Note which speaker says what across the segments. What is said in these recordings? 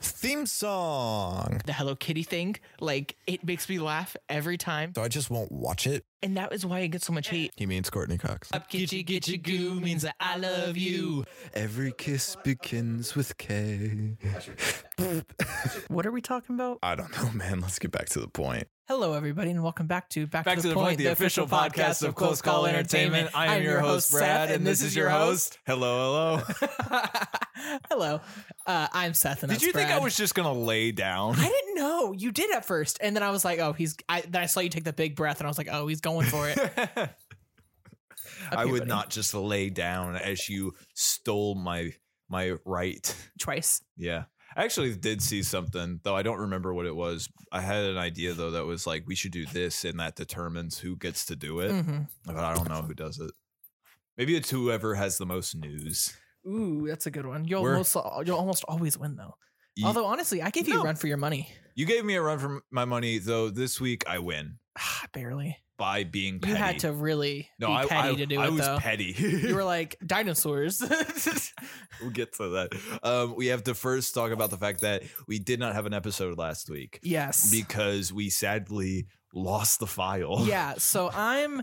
Speaker 1: theme song.
Speaker 2: The Hello Kitty thing, like it makes me laugh every time.
Speaker 1: So I just won't watch it.
Speaker 2: And that is why it gets so much hate.
Speaker 1: He means Courtney Cox.
Speaker 2: Up Gitchy Gitchy Goo means that I love you.
Speaker 1: Every kiss begins with K.
Speaker 3: What are we talking about?
Speaker 1: I don't know, man. Let's get back to the point.
Speaker 3: Hello, everybody, and welcome back to Back,
Speaker 4: Back to the point, the official podcast of Close Call Entertainment. I am your host, Brad, and this is your host. Hello, hello.
Speaker 3: Hello, uh, I'm Seth, and
Speaker 4: Did
Speaker 3: that's
Speaker 4: you think I
Speaker 3: Brad.
Speaker 4: was just gonna lay down?
Speaker 3: I didn't know you did at first, and then I was like, "Oh, he's." I, then I saw you take the big breath, and I was like, "Oh, he's going for it." Up
Speaker 4: I
Speaker 3: here,
Speaker 4: would
Speaker 3: buddy.
Speaker 4: not just lay down as you stole my my right.
Speaker 3: twice.
Speaker 4: Yeah. I actually did see something, though I don't remember what it was. I had an idea though that was like we should do this and that determines who gets to do it.
Speaker 3: Mhm.
Speaker 4: But I don't know who does it. Maybe it's whoever has the most news.
Speaker 3: Ooh, that's a good one. You'll
Speaker 4: We're-
Speaker 3: almost you'll almost always win though.
Speaker 4: Ye-
Speaker 3: Although honestly, I gave you
Speaker 4: No.
Speaker 3: a run for your money.
Speaker 4: You gave me a run for my money, though this week I win
Speaker 3: Ah, Barely.
Speaker 4: by being petty.
Speaker 3: You had to really be
Speaker 4: I,
Speaker 3: petty
Speaker 4: I-
Speaker 3: to do
Speaker 4: I
Speaker 3: it
Speaker 4: was
Speaker 3: though.
Speaker 4: petty.
Speaker 3: You were like dinosaurs.
Speaker 4: we'll get to that. Um, we have to first talk about the fact that we did not have an episode last week
Speaker 3: yes.
Speaker 4: because we sadly lost the file.
Speaker 3: yeah. So I'm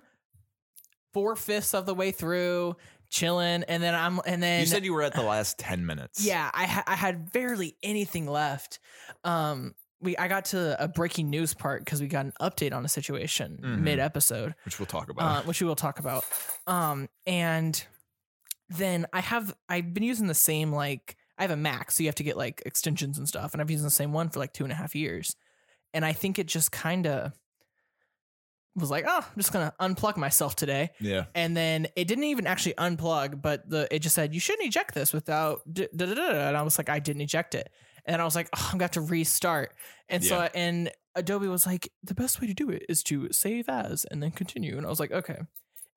Speaker 3: four fifths of the way through, chilling, and then I'm and then
Speaker 4: you said you were at the last 10 minutes.
Speaker 3: yeah, I ha- I had barely anything left. Um, we I got to a breaking news part because we got an update on a situation
Speaker 4: Mhm.
Speaker 3: mid episode.
Speaker 4: Which we'll talk about.
Speaker 3: uh, which we will talk about. Um, and then I have I've been using the same like I have a Mac, so you have to get like extensions and stuff, and I've been using the same one for like two and a half years, and I think it just kind of was like, oh, I'm just gonna unplug myself today,
Speaker 4: yeah.
Speaker 3: and then it didn't even actually unplug, but the it just said you shouldn't eject this without da da da, da," and I was like, I didn't eject it, and I was like, oh, I'm gonna have to restart, and so
Speaker 4: Yeah.
Speaker 3: I- and Adobe was like, the best way to do it is to save as and then continue, and I was like, okay,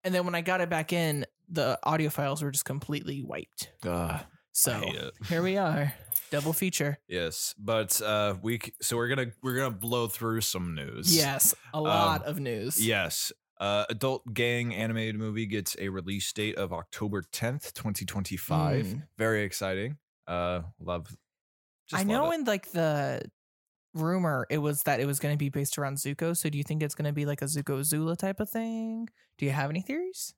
Speaker 3: and then when I got it back in, the audio files were just completely wiped,
Speaker 4: Uh,
Speaker 3: so here we are, double feature,
Speaker 4: Yes, but uh, we c- so we're gonna we're gonna blow through some news.
Speaker 3: yes, a lot of news,
Speaker 4: Yes. Uh, adult gang animated movie gets a release date of October 10th, 2025.
Speaker 3: Mm.
Speaker 4: Very exciting. Uh, love.
Speaker 3: I
Speaker 4: love
Speaker 3: know
Speaker 4: it.
Speaker 3: in like the rumor it was that it was going to be based around Zuko. So do you think it's going to be like a Zuko Zula type of thing? Do you have any theories?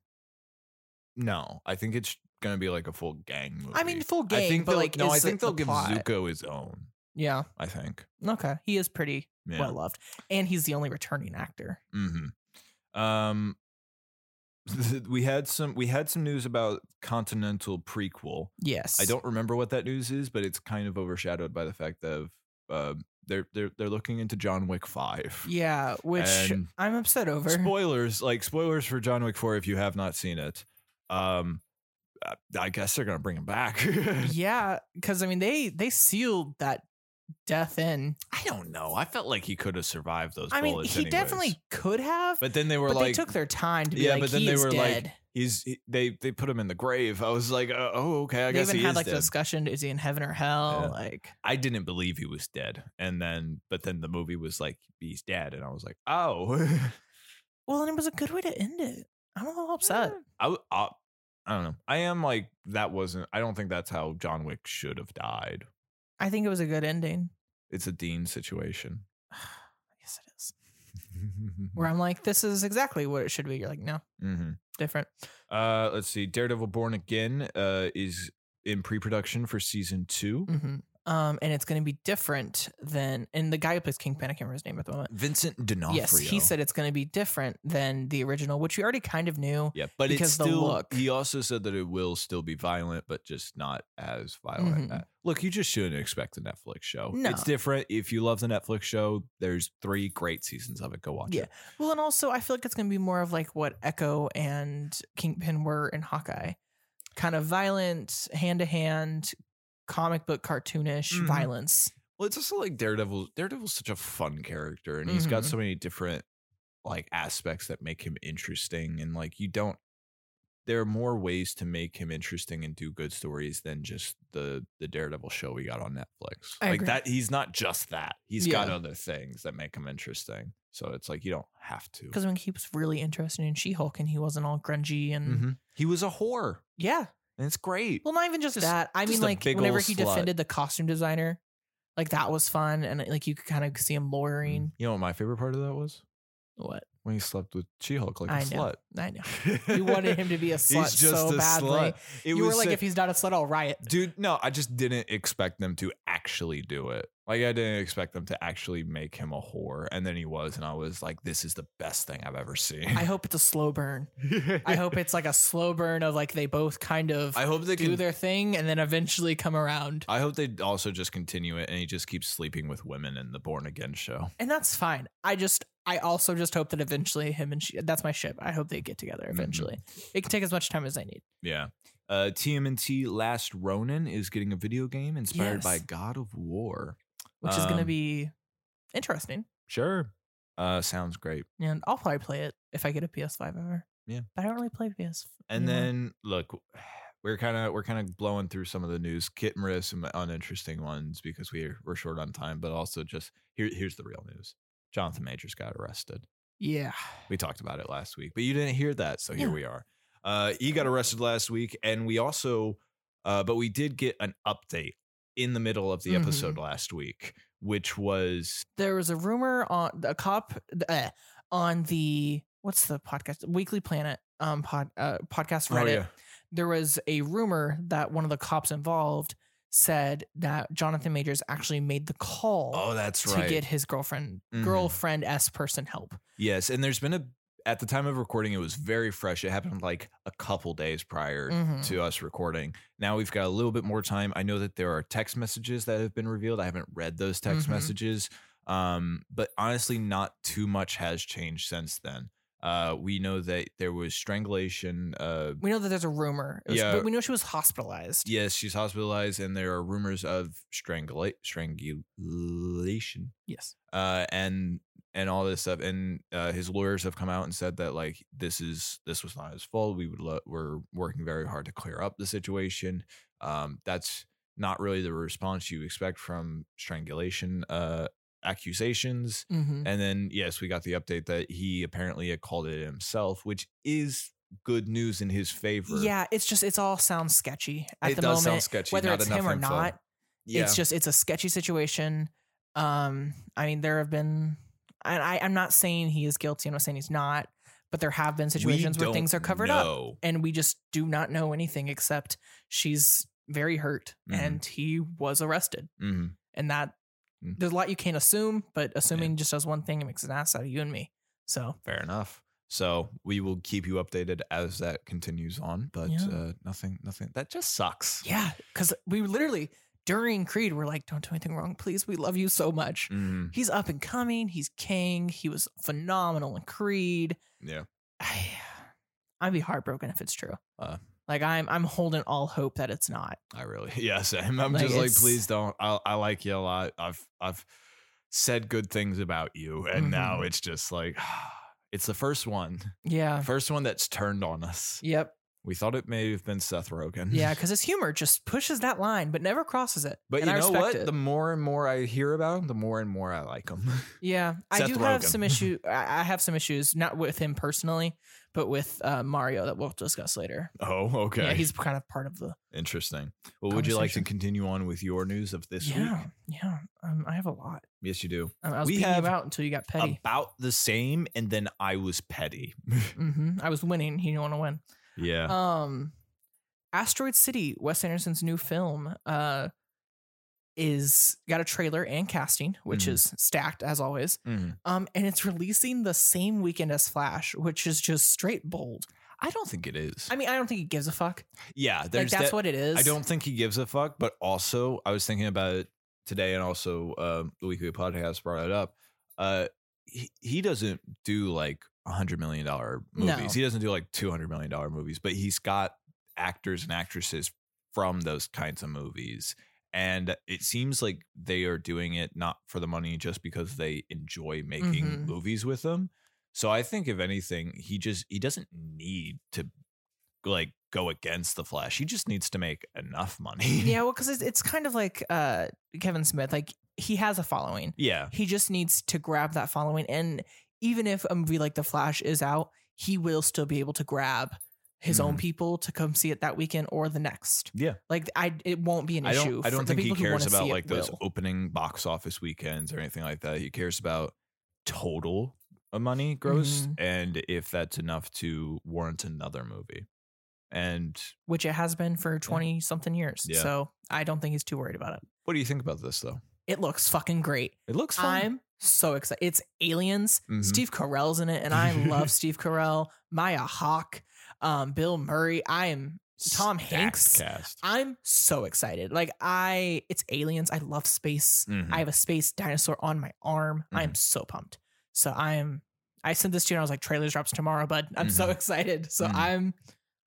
Speaker 4: No, I think it's gonna be like a full gang movie.
Speaker 3: I mean, full game,
Speaker 4: I think
Speaker 3: but
Speaker 4: they'll-
Speaker 3: like
Speaker 4: no, I
Speaker 3: is
Speaker 4: think
Speaker 3: the
Speaker 4: they'll give
Speaker 3: plot-
Speaker 4: Zuko his own.
Speaker 3: Yeah.
Speaker 4: I think.
Speaker 3: Okay. He is pretty
Speaker 4: Yeah.
Speaker 3: well loved, and he's the only returning actor.
Speaker 4: Mm-hmm. Um, we had some we had some news about Continental prequel.
Speaker 3: Yes.
Speaker 4: I don't remember what that news is, but it's kind of overshadowed by the fact of uh, they're they're they're looking into John Wick Five.
Speaker 3: Yeah, which
Speaker 4: And-
Speaker 3: I'm upset over.
Speaker 4: Spoilers, like spoilers for John Wick Four if you have not seen it. Um, I- I guess they're gonna bring him back.
Speaker 3: yeah, because I mean they they sealed that death in.
Speaker 4: I don't know. I felt like he could have survived those.
Speaker 3: I mean,
Speaker 4: bullets
Speaker 3: he
Speaker 4: anyways.
Speaker 3: definitely could have, but,
Speaker 4: But then they were
Speaker 3: they
Speaker 4: like,
Speaker 3: took their time to be
Speaker 4: Yeah,
Speaker 3: like,
Speaker 4: but then
Speaker 3: he
Speaker 4: they
Speaker 3: is
Speaker 4: were like,
Speaker 3: dead.
Speaker 4: he's he, they they put him in the grave. I was like, uh, oh okay, I
Speaker 3: they
Speaker 4: guess
Speaker 3: even
Speaker 4: he
Speaker 3: had
Speaker 4: is
Speaker 3: like
Speaker 4: dead.
Speaker 3: the discussion: is he in heaven or hell?
Speaker 4: Yeah.
Speaker 3: Like,
Speaker 4: I didn't believe he was dead, and then but then the movie was like he's dead, and I was like, oh,
Speaker 3: well, and it was a good way to end it. I'm a little upset.
Speaker 4: I, w- I I don't know. I am like that wasn't. I don't think that's how John Wick should have died.
Speaker 3: I think it was a good ending.
Speaker 4: It's a Dean situation.
Speaker 3: Yes, it is. Where I'm like, this is exactly what it should be. You're like, no,
Speaker 4: mm-hmm.
Speaker 3: different.
Speaker 4: Uh, let's see. Daredevil Born Again uh, is in pre-production for season 2
Speaker 3: hmm Um, and it's going to be different than. And the guy who plays Kingpin, I can't remember his name at the moment.
Speaker 4: Vincent D'Onofrio.
Speaker 3: Yes, he said it's going to be different than the original, which we already kind of knew.
Speaker 4: Yeah, but it's
Speaker 3: because the
Speaker 4: still.
Speaker 3: look.
Speaker 4: He also said that it will still be violent, but just not as violent.
Speaker 3: Mhm.
Speaker 4: Look, you just shouldn't expect a Netflix show.
Speaker 3: No.
Speaker 4: It's different. If you love the Netflix show, there's three great seasons of it. Go watch
Speaker 3: Yeah.
Speaker 4: it.
Speaker 3: Well, and also I feel like it's going to be more of like what Echo and Kingpin were in Hawkeye, kind of violent, hand to hand, comic book cartoonish
Speaker 4: Mhm.
Speaker 3: violence.
Speaker 4: Well, it's also like Daredevil. Daredevil's such a fun character, and he's got
Speaker 3: Mhm.
Speaker 4: so many different like aspects that make him interesting. And like, you don't. There are more ways to make him interesting and do good stories than just the the Daredevil show we got on Netflix.
Speaker 3: I
Speaker 4: like
Speaker 3: agree.
Speaker 4: that, he's not just that. He's got
Speaker 3: Yeah.
Speaker 4: other things that make him interesting. So it's like you don't have to.
Speaker 3: Because when he was really interested in She Hulk and he wasn't all grungy and
Speaker 4: Mhm. he was a whore,
Speaker 3: yeah,
Speaker 4: and it's great.
Speaker 3: well, not even just,
Speaker 4: Just-
Speaker 3: that. I
Speaker 4: just
Speaker 3: mean,
Speaker 4: a
Speaker 3: like
Speaker 4: big
Speaker 3: whenever
Speaker 4: ol'
Speaker 3: he
Speaker 4: slut.
Speaker 3: defended the costume designer Like that was fun, and like you could kind of see him
Speaker 4: You
Speaker 3: lowering.
Speaker 4: know what my favorite part of that was?
Speaker 3: What
Speaker 4: When he slept with She Hulk like a
Speaker 3: I know.
Speaker 4: slut.
Speaker 3: I know. You wanted him to be a slut
Speaker 4: He's just
Speaker 3: so
Speaker 4: a
Speaker 3: badly.
Speaker 4: slut. It
Speaker 3: you were
Speaker 4: was
Speaker 3: like,
Speaker 4: so-
Speaker 3: if he's not a slut, I'll riot.
Speaker 4: Dude, no, I just didn't expect them to actually do it. Like I didn't expect them to actually make him a whore. And then he was, and I was like, this is the best thing I've ever seen.
Speaker 3: I hope it's a slow burn. I hope it's like a slow burn of like they both kind of
Speaker 4: I hope they
Speaker 3: do
Speaker 4: can
Speaker 3: their thing and then eventually come around.
Speaker 4: I hope they also just continue it and he just keeps sleeping with women in the Born Again show.
Speaker 3: And that's fine. I just I also just hope that eventually him and she that's my ship. I hope they get together
Speaker 4: Mhm.
Speaker 3: eventually. It can take as much time as they need.
Speaker 4: Yeah. Uh, TMNT Last Ronin is getting a video game inspired by
Speaker 3: Yes.
Speaker 4: God of War.
Speaker 3: Which is gonna
Speaker 4: Um,
Speaker 3: be interesting.
Speaker 4: Sure. Uh, sounds great.
Speaker 3: And I'll probably play it if I get a PS5 ever.
Speaker 4: Yeah.
Speaker 3: But I don't really play PS.
Speaker 4: And
Speaker 3: anymore.
Speaker 4: then look, we're kind of we're kind of blowing through some of the news. Kit and Maria some uninteresting ones because we are, we're short on time, but also just here here's the real news. Jonathan Majors got arrested.
Speaker 3: Yeah.
Speaker 4: We talked about it last week, but you didn't hear that, so here
Speaker 3: Yeah.
Speaker 4: we are. Uh, he got arrested last week, and we also, uh, but we did get an update in the middle of the
Speaker 3: Mhm.
Speaker 4: episode last week, which was
Speaker 3: There was a rumor on a cop uh, on the what's the podcast? Weekly Planet um pod uh, podcast
Speaker 4: Oh,
Speaker 3: Reddit. there was a rumor that one of the cops involved said that Jonathan Majors actually made the call
Speaker 4: oh that's
Speaker 3: to
Speaker 4: right,
Speaker 3: get his girlfriend
Speaker 4: Mhm.
Speaker 3: girlfriend s person help.
Speaker 4: yes. And there's been a at the time of recording, it was very fresh. It happened like a couple days prior
Speaker 3: Mhm.
Speaker 4: to us recording. Now we've got a little bit more time. I know that there are text messages that have been revealed. I haven't read those text
Speaker 3: Mhm.
Speaker 4: messages, um, but honestly, not too much has changed since then. Uh, we know that there was strangulation. Uh,
Speaker 3: We know that there's a rumor, It was-
Speaker 4: Yeah.
Speaker 3: but we know she was hospitalized.
Speaker 4: yes, she's hospitalized, and there are rumors of strangula- strangulation.
Speaker 3: Yes,
Speaker 4: uh, and and all this stuff. And uh, his lawyers have come out and said that like this is this was not his fault. We would lo- we're working very hard to clear up the situation. Um, that's not really the response you expect from strangulation uh, accusations.
Speaker 3: hmm
Speaker 4: And then yes, we got the update that he apparently had called it himself, which is good news in his favor.
Speaker 3: yeah. It's just it's all sounds sketchy at
Speaker 4: it
Speaker 3: the
Speaker 4: does sound
Speaker 3: moment.
Speaker 4: sketchy.
Speaker 3: Whether
Speaker 4: not
Speaker 3: it's
Speaker 4: enough
Speaker 3: him or
Speaker 4: info.
Speaker 3: not,
Speaker 4: yeah.
Speaker 3: it's just it's a sketchy situation. Um, I mean, there have been, and I I'm not saying he is guilty. I'm not saying he's not, but there have been situations where things are covered up. and we just do not know anything except she's very hurt
Speaker 4: Mhm.
Speaker 3: and he was arrested
Speaker 4: hmm
Speaker 3: and that
Speaker 4: Mm.
Speaker 3: there's a lot you can't assume but assuming just does one thing it makes an ass out of you and me so
Speaker 4: Fair enough. So we will keep you updated as that continues on, but
Speaker 3: Yeah.
Speaker 4: uh, nothing, nothing. That just sucks.
Speaker 3: yeah because we literally during creed we're like don't do anything wrong please we love you so much
Speaker 4: Mhm.
Speaker 3: he's up and coming he's king he was phenomenal in creed
Speaker 4: Yeah.
Speaker 3: I, i'd be heartbroken if it's true
Speaker 4: Uh.
Speaker 3: like i'm i'm holding all hope that it's not
Speaker 4: I really, yes, I'm, I'm
Speaker 3: Like,
Speaker 4: just like,
Speaker 3: it's-
Speaker 4: please don't. I, I like you a lot. I've, I've said good things about you, and now
Speaker 3: Mhm.
Speaker 4: it's just like, it's the first one,
Speaker 3: yeah
Speaker 4: first one that's turned on us.
Speaker 3: yep
Speaker 4: We thought it may have been Seth Rogen.
Speaker 3: Yeah, because his humor just pushes that line, but never crosses it.
Speaker 4: But
Speaker 3: And
Speaker 4: you
Speaker 3: I
Speaker 4: know
Speaker 3: respect
Speaker 4: what?
Speaker 3: it.
Speaker 4: The more and more I hear about him, the more and more I like him.
Speaker 3: yeah, I
Speaker 4: Seth
Speaker 3: do have
Speaker 4: Rogen.
Speaker 3: some issue. I I have some issues, not with him personally, but with uh, Mario that we'll discuss later.
Speaker 4: oh, okay.
Speaker 3: Yeah, he's kind of part of the.
Speaker 4: Interesting. Well, would you like to
Speaker 3: Conversation.
Speaker 4: continue on with your news of this
Speaker 3: yeah,
Speaker 4: week?
Speaker 3: yeah. Um, I have a lot.
Speaker 4: Yes, you do.
Speaker 3: Um, I was
Speaker 4: We
Speaker 3: beating
Speaker 4: have
Speaker 3: you out until you got petty.
Speaker 4: about the same, and then I was petty.
Speaker 3: hmm I was winning. He didn't want to win.
Speaker 4: yeah.
Speaker 3: Um, Asteroid City, Wes Anderson's new film, uh, is got a trailer and casting, which
Speaker 4: Mhm.
Speaker 3: is stacked as always.
Speaker 4: Mm.
Speaker 3: Um, and it's releasing the same weekend as Flash, which is just straight bold.
Speaker 4: I don't think it is.
Speaker 3: I mean, I don't think he gives a fuck.
Speaker 4: yeah,
Speaker 3: Like
Speaker 4: there's
Speaker 3: that's
Speaker 4: that-
Speaker 3: what it is.
Speaker 4: I don't think he gives a fuck. But also, I was thinking about it today, and also um, the weekly podcast brought it up. Uh, he, he doesn't do like a hundred million dollar
Speaker 3: No.
Speaker 4: movies. He doesn't do like two hundred million dollar movies, but he's got actors and actresses from those kinds of movies. And it seems like they are doing it not for the money, just because they enjoy making
Speaker 3: Mhm.
Speaker 4: movies with them. So I think if anything, he just he doesn't need to like go against the Flash. He just needs to make enough money.
Speaker 3: Yeah, well, because it's, it's kind of like uh, Kevin Smith. Like he has a following.
Speaker 4: Yeah.
Speaker 3: He just needs to grab that following, and even if a movie like The Flash is out, he will still be able to grab his own
Speaker 4: Mhm.
Speaker 3: people to come see it that weekend or the next.
Speaker 4: Yeah.
Speaker 3: Like I, it won't be an
Speaker 4: I
Speaker 3: issue.
Speaker 4: don't. I
Speaker 3: for
Speaker 4: don't
Speaker 3: the
Speaker 4: think he
Speaker 3: people who
Speaker 4: cares
Speaker 3: wanna see
Speaker 4: about
Speaker 3: it
Speaker 4: like those
Speaker 3: will.
Speaker 4: opening box office weekends or anything like that. He cares about total uh, money gross
Speaker 3: Mhm.
Speaker 4: and if that's enough to warrant another movie. And
Speaker 3: which it has been for twenty something years.
Speaker 4: Yeah.
Speaker 3: So I don't think he's too worried about it.
Speaker 4: what do you think about this though?
Speaker 3: It looks fucking great.
Speaker 4: It looks fun.
Speaker 3: I'm so excited. It's aliens.
Speaker 4: Mhm.
Speaker 3: Steve Carell's in it, and I love Steve Carell. Maya Hawke, um, Bill Murray. I am. Tom
Speaker 4: Stacked
Speaker 3: Hanks.
Speaker 4: cast.
Speaker 3: I'm so excited. Like I, it's aliens. I love space.
Speaker 4: Mhm.
Speaker 3: I have a space dinosaur on my arm. I am so pumped. So I'm. I sent this to you, and I was like, "Trailers drops tomorrow, bud." I'm so
Speaker 4: Mhm.
Speaker 3: excited. So
Speaker 4: Mhm.
Speaker 3: I'm,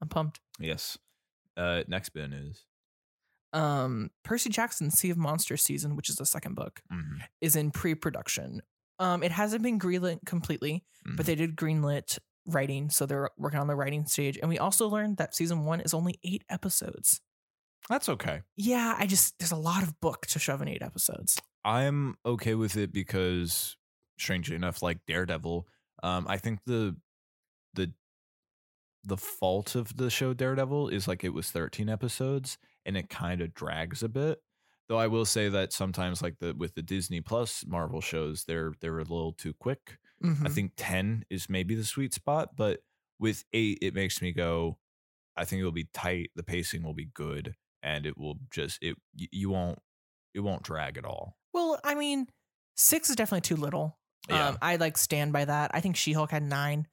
Speaker 3: I'm pumped.
Speaker 4: yes. Uh, next bit of news.
Speaker 3: Um, Percy Jackson: Sea of Monsters season, which is the second book,
Speaker 4: Mhm.
Speaker 3: is in pre-production. Um, it hasn't been greenlit completely,
Speaker 4: Mhm.
Speaker 3: but they did greenlit writing, so they're working on the writing stage. And we also learned that season one is only eight episodes.
Speaker 4: That's okay.
Speaker 3: Yeah, I just there's a lot of book to shove in eight episodes.
Speaker 4: I'm okay with it because, strangely enough, like Daredevil, um, I think the the the fault of the show Daredevil is like it was 13 episodes and it kind of drags a bit. Though I will say that sometimes, like the with the Disney Plus Marvel shows, they're they're a little too quick. I
Speaker 3: Mhm.
Speaker 4: think 10 is maybe the sweet spot, but with eight, it makes me go, I think it'll be tight. The pacing will be good and it will just, it, y- you won't, it won't drag at all.
Speaker 3: Well, I mean, six is definitely too little. Um, I like stand by that. I think She Hulk had nine.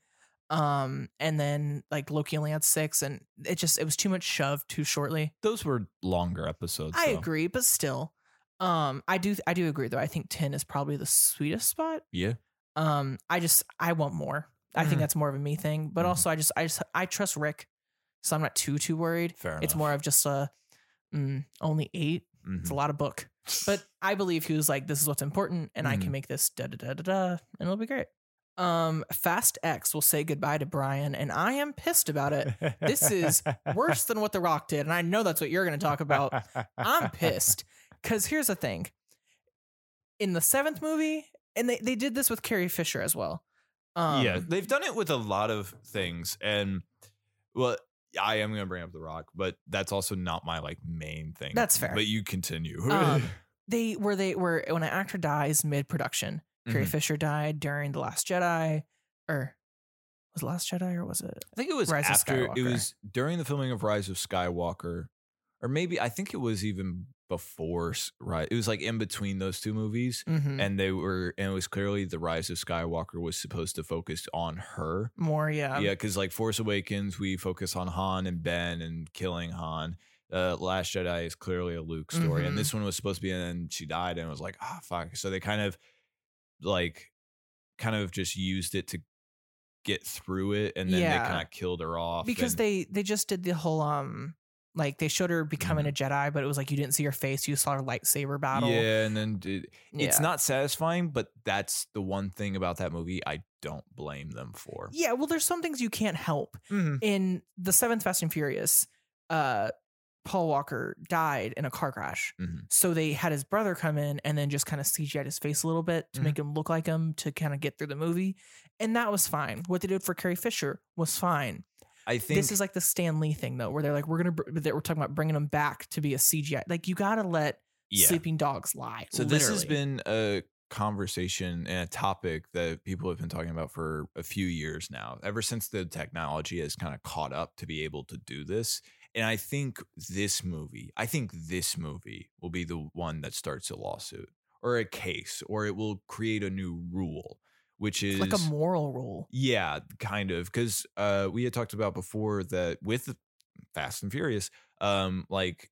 Speaker 3: Um, and then like Loki only had six, and it just it was too much shoved too shortly.
Speaker 4: Those were longer episodes.
Speaker 3: I
Speaker 4: though.
Speaker 3: agree, but still. Um, I do I do agree though. I think ten is probably the sweetest spot.
Speaker 4: Yeah.
Speaker 3: um i just i want more i think
Speaker 4: Mhm.
Speaker 3: that's more of a me thing but
Speaker 4: Mhm.
Speaker 3: also i just i just i trust rick so i'm not too too worried
Speaker 4: Fair enough.
Speaker 3: it's more of just a mm, only 8 it's a
Speaker 4: Mhm.
Speaker 3: lot of book but i believe he was like this is what's important and i
Speaker 4: Mhm.
Speaker 3: can make this da da da da da and it'll be great um fast x will say goodbye to brian and i am pissed about it this is worse than what the rock did and i know that's what you're going to talk about i'm pissed because here's the thing in the seventh movie and they, they did this with carrie fisher as well um,
Speaker 4: yeah, they've done it with a lot of things, and well, I am gonna bring up The Rock, but that's also not my like main thing.
Speaker 3: That's fair.
Speaker 4: But you continue.
Speaker 3: Um, they were they were when an actor dies mid-production carrie
Speaker 4: Mhm.
Speaker 3: fisher died during the last jedi or was The last jedi or was it
Speaker 4: I think it was
Speaker 3: Rise of
Speaker 4: after it
Speaker 3: Skywalker.
Speaker 4: was during the filming of Rise of Skywalker, or maybe I think it was even before S- Rise. It was like in between those two movies,
Speaker 3: Mhm.
Speaker 4: and they were, and it was clearly the Rise of Skywalker was supposed to focus on her.
Speaker 3: more yeah
Speaker 4: yeah, because like Force Awakens, we focus on Han and Ben and killing Han. Uh, Last Jedi is clearly a Luke story,
Speaker 3: Mhm.
Speaker 4: and this one was supposed to be, and then she died, and it was like, ah, fuck. So they kind of like, kind of just used it to get through it, and then
Speaker 3: Yeah.
Speaker 4: they kind of killed her off
Speaker 3: because
Speaker 4: and-
Speaker 3: they they just did the whole um like they showed her becoming
Speaker 4: Mhm.
Speaker 3: a jedi but it was like you didn't see her face you saw her lightsaber battle
Speaker 4: Yeah, and then it, it's
Speaker 3: Yeah.
Speaker 4: not satisfying, but that's the one thing about that movie I don't blame them for.
Speaker 3: yeah Mm-hmm. well there's some things you can't help
Speaker 4: Mhm.
Speaker 3: in the seventh Fast and Furious, uh, Paul Walker died in a car crash.
Speaker 4: Mhm.
Speaker 3: So they had his brother come in and then just kind of CGI'd his face a little bit to
Speaker 4: Mhm.
Speaker 3: make him look like him to kind of get through the movie. And that was fine. What they did for Carrie Fisher was fine.
Speaker 4: I think
Speaker 3: this is like the Stan Lee thing, though, where they're like, we're going to, that we're talking about bringing him back to be a CGI. Like, you got to let
Speaker 4: yeah.
Speaker 3: sleeping dogs lie.
Speaker 4: So this has
Speaker 3: literally.
Speaker 4: been a conversation and a topic that people have been talking about for a few years now, ever since the technology has kind of caught up to be able to do this. And I think this movie, I think this movie will be the one that starts a lawsuit or a case, or it will create a new rule, which is
Speaker 3: like a moral rule.
Speaker 4: yeah, kind of. Because uh, we had talked about before that with Fast and Furious, um, like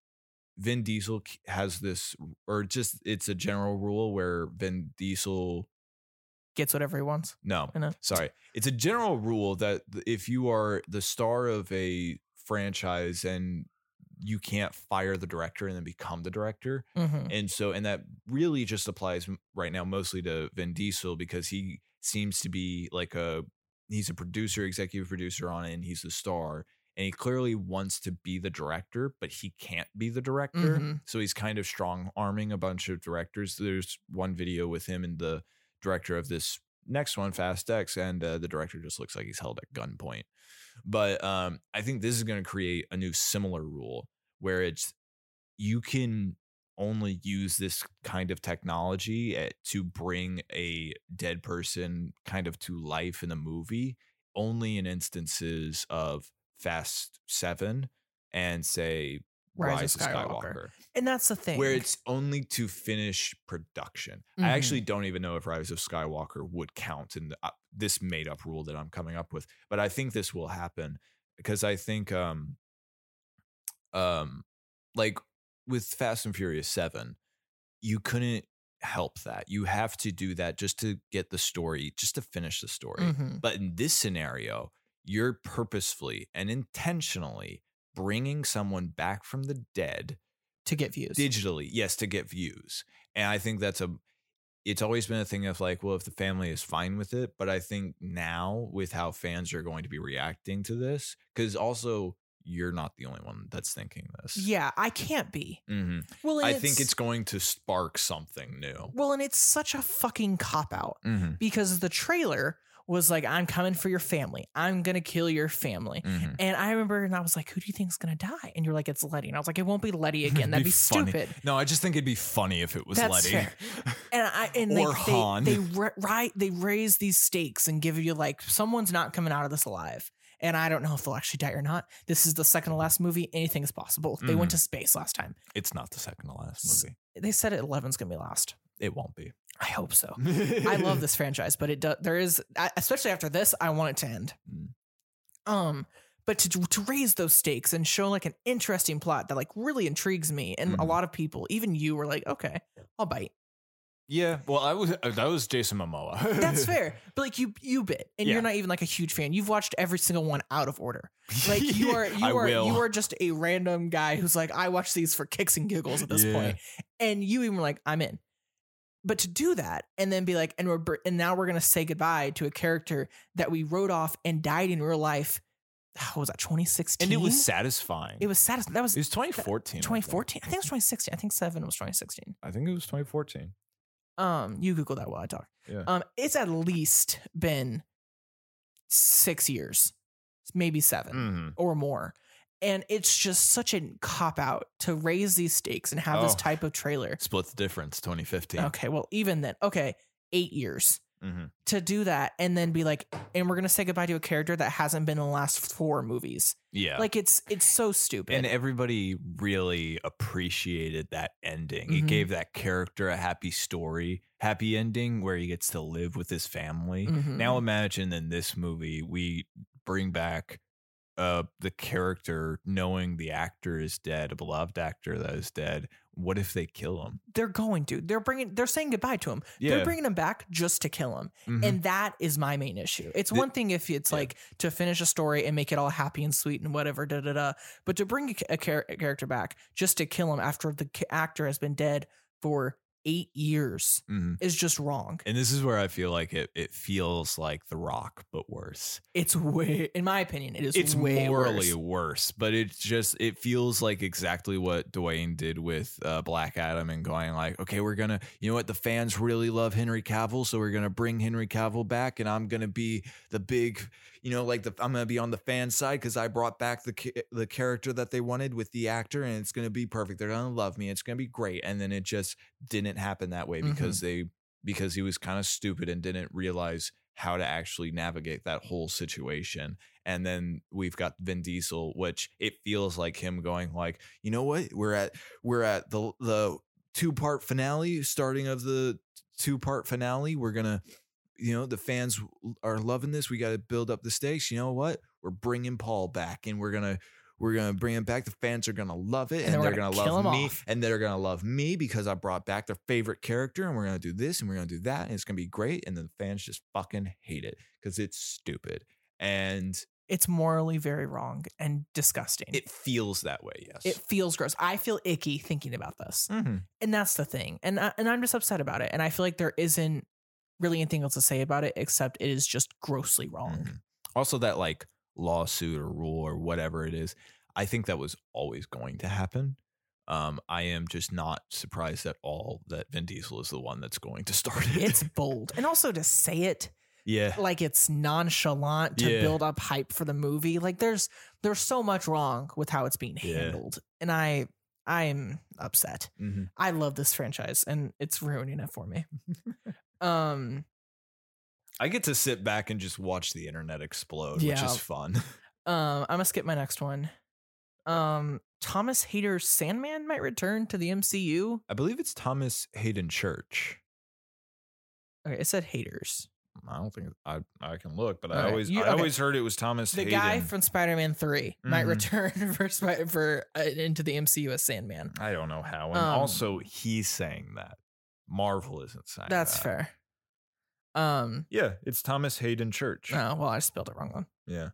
Speaker 4: Vin Diesel k- has this, or just it's a general rule where Vin Diesel,
Speaker 3: Gets whatever he wants.
Speaker 4: no,
Speaker 3: I know.
Speaker 4: sorry, it's a general rule that th- if you are the star of a franchise and you can't fire the director and then become the director,
Speaker 3: Mhm.
Speaker 4: and so, and that really just applies m- right now mostly to Vin Diesel because he seems to be like a he's a producer, executive producer on it, and he's the star. And he clearly wants to be the director, but he can't be the director.
Speaker 3: Mhm.
Speaker 4: So he's kind of strong arming a bunch of directors. There's one video with him and the director of this next one, Fast X, and uh, the director just looks like he's held at gunpoint. But um, I think this is going to create a new similar rule where it's you can only use this kind of technology at, to bring a dead person kind of to life in a movie only in instances of Fast Seven and say Rise, of Skywalker
Speaker 3: And that's the thing.
Speaker 4: where it's only to finish production. I
Speaker 3: Mhm.
Speaker 4: actually don't even know if Rise of Skywalker would count in the, uh, this made up rule that I'm coming up with, but I think this will happen because I think, um, um, like with Fast and Furious Seven, you couldn't help that. You have to do that just to get the story, just to finish the story.
Speaker 3: Mhm.
Speaker 4: But in this scenario, you're purposefully and intentionally bringing someone back from the dead
Speaker 3: to get views.
Speaker 4: digitally yes to get views and i think that's a it's always been a thing of like well if the family is fine with it but i think now with how fans are going to be reacting to this because also you're not the only one that's thinking this
Speaker 3: yeah, I can't be.
Speaker 4: hmm
Speaker 3: Well, and
Speaker 4: i think it's going to spark something new
Speaker 3: well, and it's such a fucking cop out
Speaker 4: Mhm,
Speaker 3: because the trailer was like, "I'm coming for your family. I'm gonna kill your family."
Speaker 4: mhm.
Speaker 3: And I remember, and I was like, "Who do you think's gonna die?" And you're like, "It's Letty." And I was like, "It won't be Letty again. That'd
Speaker 4: Be
Speaker 3: be,
Speaker 4: funny.
Speaker 3: stupid."
Speaker 4: no i just think it'd be funny if it was
Speaker 3: That's
Speaker 4: letty
Speaker 3: fair. And I and
Speaker 4: Or
Speaker 3: they,
Speaker 4: Han.
Speaker 3: they they ri- ri- they raise these stakes and give you like someone's not coming out of this alive. And I don't know if they'll actually die or not. This is the second to last movie. Anything is possible. They
Speaker 4: Mm.
Speaker 3: went to space last time.
Speaker 4: it's not the second to last
Speaker 3: S-
Speaker 4: movie
Speaker 3: They said 11's gonna be last.
Speaker 4: it won't be
Speaker 3: I hope so. Oh, I love this franchise, but it does. There is, I- especially after this, I want it to end.
Speaker 4: Mm.
Speaker 3: Um, but to to raise those stakes and show like an interesting plot that like really intrigues me, and a
Speaker 4: Mhm.
Speaker 3: lot of people, even you, were like, okay, I'll bite.
Speaker 4: yeah well i was uh, that was jason momoa
Speaker 3: That's fair. But like you, you bit, and
Speaker 4: Yeah.
Speaker 3: you're not even like a huge fan. You've watched every single one out of order. Like you are, you
Speaker 4: I
Speaker 3: are,
Speaker 4: will.
Speaker 3: you are just a random guy who's like, I watch these for kicks and giggles at this
Speaker 4: Yeah.
Speaker 3: point. and you even were like, I'm in. But to do that and then be like, and we're br- and now we're gonna say goodbye to a character that we wrote off and died in real life. How was that 2016?
Speaker 4: and it was satisfying.
Speaker 3: it was satisfying. That was
Speaker 4: it was 2014. I think.
Speaker 3: 2014. I think it was 2016. I think seven was 2016.
Speaker 4: I think it was 2014.
Speaker 3: Um, you Google that while I talk.
Speaker 4: Yeah.
Speaker 3: Um, it's at least been six years, maybe seven
Speaker 4: Mhm.
Speaker 3: or more. And it's just such a cop out to raise these stakes and have this
Speaker 4: Oh.
Speaker 3: type of trailer.
Speaker 4: Split the difference. 2015.
Speaker 3: Okay, well, even then, okay, eight years
Speaker 4: Mhm.
Speaker 3: to do that and then be like, and we're gonna say goodbye to a character that hasn't been in the last four movies.
Speaker 4: Yeah.
Speaker 3: Like it's it's so stupid.
Speaker 4: and everybody really appreciated that ending. It
Speaker 3: Mhm.
Speaker 4: gave that character a happy story, happy ending where he gets to live with his family.
Speaker 3: Mhm.
Speaker 4: Now imagine in this movie we bring back uh the character knowing the actor is dead, a beloved actor that is dead. What if they kill him?
Speaker 3: they're going to they're bringing they're saying goodbye to him. They're bringing him back just to kill him,
Speaker 4: Mhm.
Speaker 3: and that is my main issue. It's
Speaker 4: The-
Speaker 3: one thing if it's
Speaker 4: Yeah.
Speaker 3: like to finish a story and make it all happy and sweet and whatever da da da, but to bring a, ca- a char- a character back just to kill him after the ca- actor has been dead for eight years
Speaker 4: Mhm.
Speaker 3: is just wrong.
Speaker 4: And this is where I feel like it it feels like The Rock, but worse.
Speaker 3: It's way, in my opinion, it is.
Speaker 4: It's
Speaker 3: way
Speaker 4: morally
Speaker 3: worse.
Speaker 4: worse. but it's just it feels like exactly what Dwayne did with uh, Black Adam and going like, okay, we're gonna, you know what, the fans really love Henry Cavill, so we're gonna bring Henry Cavill back, and I'm gonna be the big, you know, like the I'm gonna be on the fan side because I brought back the ca- the character that they wanted with the actor, and it's gonna be perfect. They're gonna love me. It's gonna be great. And then it just didn't happen that way
Speaker 3: Mhm.
Speaker 4: because they because he was kind of stupid and didn't realize how to actually navigate that whole situation. And then we've got Vin Diesel, which it feels like him going like, you know what? We're at we're at the the two part finale, starting of the two part finale. We're gonna, you know, the fans are loving this. We got to build up the stakes. You know what? We're bringing Paul back, and we're gonna. We're gonna bring him back. The fans are gonna love it,
Speaker 3: And
Speaker 4: and,
Speaker 3: then we're
Speaker 4: they're
Speaker 3: gonna
Speaker 4: gonna,
Speaker 3: kill
Speaker 4: love
Speaker 3: him
Speaker 4: me,
Speaker 3: off.
Speaker 4: and they're gonna love me because I brought back their favorite character, and we're gonna do this, and we're gonna do that, and it's gonna be great. And then the fans just fucking hate it because it's stupid, and
Speaker 3: It's morally very wrong and disgusting. It,
Speaker 4: it feels that way. Yes.
Speaker 3: feels gross. I feel icky thinking about this,
Speaker 4: mm-hmm.
Speaker 3: and that's the thing. And I, and I'm just upset about it. And I feel like there isn't really anything else to say about it except it is just grossly wrong.
Speaker 4: Mhm. Also, that like lawsuit or rule or whatever it is, I think that was always going to happen. Um, I am just not surprised at all that Vin Diesel is the one that's going to start it.
Speaker 3: It's bold. And also to say it
Speaker 4: yeah,
Speaker 3: like it's nonchalant to
Speaker 4: Yeah.
Speaker 3: build up hype for the movie. Like there's there's so much wrong with how it's being
Speaker 4: Yeah.
Speaker 3: handled. And I I'm upset.
Speaker 4: Mhm.
Speaker 3: I love this franchise and it's ruining it for me. um
Speaker 4: I get to sit back and just watch the internet explode, which
Speaker 3: Yeah.
Speaker 4: is fun.
Speaker 3: um I'm gonna skip my next one. Um Thomas Hayter's Sandman might return to the MCU.
Speaker 4: I believe it's Thomas Hayden Church.
Speaker 3: Okay, it said haters.
Speaker 4: I don't think I I can look, but
Speaker 3: All
Speaker 4: I
Speaker 3: right.
Speaker 4: always
Speaker 3: You-
Speaker 4: I
Speaker 3: okay.
Speaker 4: always heard it was Thomas
Speaker 3: The
Speaker 4: Hayden.
Speaker 3: guy from Spider-Man 3 might
Speaker 4: Mhm.
Speaker 3: return for Spi- for uh, into the MCU as Sandman.
Speaker 4: I don't know how, and
Speaker 3: Um,
Speaker 4: also he's saying that Marvel isn't saying
Speaker 3: That's
Speaker 4: that.
Speaker 3: fair. Um
Speaker 4: Yeah, it's Thomas Hayden Church.
Speaker 3: Oh well, I spelled it wrong one.
Speaker 4: Yeah.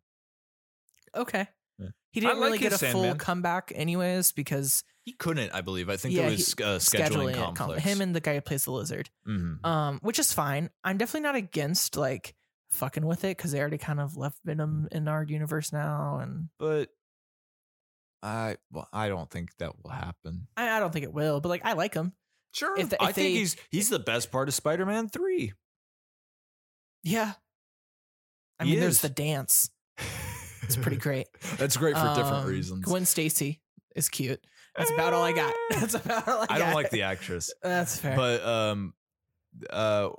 Speaker 3: Okay.
Speaker 4: Yeah.
Speaker 3: He didn't
Speaker 4: I like
Speaker 3: really get a
Speaker 4: his
Speaker 3: full
Speaker 4: Sandman.
Speaker 3: comeback, anyways, because
Speaker 4: He couldn't, I believe. I think
Speaker 3: Yeah,
Speaker 4: there
Speaker 3: he-
Speaker 4: was uh, scheduling,
Speaker 3: scheduling, it, com-
Speaker 4: conflicts.
Speaker 3: him and the guy who plays the lizard,
Speaker 4: Mhm.
Speaker 3: um, which is fine. I'm definitely not against like fucking with it because they already kind of left Venom in our universe now, and
Speaker 4: but I well, I don't think that will happen.
Speaker 3: I, I don't think it will. But like, I like him.
Speaker 4: Sure,
Speaker 3: If the-
Speaker 4: I
Speaker 3: if
Speaker 4: think
Speaker 3: they-
Speaker 4: he's he's the best part of Spider-Man Three.
Speaker 3: Yeah. I
Speaker 4: He
Speaker 3: mean, there's
Speaker 4: is.
Speaker 3: the dance. It's pretty great.
Speaker 4: That's great for different
Speaker 3: Um,
Speaker 4: reasons.
Speaker 3: Gwen Stacy is cute. That's about all I got. That's about all I got.
Speaker 4: I don't like the actress.
Speaker 3: That's fair.
Speaker 4: But um, uh,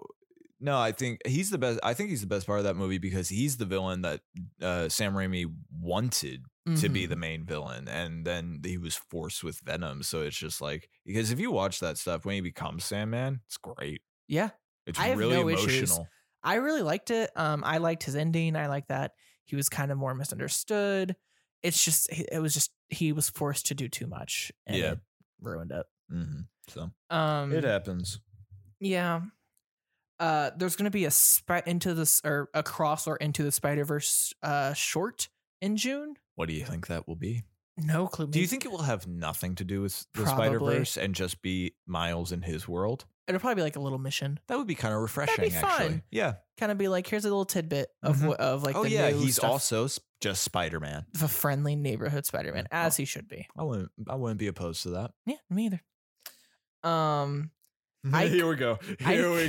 Speaker 4: no, I think he's the best. I think he's the best part of that movie because he's the villain that uh, Sam Raimi wanted to be
Speaker 3: Mhm.
Speaker 4: the main villain, and then he was forced with Venom. So it's just like because if you watch that stuff when he becomes Sandman, it's great.
Speaker 3: yeah.
Speaker 4: It's
Speaker 3: I have
Speaker 4: really
Speaker 3: no issues.
Speaker 4: emotional.
Speaker 3: I really liked it. Um, I liked his ending. I like that he was kind of more misunderstood. It's just he- it was just he was forced to do too much and
Speaker 4: Yeah.
Speaker 3: it ruined it.
Speaker 4: hmm So
Speaker 3: Um,
Speaker 4: it uh happens.
Speaker 3: yeah. Uh, there's gonna be a spi- into this or across or into the Spider Verse uh short in June.
Speaker 4: What do you think that will be?
Speaker 3: No clue.
Speaker 4: Do you think it will have nothing to do with the
Speaker 3: Probably.
Speaker 4: Spider Verse and just be Miles in his world?
Speaker 3: it'll probably be like a little mission?
Speaker 4: That would be kind of refreshing.
Speaker 3: fun.
Speaker 4: Actually, yeah.
Speaker 3: Kind of be like here's a little tidbit of
Speaker 4: Mhm.
Speaker 3: what of like
Speaker 4: oh
Speaker 3: the
Speaker 4: yeah,
Speaker 3: new
Speaker 4: he's
Speaker 3: stuff
Speaker 4: also s- just Spider Man.
Speaker 3: of a friendly neighborhood Spider Man as he should be.
Speaker 4: I wouldn't. I wouldn't be opposed to that.
Speaker 3: Yeah, me either. Um, I- Here
Speaker 4: we go.
Speaker 3: I-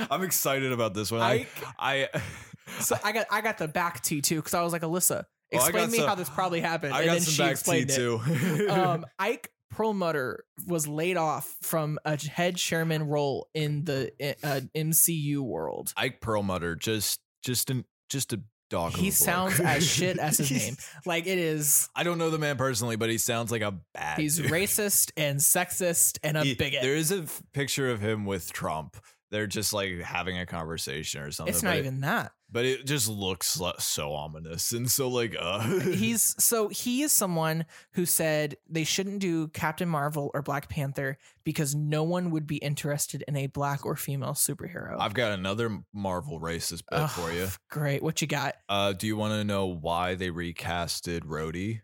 Speaker 4: I'm excited about this one.
Speaker 3: I,
Speaker 4: I. I
Speaker 3: so I got I got the back tea too because I was like Alyssa,
Speaker 4: Oh, I
Speaker 3: explain
Speaker 4: got
Speaker 3: me
Speaker 4: some-
Speaker 3: how this probably happened.
Speaker 4: I
Speaker 3: and
Speaker 4: got
Speaker 3: then she
Speaker 4: some back tea
Speaker 3: explained it.
Speaker 4: too.
Speaker 3: um, Ike Perlmutter was laid off from a head chairman role in the uh, MCU world.
Speaker 4: Ike Perlmutter, just just an just a dog. of
Speaker 3: He
Speaker 4: a bloke.
Speaker 3: sounds as shit as his
Speaker 4: He's-
Speaker 3: name. Like it is,
Speaker 4: I don't know the man personally, but he sounds like a bad.
Speaker 3: he's
Speaker 4: dude.
Speaker 3: racist and sexist and a
Speaker 4: He-
Speaker 3: bigot.
Speaker 4: There is a f- picture of him with Trump. They're just like having a conversation or something.
Speaker 3: It's not
Speaker 4: but It,
Speaker 3: even that.
Speaker 4: but it just looks lo- so ominous and so like uh.
Speaker 3: he's so he is someone who said they shouldn't do Captain Marvel or Black Panther because no one would be interested in a black or female superhero.
Speaker 4: I've got another Marvel racist bet
Speaker 3: Ugh,
Speaker 4: uh, for you.
Speaker 3: Great. What you got?
Speaker 4: Uh, do you want to know why they recasted Rhodey?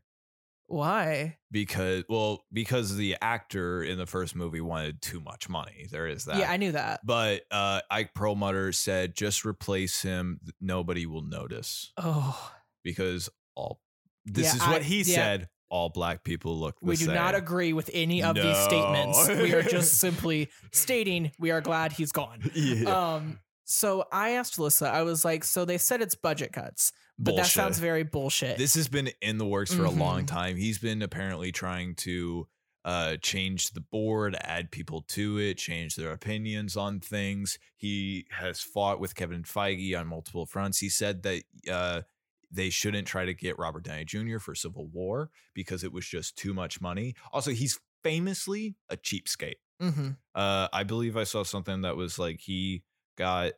Speaker 3: Why?
Speaker 4: Because well, because the actor in the first movie wanted too much money. There is that.
Speaker 3: Yeah, I knew that.
Speaker 4: but uh, Ike Perlmutter said just replace him. Nobody will notice
Speaker 3: Oh,
Speaker 4: because all this
Speaker 3: Yeah,
Speaker 4: is what
Speaker 3: I-
Speaker 4: he
Speaker 3: yeah.
Speaker 4: said. All black people look. The
Speaker 3: we do
Speaker 4: same.
Speaker 3: not agree with any of these statements.
Speaker 4: No.
Speaker 3: We are just simply stating we are glad he's gone.
Speaker 4: Yeah.
Speaker 3: Um, so I asked Alyssa, I was like, so they said it's budget cuts, but that
Speaker 4: Bullshit.
Speaker 3: sounds very bullshit.
Speaker 4: This has been in the works for a long
Speaker 3: Mhm.
Speaker 4: time. He's been apparently trying to uh, change the board, add people to it, change their opinions on things. He has fought with Kevin Feige on multiple fronts. He said that uh, they shouldn't try to get Robert Downey Jr. for Civil War because it was just too much money. Also, he's famously a cheapskate.
Speaker 3: Mhm.
Speaker 4: Uh, I believe I saw something that was like he got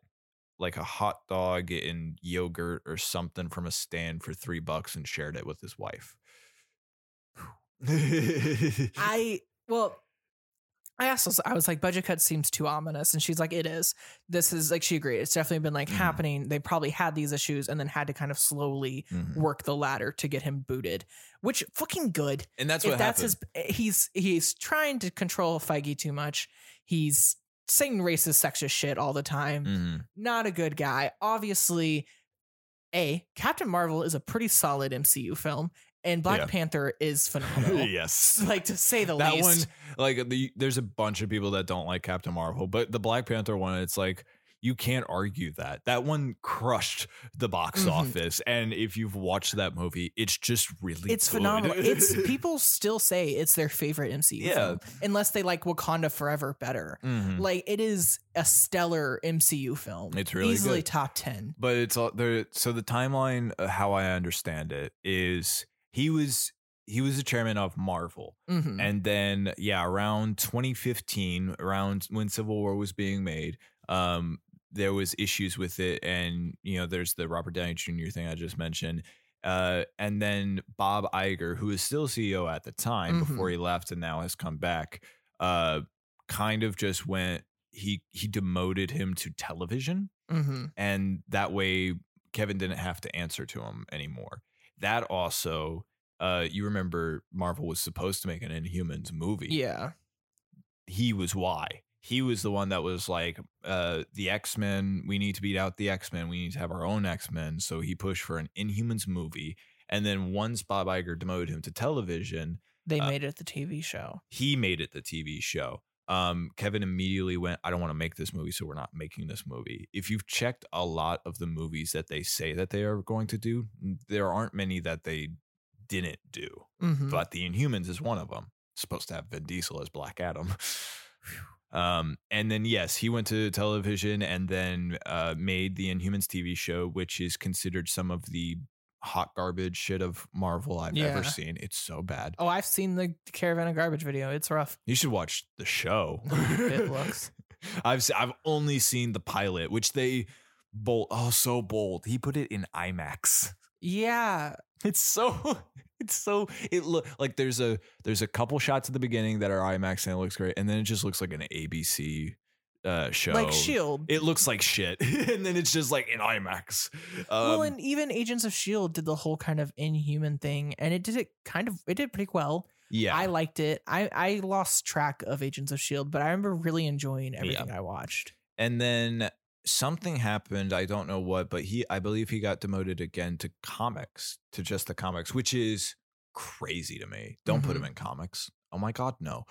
Speaker 4: like a hot dog and yogurt or something from a stand for three bucks and shared it with his wife.
Speaker 3: I well, I asked. Alyssa, I was like, budget cut seems too ominous, and she's like, it is. This is like she agreed. It's definitely been like
Speaker 4: Mhm.
Speaker 3: happening. They probably had these issues and then had to kind of slowly
Speaker 4: Mhm.
Speaker 3: work the ladder to get him booted, which fucking good.
Speaker 4: and that's
Speaker 3: if
Speaker 4: what
Speaker 3: that's
Speaker 4: happened.
Speaker 3: his, he's he's trying to control Feige too much. He's saying racist, sexist shit all the time.
Speaker 4: Mhm.
Speaker 3: Not a good guy. Obviously, a Captain Marvel is a pretty solid MCU film, and Black
Speaker 4: Yeah.
Speaker 3: Panther is phenomenal.
Speaker 4: yes.
Speaker 3: Like to say the
Speaker 4: Mm-hmm. that
Speaker 3: least.
Speaker 4: one like the, there's a bunch of people that don't like captain marvel but the black panther one it's like you can't argue that that one crushed the box
Speaker 3: Mhm.
Speaker 4: office and if you've watched that movie it's just really
Speaker 3: it's
Speaker 4: good.
Speaker 3: phenomenal. it's people still say it's their favorite MCU
Speaker 4: Yeah.
Speaker 3: film, unless they like Wakanda Forever better.
Speaker 4: Mhm.
Speaker 3: Like it is a stellar MCU film.
Speaker 4: It's really
Speaker 3: easily
Speaker 4: good.
Speaker 3: top ten.
Speaker 4: but it's all there so the timeline uh, how i understand it is he was he was the chairman of marvel
Speaker 3: Mhm.
Speaker 4: And then, yeah, around 2015, around when Civil War was being made, um, there was issues with it, and you know, there's the Robert Downey Jr. thing I just mentioned, uh, and then Bob Iger, who was still CEO at the time
Speaker 3: Mhm.
Speaker 4: before he left, and now has come back, uh, kind of just went he he demoted him to television
Speaker 3: Mhm.
Speaker 4: and that way Kevin didn't have to answer to him anymore. That also, uh, you remember Marvel was supposed to make an Inhumans movie.
Speaker 3: Yeah.
Speaker 4: he was why. He was the one that was like, uh, the X Men. We need to beat out the X Men. We need to have our own X Men. So he pushed for an Inhumans movie. And then once Bob Iger demoted him to television,
Speaker 3: They
Speaker 4: Uh,
Speaker 3: made it the TV show.
Speaker 4: he made it the TV show. Um, Kevin immediately went, I don't want to make this movie, so we're not making this movie. If you've checked a lot of the movies that they say that they are going to do, there aren't many that they didn't do,
Speaker 3: Mhm.
Speaker 4: but The Inhumans is one of them. supposed to have Vin Diesel as Black Adam. Um, and then, yes, he went to television and then uh, made the Inhumans TV show, which is considered some of the hot garbage shit of Marvel I've
Speaker 3: Yeah.
Speaker 4: ever seen. It's so bad.
Speaker 3: oh, I've seen the Caravan of Garbage video. It's rough.
Speaker 4: You should watch the show.
Speaker 3: It looks.
Speaker 4: I've s- I've only seen the pilot, which they bold. Oh, so bold. He put it in IMAX.
Speaker 3: Yeah.
Speaker 4: It's so. It's so. It look like there's a there's a couple shots at the beginning that are IMAX and it looks great, and then it just looks like an ABC uh, show.
Speaker 3: Like Shield.
Speaker 4: It looks like shit, and then it's just like in IMAX. Um,
Speaker 3: well, and even Agents of Shield E did the whole kind of inhuman thing, and it did it kind of it did pretty well.
Speaker 4: yeah,
Speaker 3: I liked it. I I lost track of Agents of Shield, but I remember really enjoying everything I watched.
Speaker 4: and then something happened i don't know what but he i believe he got demoted again to comics to just the comics which is crazy to me don't put him in comics oh my god no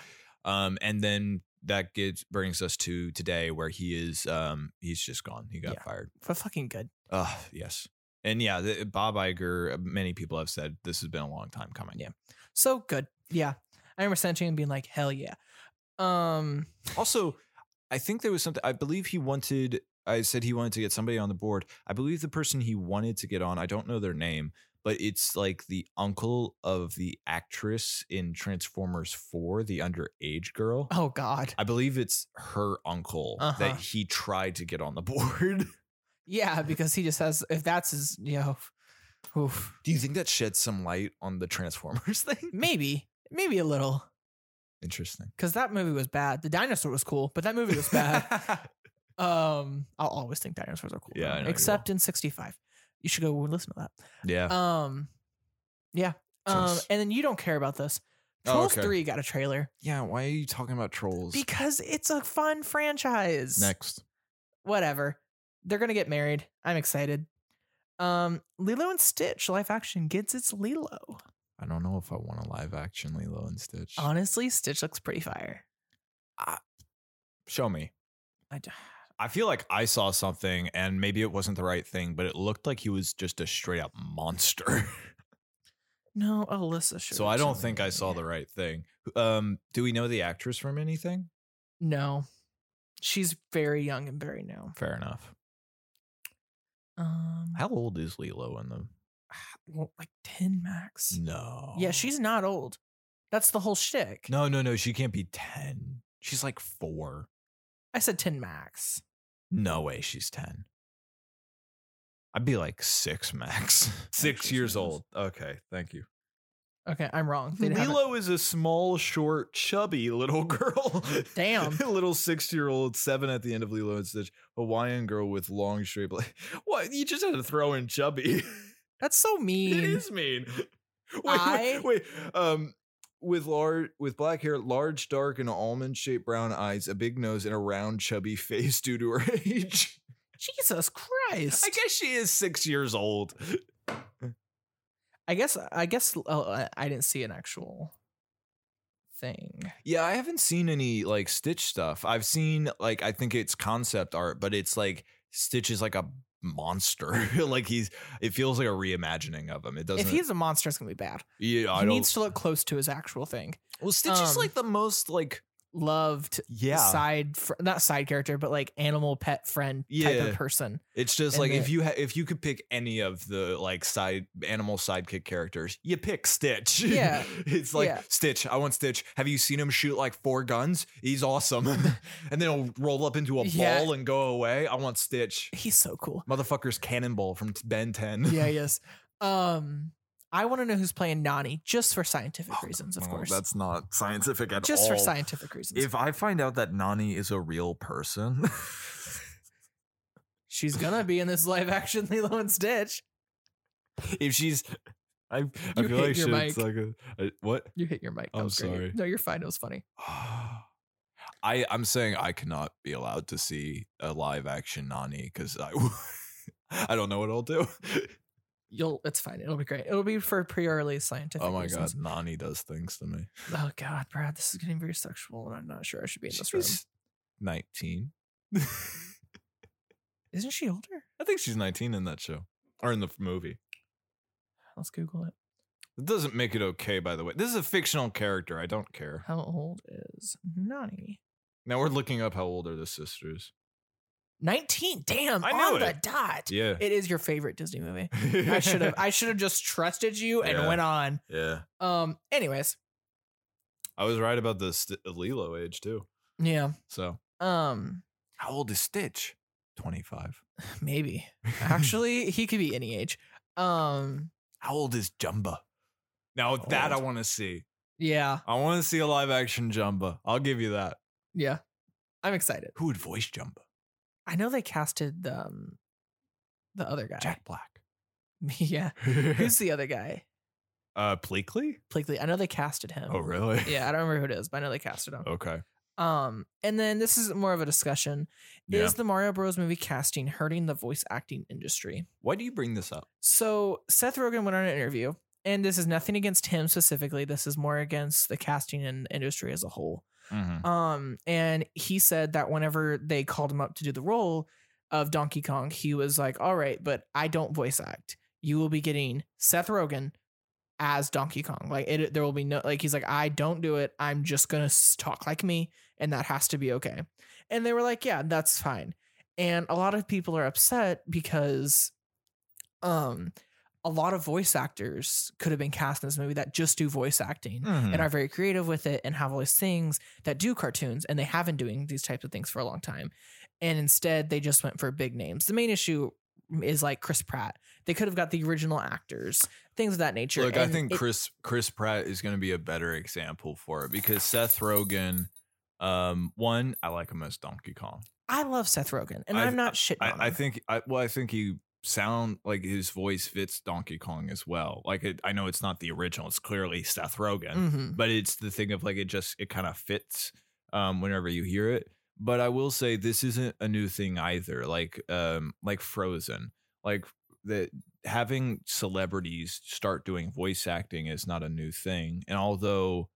Speaker 4: um and then that gets brings us to today where he is um he's just gone he got
Speaker 3: Yeah.
Speaker 4: fired
Speaker 3: But fucking good.
Speaker 4: uh yes and yeah the, bob Iger uh, many people have said this has been a long time coming
Speaker 3: Yeah. So good. Yeah. I remember Sanchi and being like, hell yeah. Um
Speaker 4: Also, I think there was something. I believe he wanted. I said he wanted to get somebody on the board. I believe the person he wanted to get on. I don't know their name, but it's like the uncle of the actress in Transformers Four, the underage girl.
Speaker 3: oh god.
Speaker 4: I believe it's her uncle
Speaker 3: Uh-huh.
Speaker 4: that he tried to get on the board.
Speaker 3: Yeah, because he just has if that's his you know oof.
Speaker 4: Do you think that sheds some light on the Transformers thing?
Speaker 3: Maybe. Maybe a little.
Speaker 4: Interesting.
Speaker 3: Because that movie was bad. The dinosaur was cool, but that movie was bad. um I'll always think dinosaurs are cool.
Speaker 4: Yeah, I
Speaker 3: though,
Speaker 4: know you will. Oh.
Speaker 3: except in sixty five. You should go listen to that.
Speaker 4: yeah.
Speaker 3: Um yeah. Um
Speaker 4: Sounds-
Speaker 3: and then you don't care about this.
Speaker 4: Oh,
Speaker 3: Trolls
Speaker 4: okay.
Speaker 3: 3 got a trailer.
Speaker 4: yeah. Why are you talking about trolls?
Speaker 3: Because it's a fun franchise.
Speaker 4: Next.
Speaker 3: Whatever. They're gonna get married. I'm excited. Um, Lilo and Stitch live action gets its Lilo.
Speaker 4: I don't know if I want a live action Lilo and Stitch.
Speaker 3: Honestly, Stitch looks pretty fire.
Speaker 4: Show me.
Speaker 3: I d-
Speaker 4: I feel like I saw something and maybe it wasn't the right thing, but it looked like he was just a straight up monster.
Speaker 3: no, Alyssa. Should
Speaker 4: so I don't think I saw the right thing. Um, do we know the actress from anything?
Speaker 3: No, she's very young and very new.
Speaker 4: Fair enough.
Speaker 3: Um,
Speaker 4: How old is Lilo in the?
Speaker 3: well, like ten max.
Speaker 4: No.
Speaker 3: Yeah, she's not old. That's the whole shtick.
Speaker 4: No, no, no. She can't be ten. She's like four.
Speaker 3: I said ten max.
Speaker 4: No way. She's ten. I'd be like six max. Six
Speaker 3: she's
Speaker 4: years
Speaker 3: not.
Speaker 4: old. Okay, thank you.
Speaker 3: Okay, I'm wrong. They'd have it-
Speaker 4: Lilo is a small, short, chubby little girl.
Speaker 3: Damn.
Speaker 4: little six-year-old, seven at the end of Lilo and Stitch, Hawaiian girl with long straight black. What? You just had to throw in chubby.
Speaker 3: That's so mean.
Speaker 4: It is mean. Wait,
Speaker 3: I-
Speaker 4: wait, wait. Um, with large, with black hair, large, dark, and almond-shaped brown eyes, a big nose, and a round, chubby face due to her age.
Speaker 3: Jesus Christ.
Speaker 4: I guess she is six years old.
Speaker 3: I guess I guess oh, I- I didn't see an actual thing.
Speaker 4: Yeah, I haven't seen any like Stitch stuff. I've seen like I think it's concept art, but it's like Stitch is like a monster. like he's it feels like a reimagining of him. It doesn't.
Speaker 3: if he's a monster, it's gonna be bad.
Speaker 4: yeah, I
Speaker 3: he
Speaker 4: don't.
Speaker 3: needs to look close to his actual thing.
Speaker 4: well, Stitch is
Speaker 3: um,
Speaker 4: like the most like
Speaker 3: Loved
Speaker 4: yeah.
Speaker 3: side, fr- not side character, but like animal pet friend type
Speaker 4: Yeah.
Speaker 3: of person.
Speaker 4: It's just
Speaker 3: and
Speaker 4: like if
Speaker 3: the-
Speaker 4: you ha- if you could pick any of the like side animal sidekick characters, you pick Stitch.
Speaker 3: Yeah.
Speaker 4: it's like
Speaker 3: Yeah.
Speaker 4: Stitch. I want Stitch. Have you seen him shoot like four guns? He's awesome. and then he'll roll up into a
Speaker 3: Yeah.
Speaker 4: ball and go away. I want Stitch.
Speaker 3: He's so cool.
Speaker 4: Motherfucker's Cannonball from t- Ben 10.
Speaker 3: yeah, yes. Um, I want to know who's playing Nani, just for scientific reasons, of
Speaker 4: Oh, Well,
Speaker 3: course.
Speaker 4: That's not scientific at
Speaker 3: just
Speaker 4: all.
Speaker 3: for scientific reasons.
Speaker 4: If I find out that Nani is a real person,
Speaker 3: She's gonna be in this live action Lilo and Stitch.
Speaker 4: if she's, I, I feel
Speaker 3: You
Speaker 4: like
Speaker 3: hit your
Speaker 4: shit's
Speaker 3: mic.
Speaker 4: like a, I- what?
Speaker 3: You hit your mic. That
Speaker 4: I'm
Speaker 3: was great.
Speaker 4: sorry.
Speaker 3: No, you're fine. It was funny.
Speaker 4: I I'm saying I cannot be allowed to see a live action Nani because I I don't know what I'll do.
Speaker 3: You'll. It's fine. It'll be great. It'll be for pre-release scientific.
Speaker 4: oh my god,
Speaker 3: reasons.
Speaker 4: Nani does things to me.
Speaker 3: Oh god, Brad, this is getting very sexual, and I'm not sure I should be in this room.
Speaker 4: She's 19.
Speaker 3: Isn't she older?
Speaker 4: I think she's 19 in that show or in the movie.
Speaker 3: Let's Google it.
Speaker 4: It doesn't make it okay, by the way. This is a fictional character. I don't care.
Speaker 3: How old is Nani?
Speaker 4: Now we're looking up how old are the sisters.
Speaker 3: Nineteen. Damn.
Speaker 4: I
Speaker 3: on
Speaker 4: knew
Speaker 3: the
Speaker 4: it.
Speaker 3: dot.
Speaker 4: Yeah.
Speaker 3: It is your favorite Disney movie. I should have. I should have just trusted you and
Speaker 4: Yeah.
Speaker 3: went on.
Speaker 4: yeah.
Speaker 3: Um. Anyways.
Speaker 4: I was right about the St- Lilo age too.
Speaker 3: Yeah.
Speaker 4: So
Speaker 3: Um.
Speaker 4: how old is Stitch? 25.
Speaker 3: Maybe. Actually, he could be any age. Um.
Speaker 4: How old is Jumba? Now that I
Speaker 3: old?
Speaker 4: want to see.
Speaker 3: Yeah.
Speaker 4: I want to see a live action Jumba. I'll give you that.
Speaker 3: Yeah. I'm excited.
Speaker 4: Who would voice Jumba?
Speaker 3: I know they casted um the other guy.
Speaker 4: Jack Black.
Speaker 3: yeah. Who's the other guy?
Speaker 4: uh Pleakley?
Speaker 3: Blakely. I know they casted him.
Speaker 4: Oh really? Oh.
Speaker 3: Yeah, I don't remember who it is, but I know they casted him.
Speaker 4: Okay.
Speaker 3: Um, and then this is more of a discussion.
Speaker 4: Yeah.
Speaker 3: Is the Mario Bros. movie casting hurting the voice acting industry?
Speaker 4: Why do you bring this up?
Speaker 3: So Seth Rogen went on an interview, and this is nothing against him specifically. This is more against the casting and the industry as a whole.
Speaker 4: Mm-hmm.
Speaker 3: Um, and he said that whenever they called him up to do the role of Donkey Kong, he was like, "All right, but I don't voice act. You will be getting Seth Rogen as Donkey Kong. Like, it, there will be no like. He's like, I don't do it. I'm just gonna s- talk like me, and that has to be okay." And they were like, "Yeah, that's fine." And a lot of people are upset because, um, a lot of voice actors could have been cast in this movie that just do voice acting
Speaker 4: Hmm.
Speaker 3: and are very creative with it and have all these things that do cartoons and they have been doing these types of things for a long time and instead they just went for big names the main issue is like chris pratt they could have got the original actors things of that nature
Speaker 4: Look, I
Speaker 3: And
Speaker 4: think
Speaker 3: it-
Speaker 4: Chris Chris Pratt is going to be a better example for it because Seth Rogen, um, one, I like him as Donkey Kong.
Speaker 3: i love seth rogen and
Speaker 4: I-
Speaker 3: I, am not shitting on him.
Speaker 4: I, I think I well, I think he sound like his voice fits Donkey Kong as well. Like it, I know it's not the original; it's clearly Seth Rogen,
Speaker 3: Mhm.
Speaker 4: but it's the thing of like it just it kind of fits um, whenever you hear it. But I will say this isn't a new thing either. Like um, like Frozen, like that having celebrities start doing voice acting is not a new thing. And although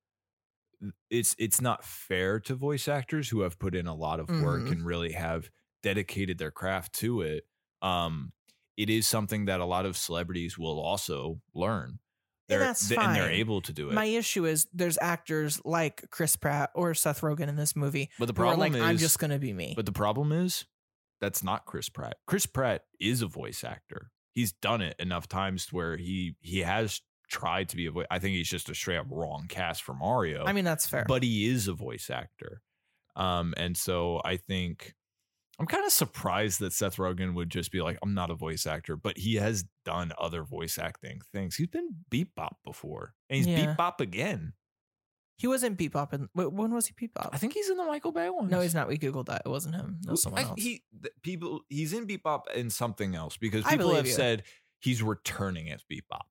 Speaker 4: it's it's not fair to voice actors who have put in a lot of work
Speaker 3: Mhm.
Speaker 4: and really have dedicated their craft to it um it is something that a lot of celebrities will also learn
Speaker 3: And
Speaker 4: they're
Speaker 3: that's
Speaker 4: th- and they're
Speaker 3: fine.
Speaker 4: able to do it
Speaker 3: my issue is there's actors like chris pratt or seth rogen in this movie
Speaker 4: but the
Speaker 3: who are
Speaker 4: problem
Speaker 3: like
Speaker 4: is
Speaker 3: i'm just gonna be me
Speaker 4: but the problem is that's not chris pratt chris pratt is a voice actor he's done it enough times to where he he has tried to be a voice i think he's just a straight up wrong cast for mario
Speaker 3: i mean that's fair
Speaker 4: but he is a voice actor. Um, and so I think I'm kind of surprised that Seth Rogen would just be like, I'm not a voice actor, but he has done other voice acting things. He's been bebop before, and he's
Speaker 3: Yeah.
Speaker 4: bebop again.
Speaker 3: he wasn't bebop in wait, when was he bebop
Speaker 4: I think he's in the Michael Bay one.
Speaker 3: no he's not we googled that it wasn't him that was someone
Speaker 4: I-
Speaker 3: else
Speaker 4: He th- people he's in bebop and something else because
Speaker 3: I
Speaker 4: people
Speaker 3: believe
Speaker 4: have
Speaker 3: you.
Speaker 4: said he's returning as bebop.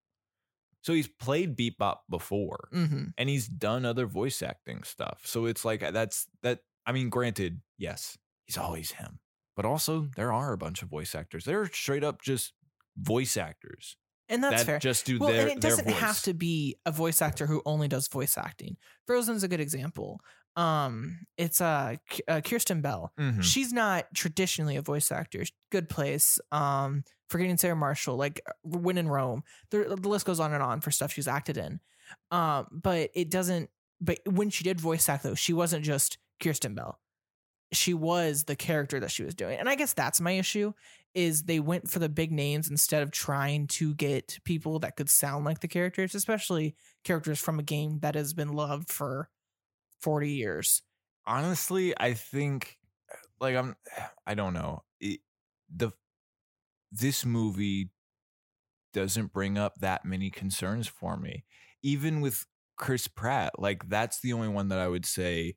Speaker 4: So he's played bebop before.
Speaker 3: mm-hmm.
Speaker 4: and he's done other voice acting stuff. So it's like uh, that's that. I mean, granted, yes, he's always him, but also there are a bunch of voice actors. They're straight up just voice actors.
Speaker 3: and that's
Speaker 4: that
Speaker 3: fair.
Speaker 4: just do
Speaker 3: well,
Speaker 4: their
Speaker 3: and it
Speaker 4: their
Speaker 3: doesn't
Speaker 4: voice.
Speaker 3: have to be a voice actor who only does voice acting. Frozen's a good example. Um, it's uh, K- uh Kirsten Bell.
Speaker 4: Mhm.
Speaker 3: She's not traditionally a voice actor. Good place. Um, forgetting Sarah Marshall, like uh, When in Rome. uh, The, the list goes on and on for stuff she's acted in. Um, but it doesn't. But when she did voice act, though, she wasn't just Kirsten Bell. She was the character that she was doing, and I guess that's my issue. Is they went for the big names instead of trying to get people that could sound like the characters, especially characters from a game that has been loved for forty years.
Speaker 4: honestly, I think uh, like I'm I don't know. It, the this movie doesn't bring up that many concerns for me. Even with Chris Pratt, like that's the only one that I would say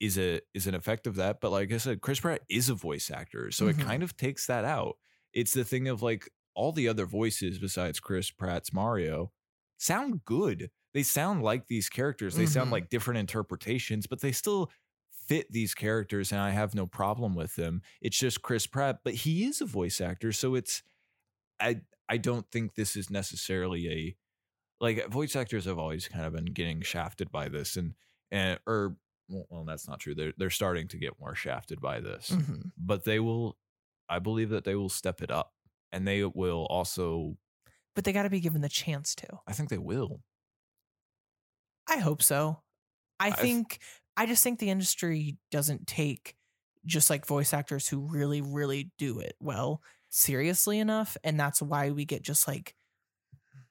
Speaker 4: is a is an effect of that, but like I said Chris Pratt is a voice actor, so
Speaker 3: Mhm.
Speaker 4: it kind of takes that out. It's the thing of like all the other voices besides Chris Pratt's Mario sound good. They sound like these characters. They sound
Speaker 3: Mhm.
Speaker 4: like different interpretations, but they still fit these characters and I have no problem with them. It's just Chris Pratt, but he is a voice actor, so it's I I don't think this is necessarily a like uh, voice actors have always kind of been getting shafted by this and and or well, well that's not true. They're they're starting to get more shafted by this
Speaker 3: Mhm.
Speaker 4: but they will i believe that they will step it up and they will also
Speaker 3: but they got to be given the chance to.
Speaker 4: i think they will
Speaker 3: I hope so. I
Speaker 4: I've-
Speaker 3: think I just think the industry doesn't take just like voice actors who really really do it well seriously enough and that's why we get just like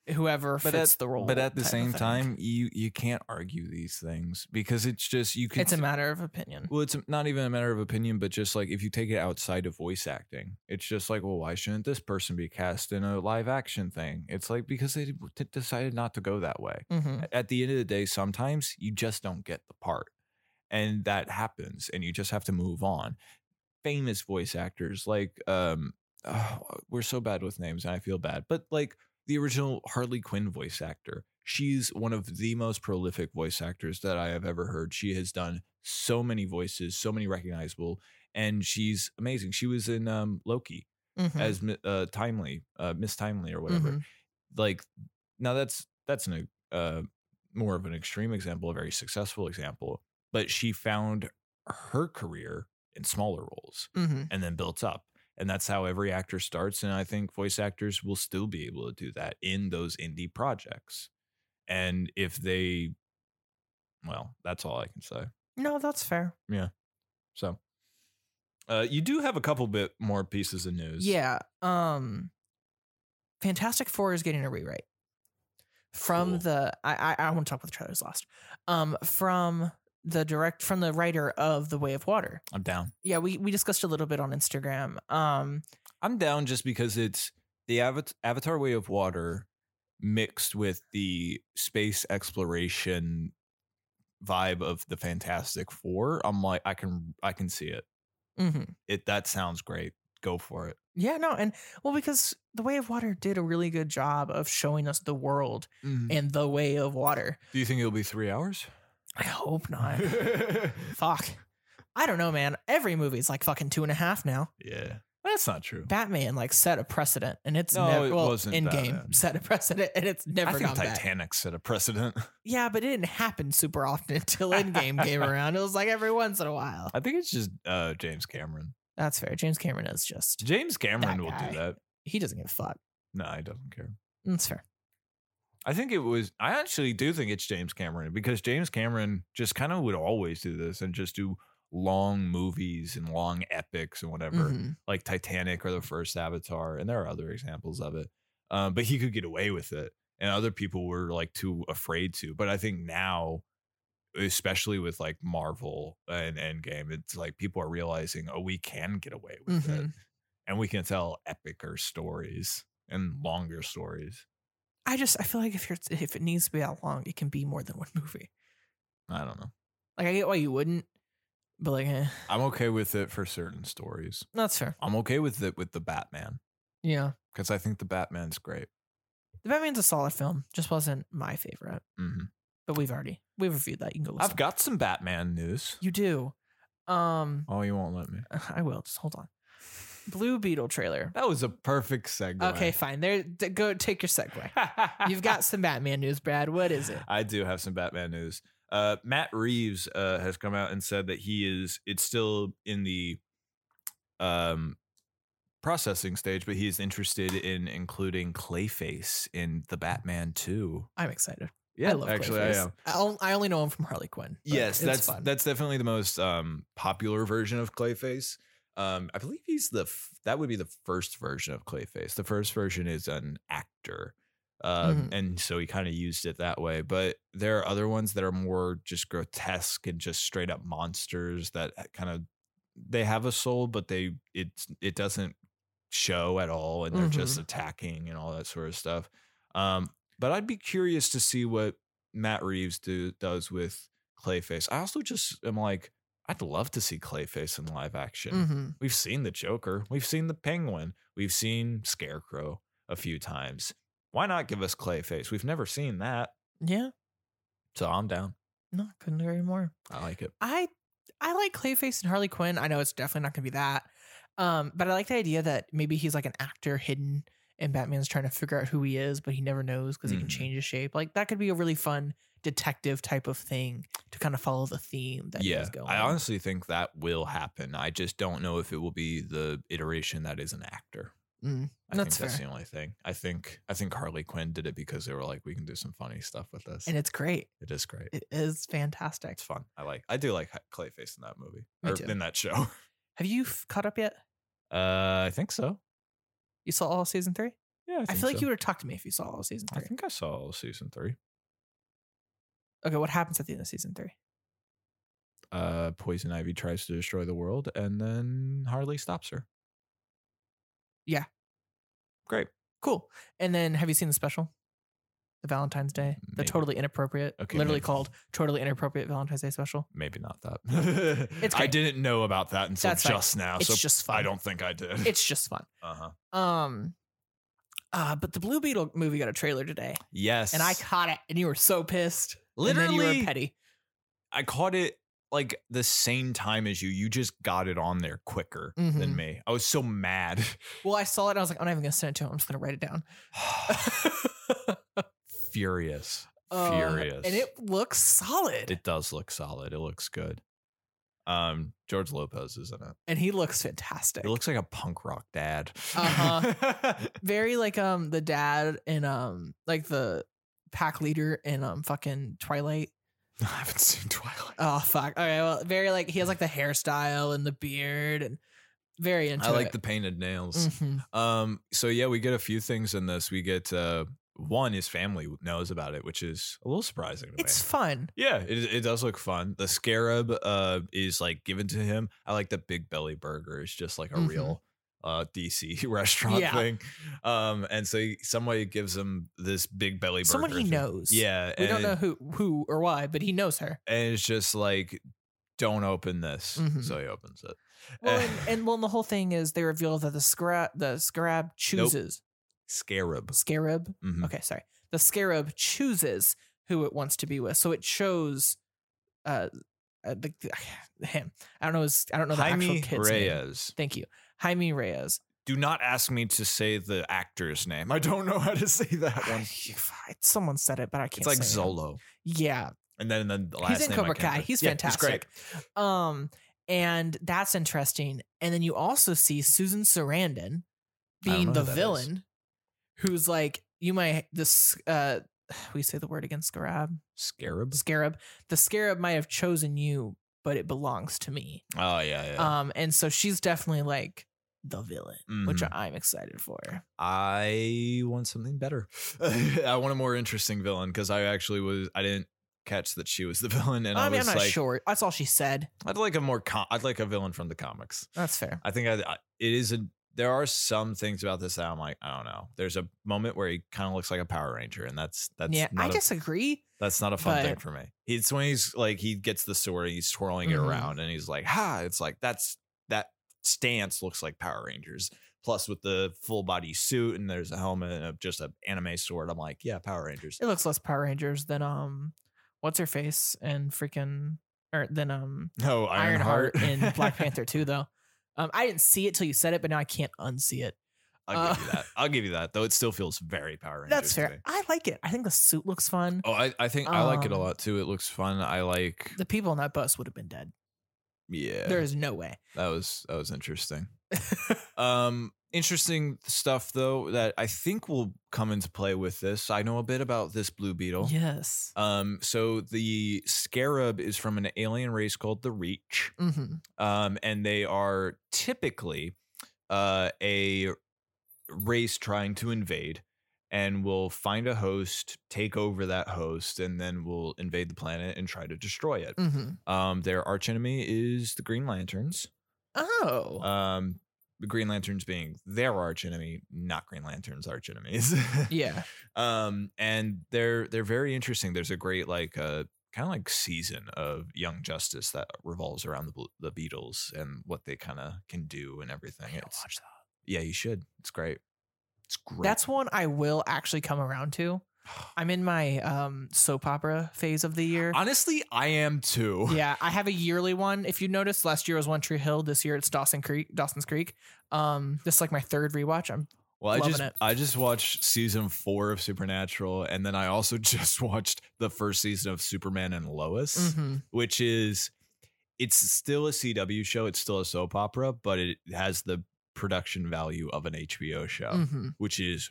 Speaker 3: whoever
Speaker 4: But
Speaker 3: fits
Speaker 4: at-
Speaker 3: the role.
Speaker 4: but at the
Speaker 3: type of
Speaker 4: same
Speaker 3: thing.
Speaker 4: time you you can't argue these things because it's just you can
Speaker 3: it's a matter of opinion.
Speaker 4: well it's not even a matter of opinion but just like if you take it outside of voice acting it's just like well why shouldn't this person be cast in a live action thing it's like because they d- t- decided not to go that way
Speaker 3: hmm
Speaker 4: at the end of the day, sometimes you just don't get the part. And that happens, and you just have to move on. Famous voice actors like um oh, we're so bad with names, and I feel bad, but like the original Harley Quinn voice actor. She's one of the most prolific voice actors that I have ever heard. She has done so many voices, so many recognizable, and she's amazing. She was in um, Loki
Speaker 3: Mhm.
Speaker 4: as Mi- uh, Timely, uh, Miss Timely, or whatever
Speaker 3: Mhm.
Speaker 4: like now that's that's an uh more of an extreme example a very successful example but she found her career in smaller roles
Speaker 3: Mhm.
Speaker 4: and then built up and that's how every actor starts and i think voice actors will still be able to do that in those indie projects and if they well that's all i can say
Speaker 3: No, that's fair.
Speaker 4: so uh you do have a couple bit more pieces of news
Speaker 3: Yeah. Um Fantastic Four is getting a rewrite. From
Speaker 4: Cool.
Speaker 3: the I I, I want to talk about the trailers last. Um from the direct from the writer of The Way of Water.
Speaker 4: i'm down
Speaker 3: Yeah, we we discussed a little bit on Instagram. Um
Speaker 4: I'm down just because it's the Avat- Avatar Way of Water mixed with the space exploration vibe of the Fantastic Four. I'm like, I can, I can see it.
Speaker 3: mhm.
Speaker 4: It that sounds great. Go for it.
Speaker 3: yeah, no, and well because The Way of Water did a really good job of showing us the world
Speaker 4: Mm.
Speaker 3: and the way of water.
Speaker 4: Do you think it'll be three hours?
Speaker 3: I hope not. Fuck. I don't know, man. Every movie's like fucking two and a half now.
Speaker 4: yeah, that's not true.
Speaker 3: Batman like set a precedent, and it's
Speaker 4: No,
Speaker 3: never
Speaker 4: it
Speaker 3: well,
Speaker 4: wasn't
Speaker 3: in game
Speaker 4: Batman.
Speaker 3: set a precedent, and it's never
Speaker 4: I think
Speaker 3: gone back.
Speaker 4: Titanic set a precedent.
Speaker 3: Yeah, but it didn't happen super often until in game came around. It was like every once in a while.
Speaker 4: I think it's just uh, James Cameron.
Speaker 3: That's fair. James Cameron is just
Speaker 4: James Cameron
Speaker 3: That
Speaker 4: will
Speaker 3: guy.
Speaker 4: do that.
Speaker 3: he doesn't give a fuck.
Speaker 4: No, he doesn't care.
Speaker 3: That's fair.
Speaker 4: I think it was. I actually do think it's James Cameron because James Cameron just kind of would always do this and just do long movies and long epics and whatever,
Speaker 3: Mhm.
Speaker 4: like Titanic or the first Avatar, and there are other examples of it. Um, but he could get away with it, and other people were like too afraid to. But I think now, especially with like Marvel and Endgame, it's like people are realizing, oh, we can get away with it,
Speaker 3: Mhm.
Speaker 4: and we can tell epicer stories and longer stories.
Speaker 3: I just I feel like if you're if it needs to be out long, it can be more than one movie.
Speaker 4: I don't know.
Speaker 3: Like I get why you wouldn't, but like eh,
Speaker 4: I'm okay with it for certain stories.
Speaker 3: that's fair.
Speaker 4: I'm okay with it with the Batman
Speaker 3: Yeah,
Speaker 4: because I think the Batman's great.
Speaker 3: the Batman's a solid film. Just wasn't my favorite,
Speaker 4: Mhm.
Speaker 3: but we've already we've reviewed that. You can go listen.
Speaker 4: I've got some Batman news.
Speaker 3: you do. Um,
Speaker 4: Oh, you won't let me.
Speaker 3: I will. Just hold on. Blue Beetle trailer.
Speaker 4: That was a perfect segue.
Speaker 3: Okay, fine. There, d- go take your segue. You've got some Batman news, Brad. What is it?
Speaker 4: I do have some Batman news. Uh, Matt Reeves uh, has come out and said that he is. It's still in the um, processing stage, but he is interested in including Clayface in the Batman Two.
Speaker 3: I'm excited.
Speaker 4: Yeah,
Speaker 3: I love
Speaker 4: actually, I
Speaker 3: Clayface.
Speaker 4: am.
Speaker 3: I am. I only know him from Harley Quinn. but
Speaker 4: Yes,
Speaker 3: it's
Speaker 4: that's
Speaker 3: fun.
Speaker 4: that's definitely the most um, popular version of Clayface. Um, I believe he's the f- that would be the first version of Clayface. The first version is an actor, um,
Speaker 3: Mhm.
Speaker 4: and so he kind of used it that way. But there are other ones that are more just grotesque and just straight up monsters that kind of they have a soul, but they it's it doesn't show at all, and they're just
Speaker 3: Mm-hmm.
Speaker 4: attacking and all that sort of stuff. Um, but I'd be curious to see what Matt Reeves do does with Clayface. I also just am like, I'd love to see Clayface in live action.
Speaker 3: Mhm.
Speaker 4: We've seen the Joker, we've seen the Penguin, we've seen Scarecrow a few times. Why not give us Clayface? We've never seen that,
Speaker 3: Yeah.
Speaker 4: so I'm down.
Speaker 3: No, couldn't agree more.
Speaker 4: I like it.
Speaker 3: I I like Clayface and Harley Quinn. I know it's definitely not going to be that, um, but I like the idea that maybe he's like an actor hidden, and Batman's trying to figure out who he is, but he never knows because he can
Speaker 4: Mhm.
Speaker 3: change his shape. Like that could be a really fun detective type of thing to kind of follow the theme that
Speaker 4: yeah,
Speaker 3: he's going.
Speaker 4: I honestly think that will happen. I just don't know if it will be the iteration that is an actor.
Speaker 3: Mm,
Speaker 4: I
Speaker 3: that's
Speaker 4: think that's
Speaker 3: fair.
Speaker 4: the only thing. I think I think Harley Quinn did it because they were like, we can do some funny stuff with this.
Speaker 3: and it's great.
Speaker 4: it is great.
Speaker 3: It is fantastic.
Speaker 4: It's fun. I like. I do like Clayface in that movie
Speaker 3: Me
Speaker 4: or
Speaker 3: too.
Speaker 4: in that show.
Speaker 3: Have you f- caught up yet?
Speaker 4: Uh, I think so.
Speaker 3: You saw all of season three?
Speaker 4: Yeah,
Speaker 3: I, feel like you would have talked to me if you saw all of season
Speaker 4: I
Speaker 3: three.
Speaker 4: think I saw season three.
Speaker 3: Okay, what happens at the end of season three?
Speaker 4: Uh, Poison Ivy tries to destroy the world, and then Harley stops her.
Speaker 3: Yeah.
Speaker 4: Great.
Speaker 3: Cool. And then have you seen the special? The Valentine's Day? The
Speaker 4: Maybe.
Speaker 3: totally inappropriate.
Speaker 4: Okay,
Speaker 3: Literally
Speaker 4: maybe.
Speaker 3: called totally inappropriate Valentine's Day special.
Speaker 4: Maybe not that.
Speaker 3: It's
Speaker 4: I
Speaker 3: great.
Speaker 4: didn't know about that until
Speaker 3: That's fine.
Speaker 4: just now,
Speaker 3: It's
Speaker 4: Uh, so
Speaker 3: just fun.
Speaker 4: I don't think I did.
Speaker 3: It's just fun.
Speaker 4: uh huh.
Speaker 3: Um uh, but the Blue Beetle movie got a trailer today,
Speaker 4: Yes.
Speaker 3: and I caught it, and you were so pissed. and then you
Speaker 4: literally
Speaker 3: were petty.
Speaker 4: I caught it like the same time as you. You just got it on there quicker than
Speaker 3: Mhm.
Speaker 4: me. I was so mad.
Speaker 3: Well, I saw it, and I was like, I'm not even gonna send it to him. I'm just gonna write it down.
Speaker 4: Furious.
Speaker 3: Uh,
Speaker 4: Furious.
Speaker 3: and it looks solid,
Speaker 4: It does look solid. It looks good. Um, George Lopez is in it.
Speaker 3: and he looks fantastic.
Speaker 4: He looks like a punk rock dad.
Speaker 3: Uh-huh. very like um the dad and um like the pack leader in um fucking Twilight.
Speaker 4: I haven't seen Twilight.
Speaker 3: Oh fuck. Okay, well, very like he has like the hairstyle and the beard and very into
Speaker 4: I like
Speaker 3: it.
Speaker 4: the painted nails.
Speaker 3: Mhm.
Speaker 4: Um, so yeah, we get a few things in this. We get uh, one is family knows about it, which is a little surprising. To
Speaker 3: It's
Speaker 4: me.
Speaker 3: fun.
Speaker 4: Yeah, it, it does look fun. The scarab uh is like given to him. I like the big belly burger. It's just like a
Speaker 3: Mhm.
Speaker 4: real uh DC restaurant
Speaker 3: Yeah.
Speaker 4: thing. Um and so he- somebody gives him this big belly burger.
Speaker 3: Someone he
Speaker 4: thing.
Speaker 3: knows.
Speaker 4: Yeah,
Speaker 3: We
Speaker 4: and,
Speaker 3: don't know who who or why, but he knows her.
Speaker 4: and it's just like don't open this.
Speaker 3: Mhm.
Speaker 4: So he opens it.
Speaker 3: Well,
Speaker 4: Eh.
Speaker 3: and, and well, and the whole thing is they reveal that the scarab the scarab chooses
Speaker 4: Scarab.
Speaker 3: scarab.
Speaker 4: Mhm.
Speaker 3: Okay, sorry. The scarab chooses who it wants to be with, so it chose, uh, uh the, him. I don't know his. I don't know the
Speaker 4: Jaime
Speaker 3: actual kid's name.
Speaker 4: Reyes.
Speaker 3: Thank you, Jaime Reyes.
Speaker 4: Do not ask me to say the actor's name. I don't know how to say that one.
Speaker 3: Someone said it, but I
Speaker 4: It's
Speaker 3: can't.
Speaker 4: like
Speaker 3: say it.
Speaker 4: Zolo.
Speaker 3: Yeah,
Speaker 4: And then the last
Speaker 3: in
Speaker 4: name I
Speaker 3: Cobra
Speaker 4: can't
Speaker 3: Kai.
Speaker 4: think-
Speaker 3: He's
Speaker 4: Yeah, great.
Speaker 3: Um, and that's interesting. And then you also see Susan Sarandon
Speaker 4: don't
Speaker 3: being
Speaker 4: know
Speaker 3: the
Speaker 4: who that is.
Speaker 3: villain, who's like, you might this uh, we say the word again, scarab,
Speaker 4: Scarab.
Speaker 3: scarab. The scarab might have chosen you, but it belongs to me.
Speaker 4: Oh yeah, yeah.
Speaker 3: Um, and so she's definitely like the villain, which
Speaker 4: Mhm.
Speaker 3: I'm excited for.
Speaker 4: I want something better. I want a more interesting villain because I actually was I didn't catch that she was the villain, and I,
Speaker 3: I mean, I'm
Speaker 4: was
Speaker 3: not
Speaker 4: like,
Speaker 3: sure. That's all she said.
Speaker 4: I'd like a more com- I'd like a villain from the comics.
Speaker 3: That's fair.
Speaker 4: I think I, I it is a there are some things about this that I'm like I don't know. There's a moment where he kind of looks like a Power Ranger, and that's that's
Speaker 3: yeah,
Speaker 4: not
Speaker 3: I
Speaker 4: a-
Speaker 3: disagree.
Speaker 4: That's not a fun thing
Speaker 3: But-
Speaker 4: for me. It's when he's like he gets the sword and he's twirling it
Speaker 3: Mhm.
Speaker 4: around and he's like, "Ha!" It's like that's that stance looks like Power Rangers. Plus, with the full body suit and there's a helmet and a, just an anime sword, I'm like, "Yeah, Power Rangers."
Speaker 3: It looks less Power Rangers than um, what's her face and freaking or than um
Speaker 4: No,
Speaker 3: Ironheart
Speaker 4: Ironheart
Speaker 3: in Black Panther 2, though. Um, I didn't see it till you said it, but now I can't unsee it.
Speaker 4: I'll give
Speaker 3: Uh,
Speaker 4: you that. I'll give you that. Though it still feels very Power Rangers.
Speaker 3: That's fair.
Speaker 4: to me.
Speaker 3: I like it. I think the suit looks fun.
Speaker 4: Oh, I, I think I like it a
Speaker 3: Um,
Speaker 4: lot too. It looks fun. I like.
Speaker 3: The people on that bus would have been dead.
Speaker 4: yeah.
Speaker 3: There is no way.
Speaker 4: That was that was interesting. um, interesting stuff though that I think will come into play with this. I know a bit about this blue beetle.
Speaker 3: Yes.
Speaker 4: Um, so the scarab is from an alien race called the Reach,
Speaker 3: Mm-hmm.
Speaker 4: um, and they are typically uh, a race trying to invade, and will find a host, take over that host, and then will invade the planet and try to destroy it.
Speaker 3: Mm-hmm.
Speaker 4: Um, their archenemy is the Green Lanterns.
Speaker 3: Oh.
Speaker 4: Um, the Green Lanterns being their arch enemy, not Green Lanterns' arch enemies.
Speaker 3: yeah.
Speaker 4: Um, and they're they're very interesting. There's a great like uh kind of like season of Young Justice that revolves around the Bl- the Beatles and what they kind of can do and everything. It's
Speaker 3: watch
Speaker 4: yeah, you should. It's great. It's great.
Speaker 3: That's one I will actually come around to. I'm in my um, soap opera phase of the year.
Speaker 4: honestly I am too.
Speaker 3: yeah, I have a yearly one. If you noticed, last year was One Tree Hill. This year it's Dawson Creek, Dawson's Creek. Um, this is like my third rewatch. I'm
Speaker 4: Well, I
Speaker 3: Loving
Speaker 4: just
Speaker 3: it.
Speaker 4: I just watched season four of Supernatural, and then I also just watched the first season of Superman and Lois.
Speaker 3: mhm.
Speaker 4: which is it's still a CW show, it's still a soap opera, but it has the production value of an HBO show,
Speaker 3: Mhm.
Speaker 4: which is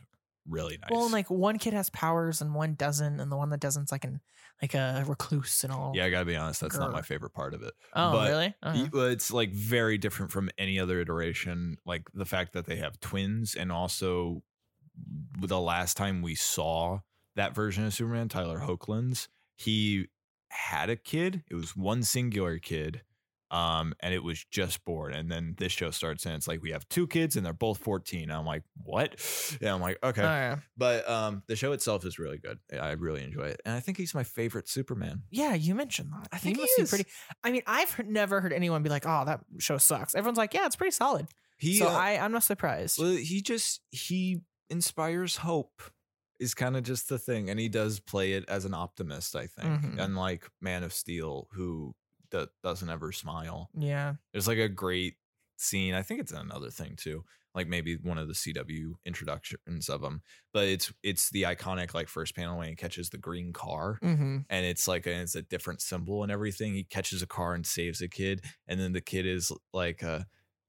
Speaker 4: really nice.
Speaker 3: Well, and like one kid has powers and one doesn't, and the one that doesn't like an like a recluse and all.
Speaker 4: yeah, I gotta be honest, that's not my
Speaker 3: Grr.
Speaker 4: favorite part of it.
Speaker 3: Oh,
Speaker 4: but
Speaker 3: really? Uh-huh.
Speaker 4: Y- well, It's like very different from any other iteration. Like the fact that they have twins, and also the last time we saw that version of Superman, Tyler Hoechlins, he had a kid. It was one singular kid, um, and it was just born. And then this show starts, and it's like we have two kids, and they're both fourteen. And I'm like, what? Yeah, I'm like, okay.
Speaker 3: Oh, yeah.
Speaker 4: But um, the show itself is really good. I I really enjoy it, and I think he's my favorite Superman.
Speaker 3: Yeah, you mentioned that. I
Speaker 4: think he
Speaker 3: must be
Speaker 4: is.
Speaker 3: pretty. I mean, I've heard, never heard anyone be like, "Oh, that show sucks." Everyone's like, "Yeah, it's pretty solid."
Speaker 4: He
Speaker 3: so
Speaker 4: uh,
Speaker 3: I, I'm not surprised.
Speaker 4: Well, he just he inspires hope is kind of just the thing, and he does play it as an optimist, I think.
Speaker 3: Mhm.
Speaker 4: Unlike Man of Steel, who do- doesn't ever smile.
Speaker 3: yeah.
Speaker 4: There's like a great scene. I think it's in another thing too, like maybe one of the CW introductions of him. But it's it's the iconic like first panel when he catches the green car
Speaker 3: Mm-hmm.
Speaker 4: and it's like and it's a different symbol and everything. He catches a car and saves a kid, and then the kid is like, uh,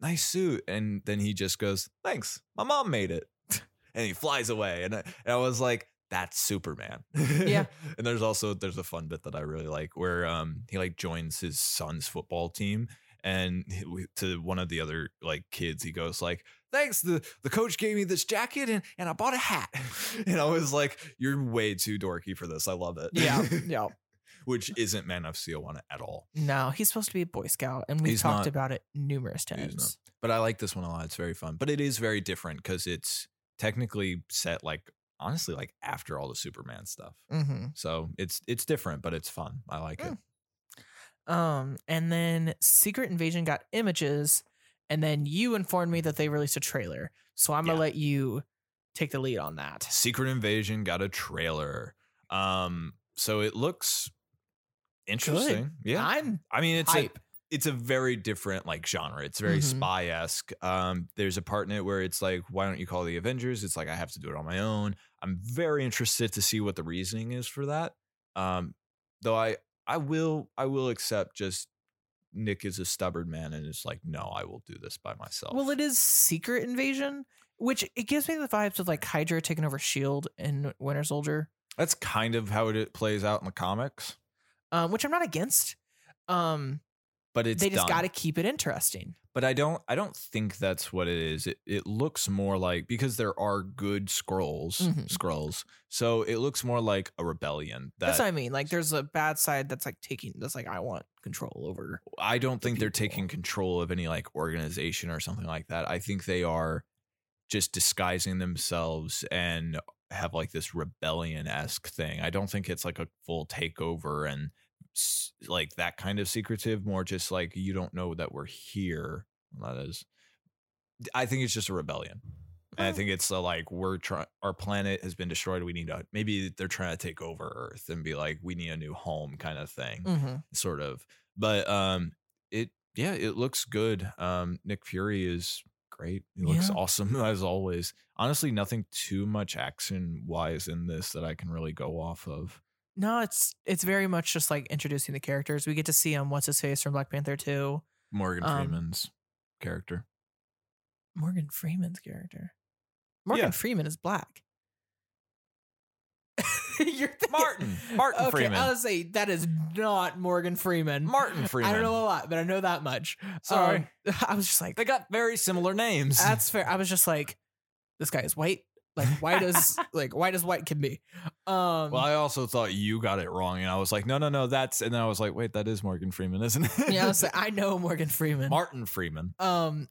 Speaker 4: "Nice suit," and then he just goes, "Thanks, my mom made it," and he flies away. And I, and I was like, "That's Superman."
Speaker 3: Yeah.
Speaker 4: and there's also there's a fun bit that I really like where um he like joins his son's football team. And he- we- to one of the other like kids, he goes like, "Thanks, the the coach gave me this jacket and and I bought a hat." And I was like, "You're way too dorky for this. I love it."
Speaker 3: Yeah. yeah.
Speaker 4: which isn't Man of Steel one at all.
Speaker 3: No, he's supposed to be a Boy Scout, and we've
Speaker 4: He's
Speaker 3: talked
Speaker 4: not.
Speaker 3: about it numerous
Speaker 4: not.
Speaker 3: times.
Speaker 4: But I like this one a lot. It's very fun, but it is very different because it's technically set like honestly like after all the Superman stuff.
Speaker 3: Mm-hmm.
Speaker 4: So it's it's different, but it's fun. I like it.
Speaker 3: Um, and then Secret Invasion got images, and then you informed me that they released a trailer. So I'm gonna
Speaker 4: Yeah.
Speaker 3: let you take the lead on that.
Speaker 4: Secret Invasion got a trailer. Um, so it looks interesting. Yeah,
Speaker 3: I'm
Speaker 4: I mean it's a,
Speaker 3: hype.
Speaker 4: it's a very different like genre. It's very
Speaker 3: Mhm.
Speaker 4: spy esque. Um, there's a part in it where it's like, why don't you call the Avengers? It's like I have to do it on my own. I'm very interested to see what the reasoning is for that. Um, though I I will I will accept just Nick is a stubborn man and it's like, no, I will do this by myself.
Speaker 3: Well, it is Secret Invasion, which it gives me the vibes of like Hydra taking over Shield and Winter Soldier,
Speaker 4: That's kind of how it plays out in the comics,
Speaker 3: um, which I'm not against. Um,
Speaker 4: but it's
Speaker 3: they just
Speaker 4: done.
Speaker 3: got to keep it interesting.
Speaker 4: but I don't I don't think that's what it is. It it looks more like because there are good scrolls
Speaker 3: Mhm.
Speaker 4: scrolls, so it looks more like a rebellion. That
Speaker 3: that's what I mean. Like, there's a bad side that's like taking that's like I want control over.
Speaker 4: I don't
Speaker 3: the
Speaker 4: think they're
Speaker 3: people.
Speaker 4: taking control of any like organization or something like that. I think they are just disguising themselves and have like this rebellion esque thing. I don't think it's like a full takeover and s- like that kind of secretive. More just like you don't know that we're here. That is, I think it's just a rebellion. And I
Speaker 3: Hmm.
Speaker 4: think it's uh, like we're trying. Our planet has been destroyed. We need to. Maybe they're trying to take over Earth and be like, we need a new home, kind of thing
Speaker 3: Mm-hmm.
Speaker 4: sort of. But um it yeah, it looks good. Um, Nick Fury is great. He looks
Speaker 3: Yeah.
Speaker 4: awesome as always. Honestly, nothing too much action wise in this that I can really go off of.
Speaker 3: No, it's it's very much just like introducing the characters. We get to see um what's his face from Black Panther 2.
Speaker 4: Morgan
Speaker 3: Um,
Speaker 4: Freeman's character.
Speaker 3: Morgan Freeman's character. Morgan
Speaker 4: Yeah.
Speaker 3: Freeman is black. You're thinking,
Speaker 4: Martin. Martin
Speaker 3: okay,
Speaker 4: Freeman.
Speaker 3: I was say that is not Morgan Freeman.
Speaker 4: Martin Freeman.
Speaker 3: I don't know a lot, but I know that much.
Speaker 4: Sorry.
Speaker 3: Um, I was just like,
Speaker 4: they got very similar names.
Speaker 3: that's fair. I was just like, this guy is white. Like white as like white as white can be. Um,
Speaker 4: well, I also thought you got it wrong, and I was like, no, no, no, that's. And then I was like, wait, that is Morgan Freeman, isn't it?
Speaker 3: yeah, I was like, I know Morgan Freeman.
Speaker 4: Martin Freeman.
Speaker 3: um,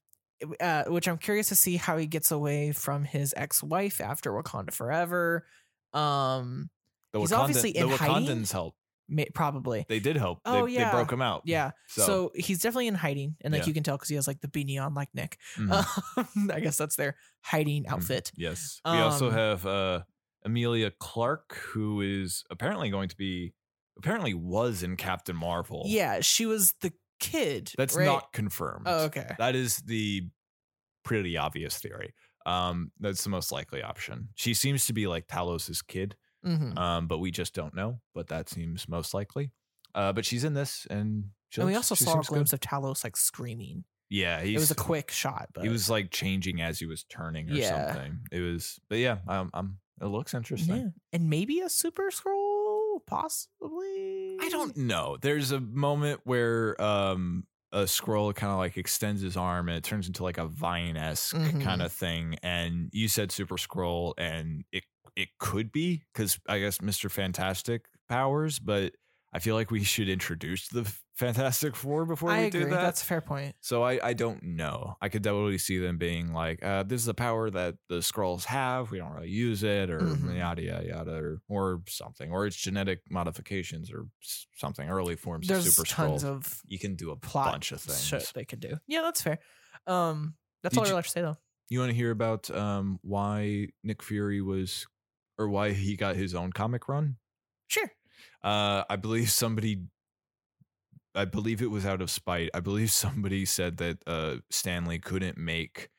Speaker 3: uh, which I'm curious to see how he gets away from his ex-wife after Wakanda Forever. Um,
Speaker 4: The
Speaker 3: He's
Speaker 4: Wakandan-
Speaker 3: obviously in
Speaker 4: the
Speaker 3: hiding.
Speaker 4: Wakandans help.
Speaker 3: may, probably.
Speaker 4: They did help.
Speaker 3: Oh,
Speaker 4: they,
Speaker 3: yeah.
Speaker 4: they broke him out.
Speaker 3: Yeah. So,
Speaker 4: Mm, So,
Speaker 3: he's definitely in hiding, and like
Speaker 4: Yeah.
Speaker 3: you can tell because he has like the beanie on, like Nick.
Speaker 4: mhm.
Speaker 3: Um, I guess that's their
Speaker 4: Mm,
Speaker 3: hiding outfit.
Speaker 4: yes, we also
Speaker 3: um,
Speaker 4: have uh, Amelia Clark, who is apparently going to be, apparently was in Captain Marvel.
Speaker 3: Yeah, she was the kid.
Speaker 4: that's
Speaker 3: right?
Speaker 4: not confirmed.
Speaker 3: Oh, okay.
Speaker 4: That is the pretty obvious theory. Um, that's the most likely option. She seems to be like Talos' kid,
Speaker 3: hmm
Speaker 4: um, but we just don't know. But that seems most likely. Uh, but she's in this, and she
Speaker 3: And we
Speaker 4: looks-
Speaker 3: also
Speaker 4: she
Speaker 3: saw a
Speaker 4: seems good.
Speaker 3: glimpse of Talos like screaming.
Speaker 4: Yeah, he's,
Speaker 3: it was a quick shot, but
Speaker 4: he was like changing as he was turning or
Speaker 3: Yeah.
Speaker 4: something. It was, but yeah, um, um, it looks interesting.
Speaker 3: Yeah. and maybe a super scroll, possibly.
Speaker 4: I don't know. There's a moment where um a scroll kind of like extends his arm and it turns into like a vine esque
Speaker 3: Mhm.
Speaker 4: kind of thing. And you said super scroll, and it it could be because I guess Mister Fantastic powers, but I feel like we should introduce the Fantastic Four before
Speaker 3: I
Speaker 4: we
Speaker 3: agree.
Speaker 4: do that.
Speaker 3: That's a fair point.
Speaker 4: so I, I don't know. I could definitely see them being like, uh, this is a power that the scrolls have. We don't really use it, or
Speaker 3: Mhm.
Speaker 4: yada yada yada, or, or something, or it's genetic modifications or s- something. Early forms
Speaker 3: There's
Speaker 4: of super
Speaker 3: tons
Speaker 4: scrolls.
Speaker 3: of
Speaker 4: you can do a
Speaker 3: plot
Speaker 4: bunch of things.
Speaker 3: shit they could do. Yeah, that's fair. Um, that's
Speaker 4: Did
Speaker 3: all I
Speaker 4: you-
Speaker 3: really have to say though.
Speaker 4: You want to hear about um, why Nick Fury was, or why he got his own comic run?
Speaker 3: Sure.
Speaker 4: Uh, I believe somebody. I believe it was out of spite. I believe somebody said that uh, Stanley couldn't make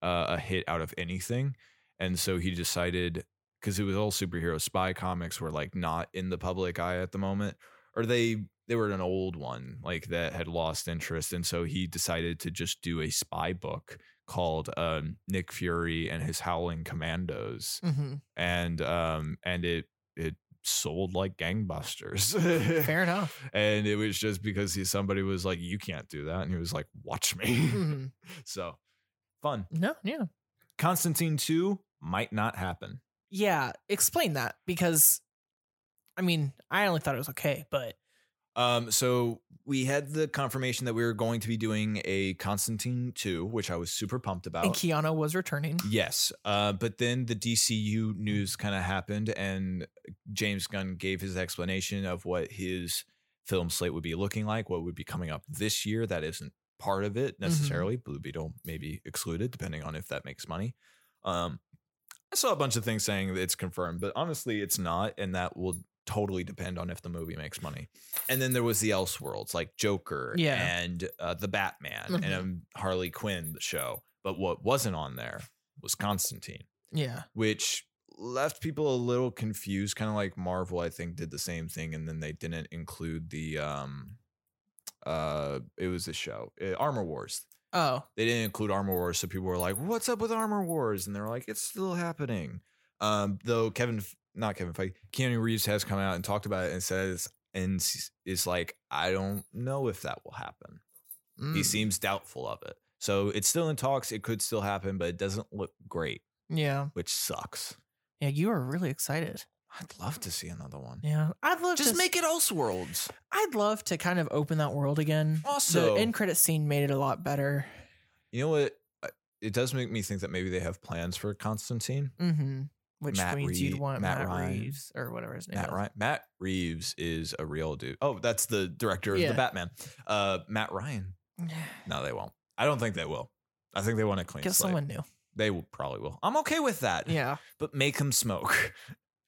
Speaker 4: uh, a hit out of anything, and so he decided because it was all superhero spy comics were like not in the public eye at the moment, or they they were an old one like that had lost interest, and so he decided to just do a spy book called um, Nick Fury and his Howling Commandos,
Speaker 3: Mm-hmm.
Speaker 4: and um and it it sold like gangbusters
Speaker 3: Fair enough.
Speaker 4: and it was just because he, somebody was like you can't do that and he was like watch me
Speaker 3: Mhm.
Speaker 4: so fun
Speaker 3: No, yeah,
Speaker 4: constantine 2 might not happen
Speaker 3: yeah. Explain that because, I mean, I only thought it was okay, but
Speaker 4: um so we had the confirmation that we were going to be doing a constantine 2 which i was super pumped about
Speaker 3: and Keanu was returning.
Speaker 4: Yes. Uh, but then the DCU news kind of happened, and James Gunn gave his explanation of what his film slate would be looking like, what would be coming up this year. That isn't part of it necessarily. Blue Beetle may be excluded, depending on if that makes money. Um, I saw a bunch of things saying that it's confirmed, but honestly, it's not. And that will totally depend on if the movie makes money. And then there was the Elseworlds, like Joker
Speaker 3: Yeah.
Speaker 4: and uh, the Batman and
Speaker 3: Mhm.
Speaker 4: um, Harley Quinn, the show. But what wasn't on there was Constantine,
Speaker 3: Yeah,
Speaker 4: which left people a little confused, kind of like Marvel, I think, did the same thing. And then they didn't include the, um, uh, it was a show, uh, Armor Wars.
Speaker 3: Oh,
Speaker 4: They didn't include Armor Wars. So people were like, what's up with Armor Wars? And they're like, it's still happening. Um, though Kevin, F- not Kevin Feige, Keanu Reeves has come out and talked about it and says, and s- is like, I don't know if that will happen. He
Speaker 3: Mm.
Speaker 4: seems doubtful of it. So it's still in talks. It could still happen, but it doesn't look great,
Speaker 3: Yeah,
Speaker 4: which sucks.
Speaker 3: yeah. You were really excited.
Speaker 4: I'd love to see another one.
Speaker 3: Yeah, I'd love
Speaker 4: Just
Speaker 3: to,
Speaker 4: make it Elseworlds.
Speaker 3: I'd love to kind of open that world again.
Speaker 4: Also-
Speaker 3: the end credit scene made it a lot better.
Speaker 4: You know what? I- It does make me think that maybe they have plans for Constantine.
Speaker 3: Mm-hmm. Which
Speaker 4: Matt
Speaker 3: means you'd
Speaker 4: Reed-
Speaker 3: want
Speaker 4: Matt
Speaker 3: Matt,
Speaker 4: Ryan.
Speaker 3: Reeves or whatever his name
Speaker 4: Matt
Speaker 3: is.
Speaker 4: Ryan. Matt Reeves is a real dude. Oh, that's the director of
Speaker 3: Yeah.
Speaker 4: the Batman. Uh, Matt Ryan. No, they won't. I don't think they will. I think they want a clean
Speaker 3: Get
Speaker 4: slate.
Speaker 3: someone new.
Speaker 4: They will, probably will. I'm okay with that.
Speaker 3: Yeah,
Speaker 4: But make him smoke.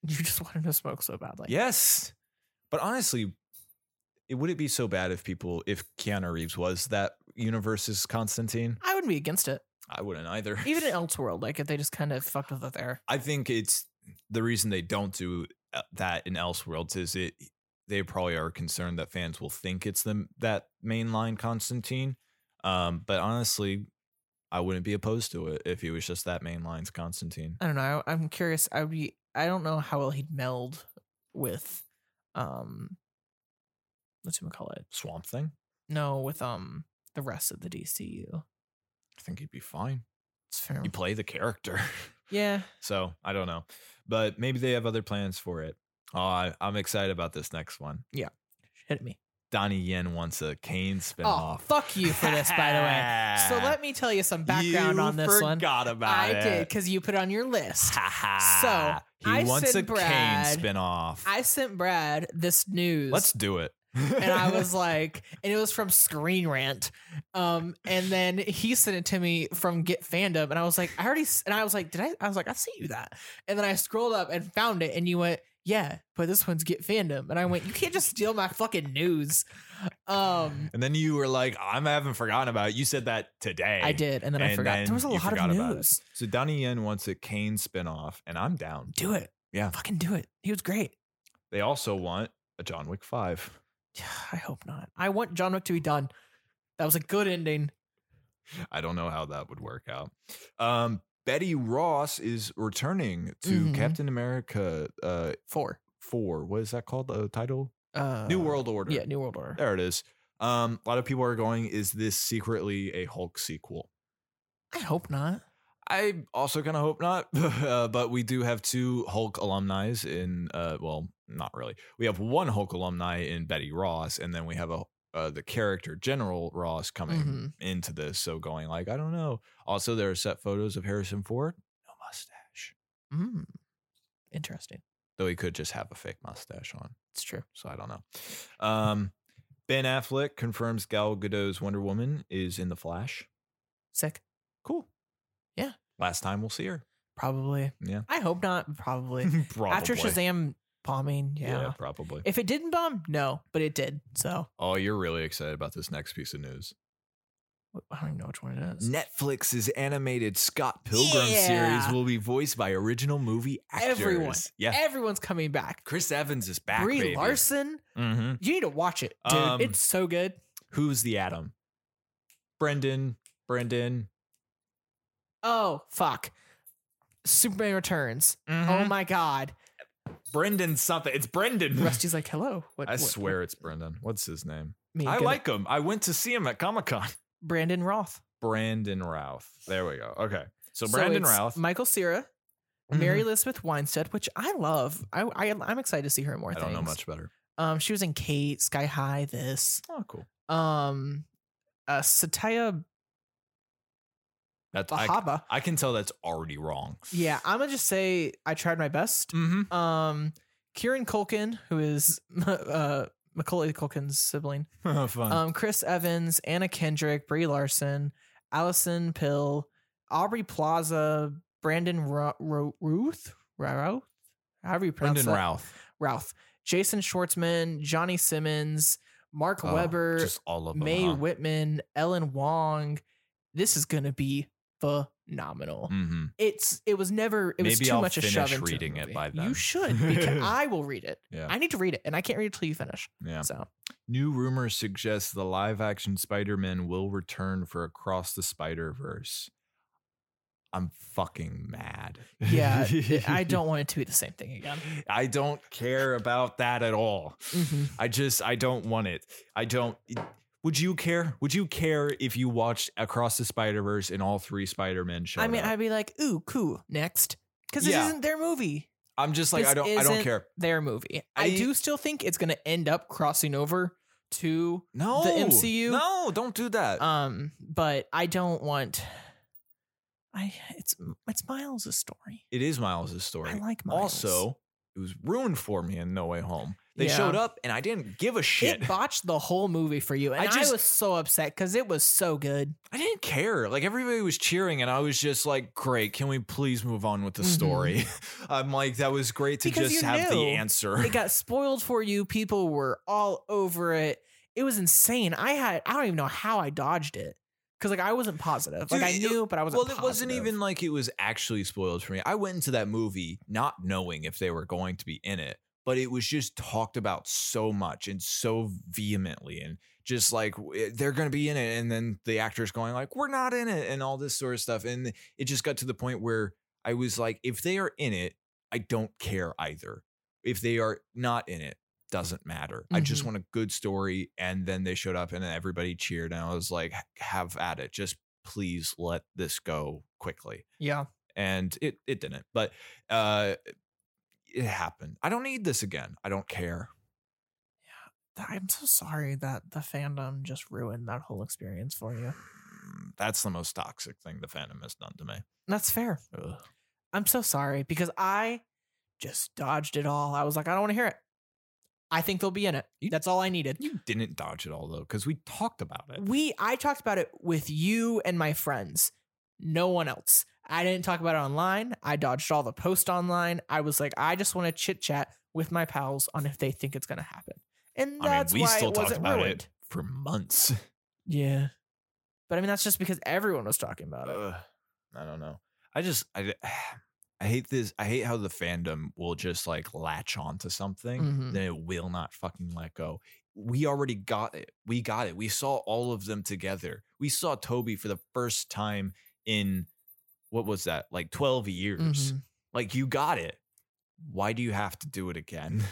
Speaker 3: you just wanted to smoke so badly.
Speaker 4: Yes. But honestly, it would it be so bad if people if Keanu Reeves was that universe's Constantine?
Speaker 3: I wouldn't be against it.
Speaker 4: I wouldn't either.
Speaker 3: Even in Elseworld, like if they just kind of fucked with it there.
Speaker 4: I think it's the reason they don't do uh, that in Elseworlds is it they probably are concerned that fans will think it's them that mainline Constantine. Um, but honestly, I wouldn't be opposed to it if he was just that mainline's Constantine.
Speaker 3: I don't know. I, I'm curious. I would be. I don't know how well he'd meld with, um, what's him call it?
Speaker 4: Swamp Thing.
Speaker 3: No, with um the rest of the DCU.
Speaker 4: I think he'd be fine.
Speaker 3: It's fair.
Speaker 4: You play the character.
Speaker 3: Yeah,
Speaker 4: So I don't know, but maybe they have other plans for it. Oh, I, I'm excited about this next one.
Speaker 3: hit me.
Speaker 4: Donnie Yen wants a Kane
Speaker 3: oh,
Speaker 4: spinoff.
Speaker 3: fuck you for this, by the way. So let me tell you some background on this one.
Speaker 4: Forgot about
Speaker 3: I
Speaker 4: it.
Speaker 3: did because you put it on your list.
Speaker 4: Ha ha.
Speaker 3: So,
Speaker 4: he
Speaker 3: I
Speaker 4: wants
Speaker 3: said
Speaker 4: a
Speaker 3: Brad-
Speaker 4: Kane spinoff.
Speaker 3: I sent Brad this news.
Speaker 4: Let's do it.
Speaker 3: and I was like, and it was from Screen Rant. Um, and then he sent it to me from Get Fandom, and I was like, I already, s- and I was like, did I? I was like, I sent you that. And then I scrolled up and found it, and you went, yeah, but this one's Get Fandom, and I went, you can't just steal my fucking news. Um,
Speaker 4: and then you were like, I am haven't forgotten about it. You said that today.
Speaker 3: I did, and then I
Speaker 4: And
Speaker 3: forgot.
Speaker 4: then
Speaker 3: there was a
Speaker 4: you
Speaker 3: lot
Speaker 4: forgot
Speaker 3: of
Speaker 4: about it.
Speaker 3: news.
Speaker 4: So Donnie Yen wants a Kane spinoff, and I'm down.
Speaker 3: Do it,
Speaker 4: Yeah.
Speaker 3: fucking do it. He was great.
Speaker 4: They also want a John Wick 5.
Speaker 3: I hope not. I want John Wick to be done. That was a good ending.
Speaker 4: I don't know how that would work out. Um, Betty Ross is returning to
Speaker 3: Mhm.
Speaker 4: Captain America uh,
Speaker 3: Four.
Speaker 4: 4. What is that called? The title?
Speaker 3: Uh,
Speaker 4: New World Order.
Speaker 3: Yeah, New World Order.
Speaker 4: There it is. Um, a lot of people are going, is this secretly a Hulk sequel?
Speaker 3: I hope not.
Speaker 4: I also kind of hope not, uh, but we do have two Hulk alumni in, uh, well, not really. We have one Hulk alumni in Betty Ross, and then we have a uh, the character General Ross coming
Speaker 3: Mhm.
Speaker 4: into this. So going like, I don't know. Also, there are set photos of Harrison Ford, no mustache,
Speaker 3: Mm. Interesting.
Speaker 4: though he could just have a fake mustache on.
Speaker 3: It's true.
Speaker 4: So I don't know. Um, ben Affleck confirms Gal Gadot's Wonder Woman is in the Flash.
Speaker 3: Sick.
Speaker 4: Cool.
Speaker 3: Yeah.
Speaker 4: Last time we'll see her.
Speaker 3: Probably.
Speaker 4: Yeah.
Speaker 3: I hope not. but Probably.
Speaker 4: Probably.
Speaker 3: After Shazam bombing, yeah.
Speaker 4: probably.
Speaker 3: If it didn't bomb, no, but it did. So
Speaker 4: Oh, you're really excited about this next piece of news.
Speaker 3: I don't even know which one it is.
Speaker 4: Netflix's animated Scott
Speaker 3: Pilgrim series Yeah.
Speaker 4: will be voiced by original movie
Speaker 3: Everyone.
Speaker 4: Yeah.
Speaker 3: Everyone's coming back.
Speaker 4: Chris Evans is back.
Speaker 3: Brie
Speaker 4: baby.
Speaker 3: Larson.
Speaker 4: Mhm.
Speaker 3: You need to watch it, dude.
Speaker 4: Um,
Speaker 3: it's so good.
Speaker 4: Who's the Atom? Brendan. Brendan.
Speaker 3: Oh fuck. Superman Returns.
Speaker 4: Mm-hmm.
Speaker 3: Oh my god.
Speaker 4: Brendan something. It's Brendan.
Speaker 3: Rusty's like, hello. What,
Speaker 4: I
Speaker 3: what-
Speaker 4: swear it's Brendan. What's his name?
Speaker 3: what- me
Speaker 4: I
Speaker 3: gonna-
Speaker 4: like him. I went to see him at Comic Con.
Speaker 3: Brandon Roth.
Speaker 4: Brandon Routh. There we go. Okay. So Brandon
Speaker 3: it's
Speaker 4: Routh. Mm-hmm.
Speaker 3: Michael Cera, Mary Elizabeth Winstead, which I love. I, I I'm excited to see her in more
Speaker 4: I
Speaker 3: things.
Speaker 4: don't know much better.
Speaker 3: Um, she was in Kate, Sky High, this.
Speaker 4: Oh, cool.
Speaker 3: Um, uh, Satya
Speaker 4: That's I,
Speaker 3: Bahaba.
Speaker 4: I can tell that's already wrong.
Speaker 3: yeah, I'm gonna just say I tried my best.
Speaker 4: Mm-hmm.
Speaker 3: Um, Kieran Culkin, who is uh Macaulay Culkin's sibling.
Speaker 4: Oh, Fun.
Speaker 3: Um, Chris Evans, Anna Kendrick, Brie Larson, Allison Pill, Aubrey Plaza, Brandon Ro- Ro- Ruth, Routh, however you pronounce
Speaker 4: Brendan
Speaker 3: that.
Speaker 4: Routh.
Speaker 3: Routh, Jason Schwartzman, Johnny Simmons, Mark
Speaker 4: Oh,
Speaker 3: Weber,
Speaker 4: just all of them.
Speaker 3: May
Speaker 4: huh?
Speaker 3: Whitman, Ellen Wong. This is gonna be phenomenal.
Speaker 4: Mhm.
Speaker 3: It's it was never it was
Speaker 4: Maybe
Speaker 3: too
Speaker 4: I'll
Speaker 3: much a
Speaker 4: finish
Speaker 3: shove into the
Speaker 4: reading it
Speaker 3: movie.
Speaker 4: by then.
Speaker 3: You should because I will read it.
Speaker 4: Yeah.
Speaker 3: I need to read it and I can't read it till you finish.
Speaker 4: yeah.
Speaker 3: So
Speaker 4: New rumors suggest the live action Spider Man will return for Across the Spider Verse. I'm fucking mad.
Speaker 3: yeah, I don't want it to be the same thing again.
Speaker 4: I don't care about that at all.
Speaker 3: Mhm.
Speaker 4: I just I don't want it. I don't e, would you care? Would you care if you watched Across the Spider Verse and all three Spider Men showed
Speaker 3: I mean,
Speaker 4: up?
Speaker 3: I'd be like, ooh, cool, next, because this
Speaker 4: Yeah.
Speaker 3: isn't their movie.
Speaker 4: I'm just like I
Speaker 3: This
Speaker 4: don't I don't
Speaker 3: isn't
Speaker 4: care.
Speaker 3: Their movie. I,
Speaker 4: I-
Speaker 3: do still think it's gonna end up crossing over to
Speaker 4: No,
Speaker 3: MCU?
Speaker 4: No, don't do that.
Speaker 3: um, but I don't want. I it's it's Miles' story.
Speaker 4: it is Miles' story.
Speaker 3: I like Miles.
Speaker 4: Also, it was ruined for me in No Way Home. They
Speaker 3: Yeah.
Speaker 4: showed up and I didn't give a shit.
Speaker 3: It botched the whole movie for you, and
Speaker 4: I
Speaker 3: I,
Speaker 4: just-
Speaker 3: was so upset because it was so good.
Speaker 4: I didn't care. Like everybody was cheering and I was just like, "Great, can we please move on with the
Speaker 3: Mhm.
Speaker 4: story?" I'm like, that was great to
Speaker 3: Because
Speaker 4: just
Speaker 3: you
Speaker 4: have
Speaker 3: knew.
Speaker 4: the answer.
Speaker 3: It got spoiled for you. People were all over it. It was insane. I had I don't even know how I dodged it because like I wasn't positive.
Speaker 4: Dude,
Speaker 3: like I
Speaker 4: it-
Speaker 3: knew, but I wasn't.
Speaker 4: Well, it wasn't
Speaker 3: positive.
Speaker 4: even like it was actually spoiled for me. I went into that movie not knowing if they were going to be in it, but it was just talked about so much and so vehemently and just like w- eh, they're going to be in it and then the actors going like we're not in it and all this sort of stuff and it just got to the point where I was like if they are in it, I don't care either. If they are not in it, doesn't matter. I just
Speaker 3: Mhm.
Speaker 4: want a good story and then they showed up and then everybody cheered and I was like have at it. Just please let this go quickly
Speaker 3: yeah.
Speaker 4: and it it didn't but uh it happened i don't need this again i don't care
Speaker 3: I'm so sorry that the fandom just ruined that whole experience for you.
Speaker 4: Mm, that's the most toxic thing the fandom has done to me
Speaker 3: That's fair.
Speaker 4: Ugh.
Speaker 3: I'm so sorry because I just dodged it all. I was like, I don't want to hear it. I think they'll be in it.
Speaker 4: You-
Speaker 3: That's all I needed. Uh,
Speaker 4: you didn't dodge it all though because we talked about it
Speaker 3: We I talked about it with you and my friends. No one else. I didn't talk about it online. I dodged all the posts online. I was like, I just want to chit chat with my pals on if they think it's gonna happen. And
Speaker 4: i mean
Speaker 3: that's
Speaker 4: we
Speaker 3: why
Speaker 4: still
Speaker 3: it
Speaker 4: talked
Speaker 3: wasn't
Speaker 4: about
Speaker 3: ruined.
Speaker 4: it for months
Speaker 3: Yeah. But I mean that's just because everyone was talking about it.
Speaker 4: Ugh. i don't know i just I, I hate this i hate how the fandom will just like latch onto something
Speaker 3: Mhm.
Speaker 4: then it will not fucking let go. We already got it. We got it. We saw all of them together. We saw Toby for the first time in what was that? Like 12 years.
Speaker 3: Mhm.
Speaker 4: Like you got it. Why do you have to do it again?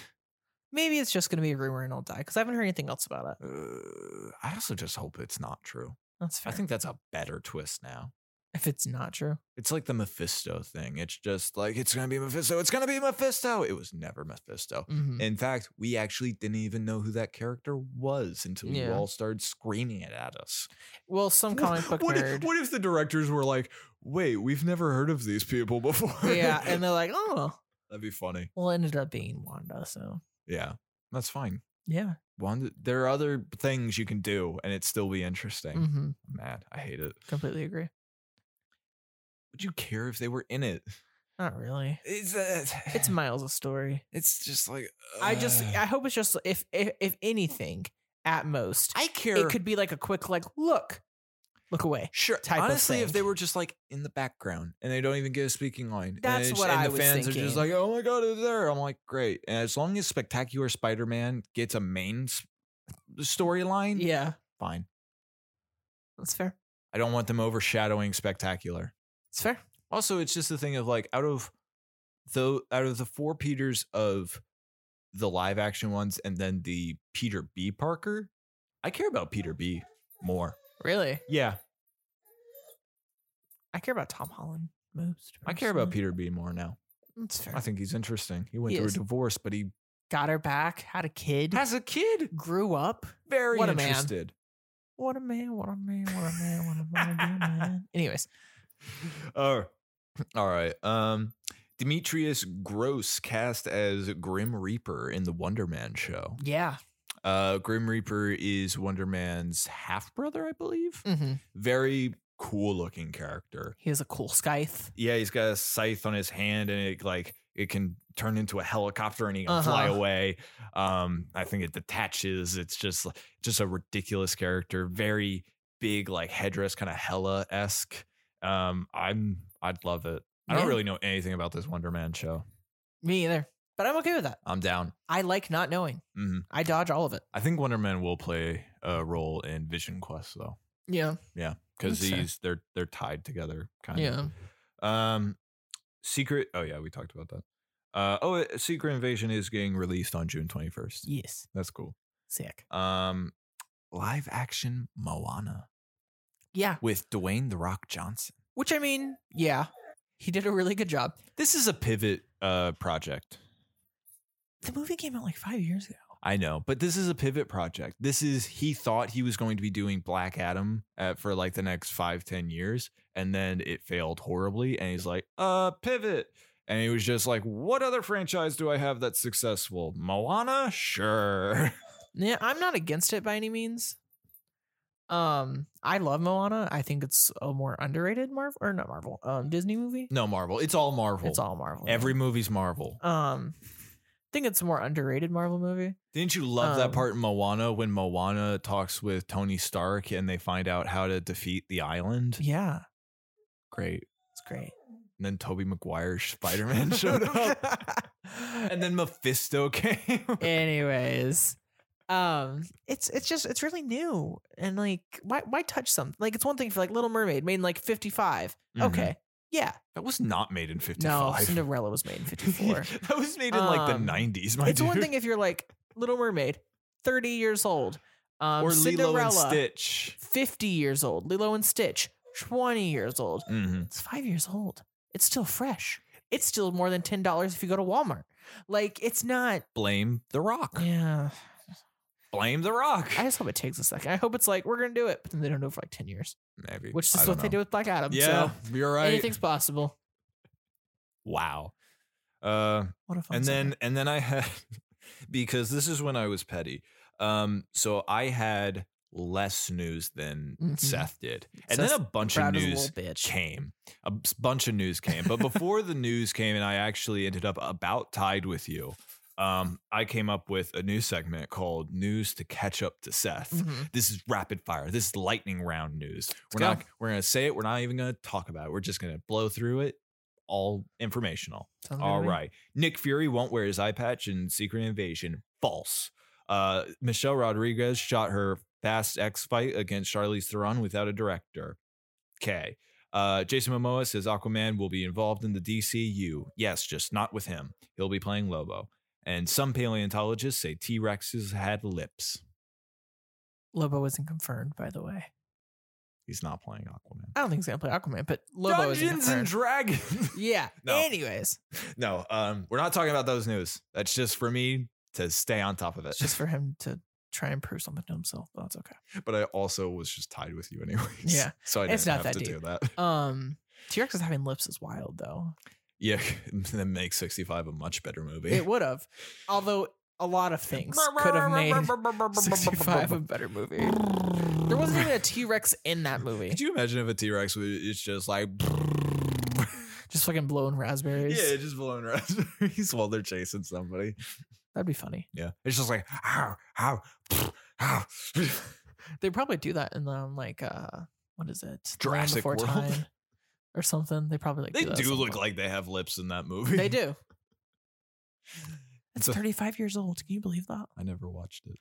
Speaker 3: Maybe it's just gonna be a rumor and I'll die because I haven't heard anything else about it.
Speaker 4: Uh, I also just hope it's not true.
Speaker 3: That's fair.
Speaker 4: I think that's a better twist now.
Speaker 3: if it's not true.
Speaker 4: It's like the Mephisto thing. It's just like it's going to be Mephisto. It's going to be Mephisto. It was never Mephisto.
Speaker 3: Mhm.
Speaker 4: In fact, we actually didn't even know who that character was until you
Speaker 3: Yeah.
Speaker 4: all started screaming it at us.
Speaker 3: Well, some comic book
Speaker 4: what,
Speaker 3: nerd.
Speaker 4: If, what if the directors were like, "Wait, we've never heard of these people before"?
Speaker 3: yeah, and they're like, oh,
Speaker 4: that'd be funny.
Speaker 3: well, it ended up being Wanda. So
Speaker 4: Yeah, that's fine.
Speaker 3: yeah,
Speaker 4: One, there are other things you can do, and it'd still be interesting.
Speaker 3: hmm
Speaker 4: I'm mad, I hate it.
Speaker 3: completely agree.
Speaker 4: Would you care if they were in it?
Speaker 3: Not really.
Speaker 4: It's uh,
Speaker 3: It's Miles' story.
Speaker 4: it's just like
Speaker 3: I just,
Speaker 4: ugh.
Speaker 3: I hope it's just if if, if anything, at most,
Speaker 4: I care.
Speaker 3: it could be like a quick like look, look away.
Speaker 4: Sure.
Speaker 3: type of
Speaker 4: Honestly, if they
Speaker 3: thing.
Speaker 4: were just like in the background and they don't even get a speaking line, and
Speaker 3: That's
Speaker 4: it's-
Speaker 3: what
Speaker 4: and
Speaker 3: I
Speaker 4: the
Speaker 3: was
Speaker 4: fans are
Speaker 3: thinking.
Speaker 4: just like, "Oh my god, it's there!" I'm like, "Great!" And as long as Spectacular Spider-Man gets a main s- storyline,
Speaker 3: Yeah,
Speaker 4: fine.
Speaker 3: that's fair.
Speaker 4: I don't want them overshadowing Spectacular.
Speaker 3: It's fair.
Speaker 4: Also, it's just the thing of like out of the out of the four Peters of the live action ones, and then the Peter B. Parker, I care about Peter B. more.
Speaker 3: Really,
Speaker 4: Yeah,
Speaker 3: I care about Tom Holland most.
Speaker 4: I care about
Speaker 3: personally.
Speaker 4: Peter B. more now.
Speaker 3: That's fair.
Speaker 4: I think he's interesting. He went
Speaker 3: He
Speaker 4: through
Speaker 3: is.
Speaker 4: a divorce, but he
Speaker 3: Got her back. Had a kid.
Speaker 4: has a kid.
Speaker 3: grew up.
Speaker 4: Very
Speaker 3: What a man.
Speaker 4: interested.
Speaker 3: What a man. What a man. What a man. What a man. What a man. Anyways,
Speaker 4: Oh, all right. Um, Demetrius Gross cast as Grim Reaper in the Wonder Man show.
Speaker 3: yeah.
Speaker 4: Uh, Grim Reaper is Wonder Man's half brother, I believe.
Speaker 3: Mm-hmm.
Speaker 4: Very cool looking character.
Speaker 3: He has a cool scythe.
Speaker 4: Yeah, he's got a scythe on his hand, and it like it can turn into a helicopter, and he can fly
Speaker 3: Uh-huh.
Speaker 4: away. Um, I think it detaches. It's just just a ridiculous character. Very big, like headdress, kind of Hella esque. Um, I'm I'd love it. I don't
Speaker 3: Yeah.
Speaker 4: really know anything about this Wonder Man show.
Speaker 3: Me either. But I'm okay with that.
Speaker 4: I'm down.
Speaker 3: I like not knowing.
Speaker 4: hmm
Speaker 3: I dodge all of it.
Speaker 4: I think Wonder Man will play a role in Vision Quest though,
Speaker 3: Yeah.
Speaker 4: because
Speaker 3: Think so.
Speaker 4: these they're they're tied together kind of.
Speaker 3: Yeah.
Speaker 4: Um, Secret. Oh yeah, we talked about that. Uh, oh, uh, Secret Invasion is getting released on June twenty first.
Speaker 3: Yes.
Speaker 4: That's cool.
Speaker 3: Sick.
Speaker 4: Um, live action Moana
Speaker 3: Yeah.
Speaker 4: with Dwayne the Rock Johnson.
Speaker 3: Which I mean, yeah. He did a really good job.
Speaker 4: This is a pivot uh project.
Speaker 3: The movie came out like five years ago.
Speaker 4: I know, but this is a pivot project. This is he thought he was going to be doing Black Adam uh for like the next five ten years, and then it failed horribly, and he's like, uh, pivot. And he was just like, what other franchise do I have that's successful? Moana? Sure.
Speaker 3: Yeah, I'm not against it by any means. Um, I love Moana. I think it's a more underrated Marvel or not Marvel, um, Disney movie.
Speaker 4: No, Marvel. It's all Marvel.
Speaker 3: It's all Marvel.
Speaker 4: Every movie's Marvel.
Speaker 3: um, I think it's a more underrated Marvel movie.
Speaker 4: Didn't you love that
Speaker 3: Um,
Speaker 4: part in Moana when Moana talks with Tony Stark and they find out how to defeat the island?
Speaker 3: Yeah,
Speaker 4: Great.
Speaker 3: it's great.
Speaker 4: And then Toby Maguire's Spider Man showed up. and then Mephisto came.
Speaker 3: Anyways, um, it's it's just it's really new and like why why touch something like it's one thing for like Little Mermaid made in like 55. Okay, yeah,
Speaker 4: That was not made in 55.
Speaker 3: no, Cinderella was made in 54.
Speaker 4: that was made in like the
Speaker 3: Um,
Speaker 4: 90s, my
Speaker 3: it's
Speaker 4: dude.
Speaker 3: one thing if you're like Little Mermaid, 30 years old. Um,
Speaker 4: or
Speaker 3: Cinderella,
Speaker 4: Lilo and Stitch.
Speaker 3: 50 years old. Lilo and Stitch, 20 years old.
Speaker 4: Mhm.
Speaker 3: It's five years old. It's still fresh. It's still more than $10 if you go to Walmart. Like, it's not.
Speaker 4: Blame The Rock.
Speaker 3: Yeah.
Speaker 4: Blame The Rock.
Speaker 3: I just hope it takes a second. I hope it's like, we're going to do it, but then they don't do it for like 10 years,
Speaker 4: Maybe.
Speaker 3: which
Speaker 4: I
Speaker 3: is
Speaker 4: don't
Speaker 3: what they
Speaker 4: know.
Speaker 3: did with Black Adam.
Speaker 4: Yeah,
Speaker 3: So
Speaker 4: you're right.
Speaker 3: anything's possible.
Speaker 4: wow. Uh,
Speaker 3: What if
Speaker 4: and then and then I had because this is when I was petty. Um, so I had less news than
Speaker 3: Mhm.
Speaker 4: Seth did, and
Speaker 3: Seth's
Speaker 4: then a bunch of
Speaker 3: Brad is a
Speaker 4: news
Speaker 3: little bitch.
Speaker 4: came. A b- bunch of news came, but before the news came, and I actually ended up about tied with you. Um, I came up with a new segment called "News to Catch Up to Seth."
Speaker 3: Mhm.
Speaker 4: This is rapid fire. This is lightning round news. we're
Speaker 3: go.
Speaker 4: not. We're gonna say it. We're not even gonna talk about it. We're just gonna blow through it. All informational.
Speaker 3: Sounds good
Speaker 4: All
Speaker 3: to me.
Speaker 4: right. Nick Fury won't wear his eye patch in Secret Invasion. False. Uh, Michelle Rodriguez shot her Fast X fight against Charlize Theron without a director. Okay. Uh, Jason Momoa says Aquaman will be involved in the DCU. Yes, just not with him. He'll be playing Lobo. And some paleontologists say T Rexes had lips.
Speaker 3: Lobo isn't confirmed, by the way.
Speaker 4: He's not playing Aquaman.
Speaker 3: I don't think he's going to play Aquaman, but Lobo
Speaker 4: Dungeons
Speaker 3: isn't
Speaker 4: and
Speaker 3: confirmed.
Speaker 4: Dragons.
Speaker 3: yeah.
Speaker 4: No.
Speaker 3: Anyways,
Speaker 4: no, um, we're not talking about those news. That's just for me to stay on top of it.
Speaker 3: it's just for him to try and prove something to himself. Well, that's okay.
Speaker 4: but I also was just tied with you anyways.
Speaker 3: Yeah.
Speaker 4: So I didn't
Speaker 3: It's
Speaker 4: have
Speaker 3: not that
Speaker 4: to do
Speaker 3: deep.
Speaker 4: that.
Speaker 3: Um, T Rex is having lips is wild though.
Speaker 4: Yeah. That makes 65 a much better movie.
Speaker 3: It would have, although a lot of things could have made 65 a better movie. There wasn't even a T Rex in that movie.
Speaker 4: Could you imagine if a T Rex was it's just like
Speaker 3: Just fucking blowing raspberries.
Speaker 4: Yeah, just blowing raspberries while they're chasing somebody.
Speaker 3: That'd be funny.
Speaker 4: Yeah. It's just like ow, ow, ow.
Speaker 3: They probably do that in um like uh what is it?
Speaker 4: Jurassic
Speaker 3: Before
Speaker 4: World.
Speaker 3: Time or something. They probably like
Speaker 4: They
Speaker 3: do, that at
Speaker 4: do
Speaker 3: some
Speaker 4: look
Speaker 3: point.
Speaker 4: like they have lips in that movie.
Speaker 3: they do. It's
Speaker 4: So-
Speaker 3: 35 years old. Can you believe that?
Speaker 4: I never watched it.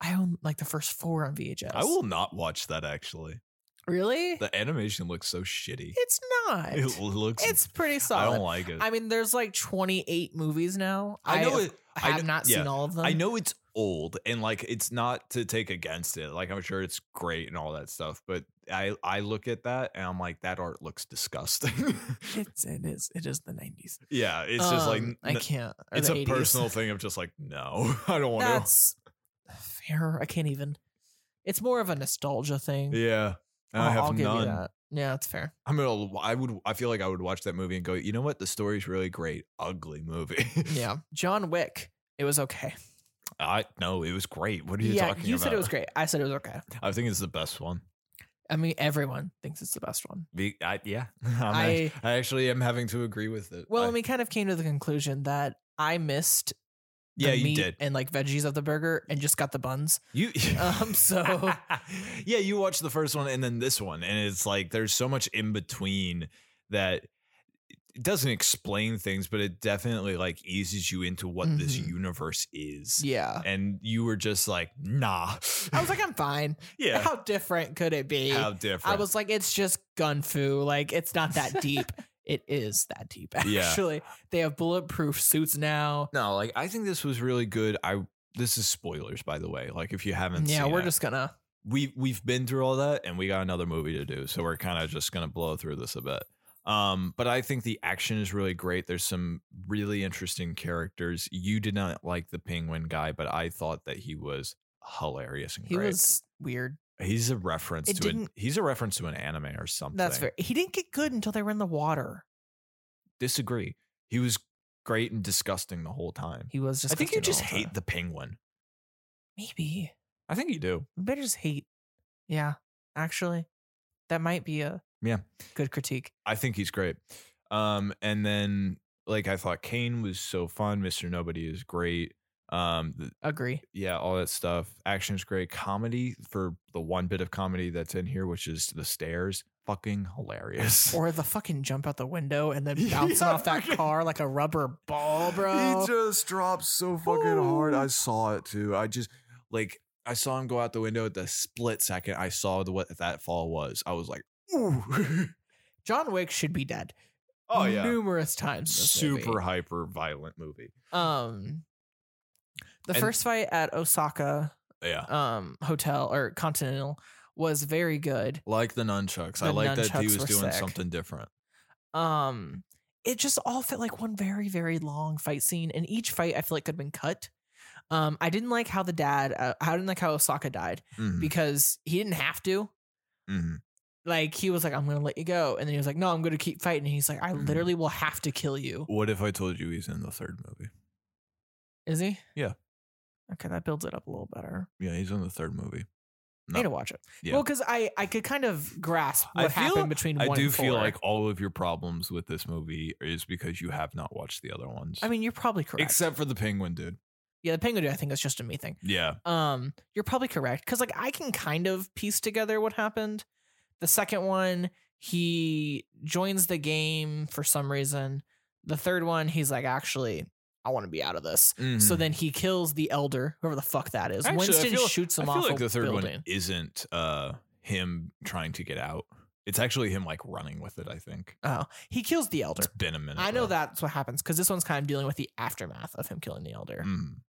Speaker 3: I own like the first four on VHS.
Speaker 4: I will not watch that actually.
Speaker 3: Really?
Speaker 4: The animation looks so shitty.
Speaker 3: it's not.
Speaker 4: It looks
Speaker 3: It's pretty
Speaker 4: I
Speaker 3: solid. I,
Speaker 4: don't like it.
Speaker 3: mean, there's like 28 movies now. I,
Speaker 4: know it I
Speaker 3: have
Speaker 4: kn-
Speaker 3: not
Speaker 4: yeah.
Speaker 3: seen all of them.
Speaker 4: I know it's old and like it's not to take against it. Like I'm sure it's great and all that stuff, but I I look at that and I'm like that art looks disgusting.
Speaker 3: it's it is it is the 90s.
Speaker 4: yeah, it's just like
Speaker 3: Um, I
Speaker 4: n-
Speaker 3: can't. or
Speaker 4: it's a
Speaker 3: the 80s.
Speaker 4: personal thing of just like no, I don't want
Speaker 3: That's fair. I can't even. It's more of a nostalgia thing.
Speaker 4: to. Yeah. And I
Speaker 3: I'll-
Speaker 4: have
Speaker 3: I'll give you
Speaker 4: none.
Speaker 3: that. Yeah, that's fair.
Speaker 4: I'm gonna. I would. I feel like I would watch that movie and go. You know what? The story's really great. Ugly movie.
Speaker 3: Yeah, John Wick. It was okay.
Speaker 4: I no. It was great. What are you
Speaker 3: yeah,
Speaker 4: talking
Speaker 3: you
Speaker 4: about?
Speaker 3: said it was great. I said it was okay.
Speaker 4: I think it's the best one.
Speaker 3: I mean, everyone thinks it's the best one.
Speaker 4: Be, I, yeah. I'm a-
Speaker 3: I-
Speaker 4: I actually am having to agree with it.
Speaker 3: Well,
Speaker 4: I-
Speaker 3: and we kind of came to the conclusion that I missed the
Speaker 4: yeah, you
Speaker 3: meat
Speaker 4: did.
Speaker 3: and like veggies of the burger and just got the buns.
Speaker 4: You
Speaker 3: Um, so
Speaker 4: yeah, you watch the first one and then this one, and it's like there's so much in between that it doesn't explain things, but it definitely like eases you into what this
Speaker 3: Mhm.
Speaker 4: universe is.
Speaker 3: yeah,
Speaker 4: And you were just like, nah.
Speaker 3: I was like, I'm fine.
Speaker 4: yeah,
Speaker 3: How different could it be?
Speaker 4: how different.
Speaker 3: I was like, it's just gun fu. Like, it's not that deep. it is that deep,
Speaker 4: Yeah.
Speaker 3: actually. They have bulletproof suits now.
Speaker 4: no, like I think this was really good. I this is spoilers, by the way. Like if you haven't,
Speaker 3: Yeah,
Speaker 4: seen
Speaker 3: we're
Speaker 4: it.
Speaker 3: just gonna.
Speaker 4: we we've been through all that and we got another movie to do so we're kind of just gonna blow through this a bit um but i think the action is really great there's some really interesting characters you did not like the penguin guy but i thought that he was hilarious and
Speaker 3: He
Speaker 4: great
Speaker 3: was weird.
Speaker 4: he's a reference
Speaker 3: It
Speaker 4: to an,
Speaker 3: didn't-
Speaker 4: he's a reference to an anime or something
Speaker 3: That's fair. He didn't get good until they were in the water.
Speaker 4: disagree He was great and disgusting the whole time.
Speaker 3: He was
Speaker 4: I
Speaker 3: just.
Speaker 4: think you just hate the penguin.
Speaker 3: Maybe
Speaker 4: I think you do.
Speaker 3: we better just hate. Yeah, actually, that might be a
Speaker 4: Yeah.
Speaker 3: good critique.
Speaker 4: I think he's great. Um, and then like I thought Kane was so fun. Mr. Nobody is great. Um, th-
Speaker 3: Agree.
Speaker 4: yeah, all that stuff. Action is great. Comedy for the one bit of comedy that's in here, which is the stairs, fucking hilarious.
Speaker 3: Or the fucking jump out the window and then
Speaker 4: Yeah,
Speaker 3: bouncing off that
Speaker 4: fucking-
Speaker 3: car like a rubber ball, bro.
Speaker 4: He
Speaker 1: just drops so fucking hard. I saw it too. I just
Speaker 4: like I saw him go out the window at the split second. I saw the, what that fall was. I was like, ooh,
Speaker 3: John Wick should be dead. numerous times. in Oh, this
Speaker 4: Oh, super
Speaker 3: movie.
Speaker 4: hyper violent movie.
Speaker 3: Um, the
Speaker 4: And-
Speaker 3: first fight at Osaka,
Speaker 4: Yeah,
Speaker 3: um, hotel or Continental was very good.
Speaker 4: like the nunchucks. I
Speaker 3: The
Speaker 4: like that he
Speaker 3: nunchucks
Speaker 4: was
Speaker 3: were
Speaker 4: doing
Speaker 3: sick.
Speaker 4: something different.
Speaker 3: Um, it just all felt like one very very long fight scene, and each fight I feel like could have been cut. Um, I didn't like how the dad. Uh, I didn't like how Osaka died
Speaker 4: Mhm,
Speaker 3: because he didn't have to.
Speaker 4: mhm.
Speaker 3: Like he was like, "I'm gonna let you go," and then he was like, "No, I'm gonna keep fighting." And he's like, "I
Speaker 4: Mhm.
Speaker 3: literally will have to kill you."
Speaker 4: What if I told you he's in the third movie?
Speaker 3: Is he?
Speaker 4: Yeah.
Speaker 3: Okay, that builds it up a little better.
Speaker 4: Yeah, he's in the third movie.
Speaker 3: I
Speaker 4: No.
Speaker 3: need to watch it.
Speaker 4: Yeah.
Speaker 3: Well, because I I could kind of grasp
Speaker 4: I
Speaker 3: what
Speaker 4: feel-
Speaker 3: happened between
Speaker 4: I
Speaker 3: one.
Speaker 4: do
Speaker 3: and four.
Speaker 4: feel like all of your problems with this movie is because you have not watched the other ones.
Speaker 3: I mean, you're probably correct.
Speaker 4: except for the penguin dude.
Speaker 3: yeah, the penguin. Dude, I think that's just a me thing.
Speaker 4: Yeah,
Speaker 3: Um, you're probably correct because like I can kind of piece together what happened. The second one, he joins the game for some reason. The third one, he's like, actually, I want to be out of this. So
Speaker 4: Mhm.
Speaker 3: then he kills the elder, whoever the fuck that is.
Speaker 4: Actually, I
Speaker 3: Winston
Speaker 4: feel-
Speaker 3: shoots
Speaker 4: I
Speaker 3: him
Speaker 4: feel
Speaker 3: off
Speaker 4: like
Speaker 3: a
Speaker 4: the third
Speaker 3: building.
Speaker 4: one isn't uh him trying to get out. It's actually him like running with it. I think
Speaker 3: Oh, he kills the elder.
Speaker 4: it's been a minute.
Speaker 3: I know
Speaker 4: though.
Speaker 3: that's what happens because this one's kind of dealing with the aftermath of him killing the elder.
Speaker 4: Mm.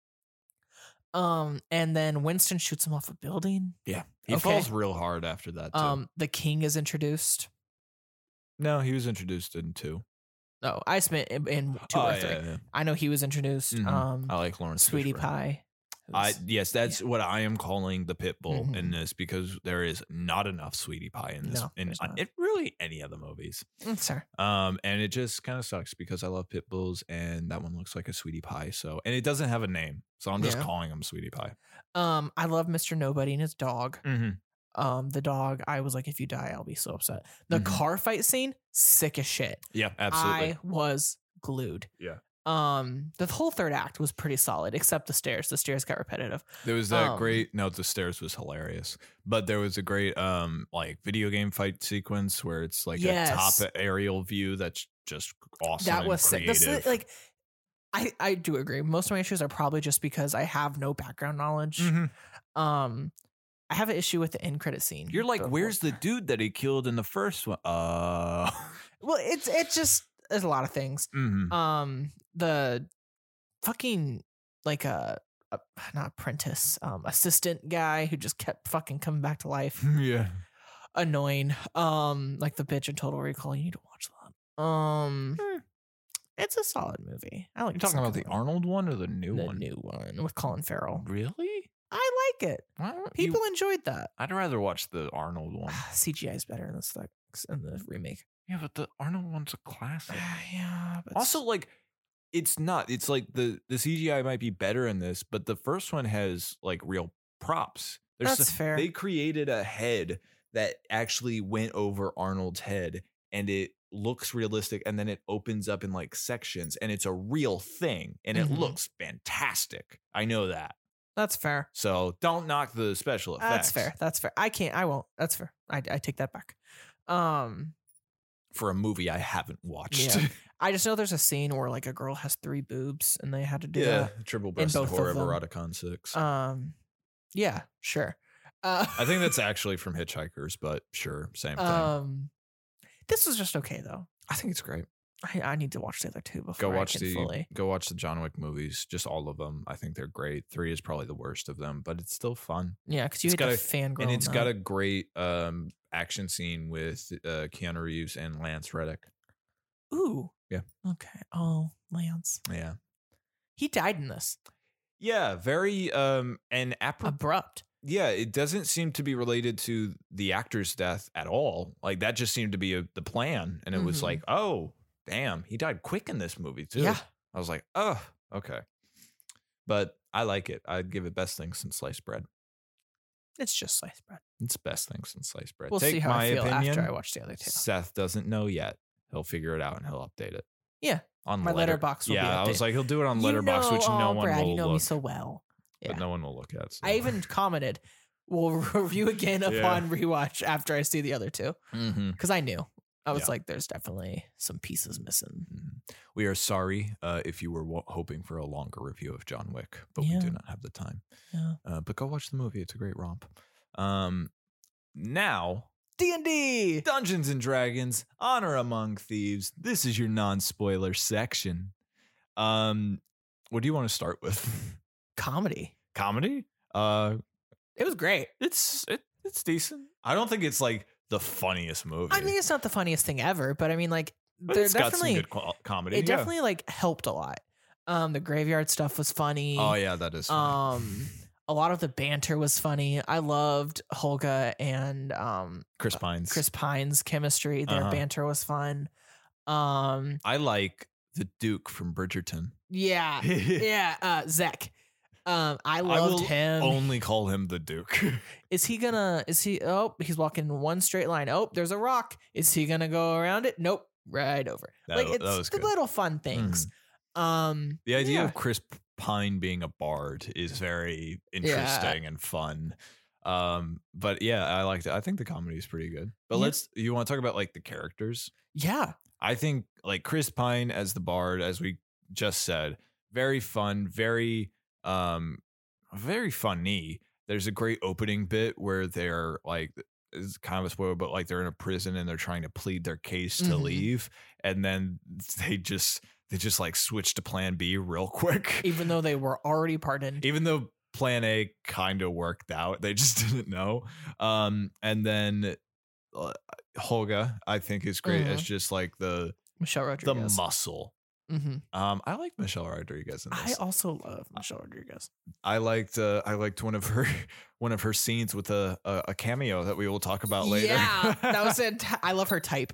Speaker 3: Um, and then Winston shoots him off a building.
Speaker 4: Yeah, he
Speaker 3: Okay.
Speaker 4: falls real hard after that. Too.
Speaker 3: Um, the king is introduced.
Speaker 4: no, he was introduced in two.
Speaker 3: Oh, I spent in, in two
Speaker 4: Oh,
Speaker 3: or three.
Speaker 4: yeah, yeah.
Speaker 3: I know he was introduced.
Speaker 4: Mhm.
Speaker 3: Um,
Speaker 4: I like Lawrence.
Speaker 3: Sweetie
Speaker 4: Fishburne.
Speaker 3: Pie.
Speaker 4: I
Speaker 3: who's-
Speaker 4: yes, that's what I am calling the pit bull in
Speaker 3: Mhm.
Speaker 4: this because there is not enough sweetie pie in this
Speaker 3: No,
Speaker 4: in, uh,
Speaker 3: there's not.
Speaker 4: in really any of the movies.
Speaker 3: Mm, sorry.
Speaker 4: Um, and it just kind of sucks because I love pit bulls and that one looks like a sweetie pie. So and it doesn't have a name, so I'm just
Speaker 3: Yeah.
Speaker 4: calling him sweetie pie.
Speaker 3: Um, I love Mr. Nobody and his dog.
Speaker 4: Mm-hmm.
Speaker 3: Um, the dog. I was like, if you die, I'll be so upset. The
Speaker 4: Mhm.
Speaker 3: car fight scene, sick as shit.
Speaker 4: Yeah, absolutely.
Speaker 3: I was glued.
Speaker 4: Yeah.
Speaker 3: Um, the whole third act was pretty solid, except the stairs. The stairs got repetitive.
Speaker 4: there was that
Speaker 3: um,
Speaker 4: great. No, the stairs was hilarious, but there was a great um like video game fight sequence where it's like
Speaker 3: Yes.
Speaker 4: a top aerial view that's just awesome.
Speaker 3: that
Speaker 4: and
Speaker 3: was sick. That's
Speaker 4: creative.
Speaker 3: like, I I do agree. Most of my issues are probably just because I have no background knowledge.
Speaker 4: Mhm.
Speaker 3: Um, I have an issue with the end credit scene.
Speaker 4: You're like,
Speaker 3: but-
Speaker 4: where's the dude that he killed in the first one? Uh,
Speaker 3: Well, it's it's just there's a lot of things.
Speaker 4: mhm.
Speaker 3: Um, the fucking like a, a not apprentice, um, assistant guy who just kept fucking coming back to life.
Speaker 4: yeah.
Speaker 3: Annoying. Um, like the bitch in Total Recall. You need to watch that. Um.
Speaker 4: Hmm.
Speaker 3: It's a solid movie. I like.
Speaker 4: You're talking about the
Speaker 3: second one.
Speaker 4: Arnold one or the new
Speaker 3: the
Speaker 4: one? Oh,
Speaker 3: new one with Colin Farrell.
Speaker 4: Really?
Speaker 3: I like it.
Speaker 4: Why don't you-
Speaker 3: People enjoyed that.
Speaker 4: I'd rather watch the Arnold one.
Speaker 3: CGI is better in this like in the remake.
Speaker 4: Yeah, but the Arnold one's a classic.
Speaker 3: yeah. But
Speaker 4: also, like, it's not. It's like the the CGI might be better in this, but the first one has like real props.
Speaker 3: That's
Speaker 4: some-
Speaker 3: fair.
Speaker 4: They created a head that actually went over Arnold's head, and it looks realistic. And then it opens up in like sections, and it's a real thing, and
Speaker 3: Mhm.
Speaker 4: it looks fantastic. I know that.
Speaker 3: that's fair.
Speaker 4: So don't knock the special
Speaker 3: That's
Speaker 4: effects.
Speaker 3: fair. That's fair. I can't. I won't. That's fair. I, I take that back. Um,
Speaker 4: for a movie I haven't watched.
Speaker 3: Yeah. I just know there's a scene where like a girl has three boobs and they had to do that.
Speaker 4: triple breasted
Speaker 3: both of
Speaker 4: horror of
Speaker 3: them.
Speaker 4: Eroticon Six.
Speaker 3: Um, yeah, sure. Uh,
Speaker 4: I think that's actually from Hitchhikers, but sure, same thing.
Speaker 3: um, this was just okay though.
Speaker 4: I think it's great.
Speaker 3: I, I need to watch the other two
Speaker 4: Go
Speaker 3: before
Speaker 4: watch
Speaker 3: I can
Speaker 4: the
Speaker 3: fully.
Speaker 4: go watch the John Wick movies, just all of them. I think they're great. Three is probably the worst of them, but it's still fun,
Speaker 3: Yeah, because you
Speaker 4: it's
Speaker 3: had to
Speaker 4: got a-
Speaker 3: fangirl.
Speaker 4: and it's
Speaker 3: on
Speaker 4: got
Speaker 3: that.
Speaker 4: a great um, action scene with uh, Keanu Reeves and Lance Reddick.
Speaker 3: Ooh.
Speaker 4: Yeah.
Speaker 3: Okay. Oh, Lance.
Speaker 4: Yeah,
Speaker 3: He died in this.
Speaker 4: yeah, very um, and
Speaker 3: Uh
Speaker 4: apropos.
Speaker 3: Abrupt.
Speaker 4: yeah, it doesn't seem to be related to the actor's death at all. Like that just seemed to be a, the plan, and it was
Speaker 3: Mhm.
Speaker 4: like, oh, damn, he died quick in this movie too.
Speaker 3: Yeah.
Speaker 4: I was like, oh, okay. But I like it. I'd give it best thing since sliced bread.
Speaker 3: It's just sliced bread.
Speaker 4: It's best thing since sliced bread.
Speaker 3: We'll
Speaker 4: Take
Speaker 3: see how
Speaker 4: my
Speaker 3: I feel
Speaker 4: opinion.
Speaker 3: after I watch the other two.
Speaker 4: Seth doesn't know yet. He'll figure it out and he'll update it.
Speaker 3: Yeah.
Speaker 4: On
Speaker 3: My
Speaker 4: letter-
Speaker 3: Letterboxd will be
Speaker 4: yeah, I was
Speaker 3: updated.
Speaker 4: like, he'll do it on letterbox,
Speaker 3: you know,
Speaker 4: which no
Speaker 3: oh,
Speaker 4: one
Speaker 3: Brad,
Speaker 4: will
Speaker 3: you know
Speaker 4: look.
Speaker 3: me so well. Yeah.
Speaker 4: But no one will look at. so-
Speaker 3: I even commented, "We'll review again
Speaker 4: Yeah.
Speaker 3: upon rewatch after I see the other two
Speaker 4: Mhm.
Speaker 3: because I knew I was
Speaker 4: Yeah.
Speaker 3: like, "There's definitely some pieces missing."
Speaker 4: Mhm. We are sorry uh, if you were w- hoping for a longer review of John Wick, but we
Speaker 3: Yeah.
Speaker 4: do not have the time.
Speaker 3: Yeah.
Speaker 4: Uh, but go watch the movie; it's a great romp. Um, now,
Speaker 3: D and D.
Speaker 4: Dungeons and Dragons: Honor Among Thieves. This is your non-spoiler section. Um, what do you want to start with?
Speaker 3: comedy.
Speaker 4: Comedy? Uh,
Speaker 3: It was great.
Speaker 4: it's it, it's decent. I don't think it's like the funniest movie.
Speaker 3: I mean, it's not the funniest thing ever, but I mean, like,
Speaker 4: but
Speaker 3: there
Speaker 4: it's got some
Speaker 3: definitely
Speaker 4: good qual- comedy.
Speaker 3: it
Speaker 4: yeah.
Speaker 3: definitely like helped a lot. Um, the graveyard stuff was funny.
Speaker 4: Oh yeah, that is. funny.
Speaker 3: Um, a lot of the banter was funny. I loved Holga and um
Speaker 4: Chris Pines.
Speaker 3: Chris Pine's chemistry. Their
Speaker 4: Uh-huh.
Speaker 3: banter was fun. Um,
Speaker 4: I like the Duke from Bridgerton.
Speaker 3: yeah, yeah. Uh, Zek. Um, I loved
Speaker 4: will
Speaker 3: him.
Speaker 4: Only call him the Duke.
Speaker 3: Is he gonna? Is he? Oh, he's walking one straight line. Oh, there's a rock. Is he gonna go around it? Nope, right over.
Speaker 4: That
Speaker 3: like
Speaker 4: wa-
Speaker 3: it's
Speaker 4: that was
Speaker 3: the
Speaker 4: good. Mm-hmm.
Speaker 3: little fun things. Um,
Speaker 4: The idea
Speaker 3: yeah.
Speaker 4: of Chris Pine being a bard is very interesting and fun. Um, but yeah, I liked it. I think the comedy is pretty good. But
Speaker 3: Yeah.
Speaker 4: let's you want to talk about like the characters.
Speaker 3: yeah,
Speaker 4: I think like Chris Pine as the bard, as we just said, very fun, very um very funny. There's a great opening bit where they're like it's kind of a spoiler, but like they're in a prison and they're trying to plead their case to
Speaker 3: Mhm.
Speaker 4: leave, and then they just they just like switch to plan B real quick.
Speaker 3: even though they were already pardoned.
Speaker 4: even though plan a kind of worked out they just didn't know um and then uh, holga i think is great as just like the
Speaker 3: Michelle
Speaker 4: the
Speaker 3: Rodriguez.
Speaker 4: muscle
Speaker 3: hmm
Speaker 4: um i like michelle rodriguez in
Speaker 3: I
Speaker 4: this
Speaker 3: also love
Speaker 4: Uh,
Speaker 3: Michelle Rodriguez.
Speaker 4: i, liked uh, i liked one of her one of her scenes with a a, a cameo that we will talk about later
Speaker 3: Yeah, that was it. I love her type.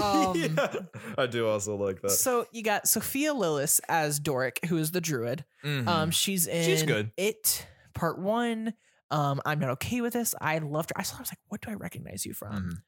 Speaker 3: um,
Speaker 4: Yeah, i do also like that
Speaker 3: So you got Sophia Lillis as Doric, who is the druid.
Speaker 4: Mhm.
Speaker 3: Um, she's in
Speaker 4: She's good.
Speaker 3: It Part One. Um, I'm not okay with this. I loved her. I saw. her, I was like, what do I recognize you from?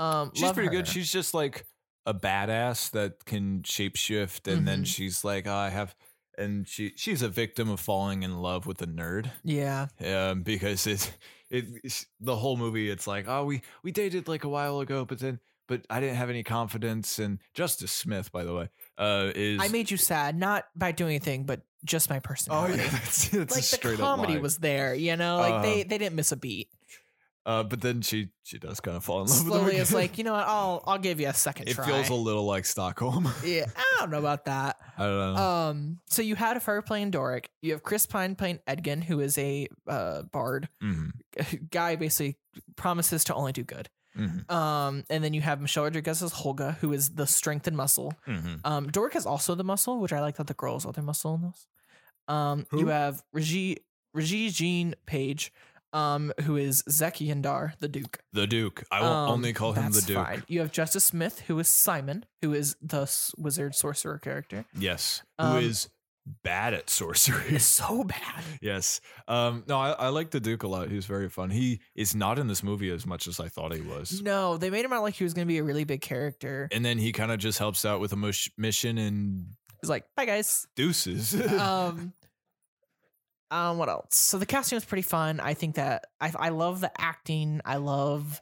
Speaker 4: Mhm.
Speaker 3: Um,
Speaker 4: she's
Speaker 3: love
Speaker 4: pretty good
Speaker 3: her.
Speaker 4: she's just like a badass that can shapeshift and then
Speaker 3: Mhm.
Speaker 4: she's like "Oh, i have and she she's a victim of falling in love with a nerd
Speaker 3: yeah,
Speaker 4: um, because it's it it's- the whole movie. It's like, oh, we we dated like a while ago, but then but I didn't have any confidence. And Justice Smith, by the way, uh, is
Speaker 3: I made you sad not by doing anything, but just my
Speaker 4: oh
Speaker 3: personality.
Speaker 4: yeah, that's, that's a
Speaker 3: like the
Speaker 4: straight up
Speaker 3: comedy
Speaker 4: lie.
Speaker 3: was there, you know. Like they
Speaker 4: Uh-huh.
Speaker 3: they didn't miss a beat.
Speaker 4: Uh, but then she she does kind of fall in love with
Speaker 3: Slowly,
Speaker 4: him.
Speaker 3: it's like you know what? I'll I'll give you a second
Speaker 4: it
Speaker 3: try.
Speaker 4: feels a little like Stockholm.
Speaker 3: yeah, I don't know about that.
Speaker 4: I don't know.
Speaker 3: Um, so you had her playing Doric. You have Chris Pine playing Edgin, who is a uh, bard
Speaker 4: Mhm,
Speaker 3: guy. Basically, promises to only do good.
Speaker 4: mhm,
Speaker 3: Um, and then you have Michelle Rodriguez as Holga, who is the strength and muscle.
Speaker 4: mhm.
Speaker 3: Um, Doric is also the muscle, which I like that the girl is other muscle in this. Um,
Speaker 4: Who?
Speaker 3: you have Regie Regie Jean Page, um, who is Zeki Yandar, the Duke.
Speaker 4: The Duke. I will
Speaker 3: Um,
Speaker 4: only call him the
Speaker 3: that's
Speaker 4: Duke.
Speaker 3: fine. You have Justice Smith, who is Simon, who is the s- wizard sorcerer character.
Speaker 4: Yes,
Speaker 3: Um,
Speaker 4: who is bad at sorcery.
Speaker 3: It's so bad.
Speaker 4: Yes. Um, no, I, I like the Duke a lot. He's very fun. He is not in this movie as much as I thought he was.
Speaker 3: No, they made him out like he was going to be a really big character.
Speaker 4: And then he kind of just helps out with a mush- mission and
Speaker 3: He's like, bye guys.
Speaker 4: deuces.
Speaker 3: Um, um, what else? So the casting was pretty fun. I think that I, I love the acting. I love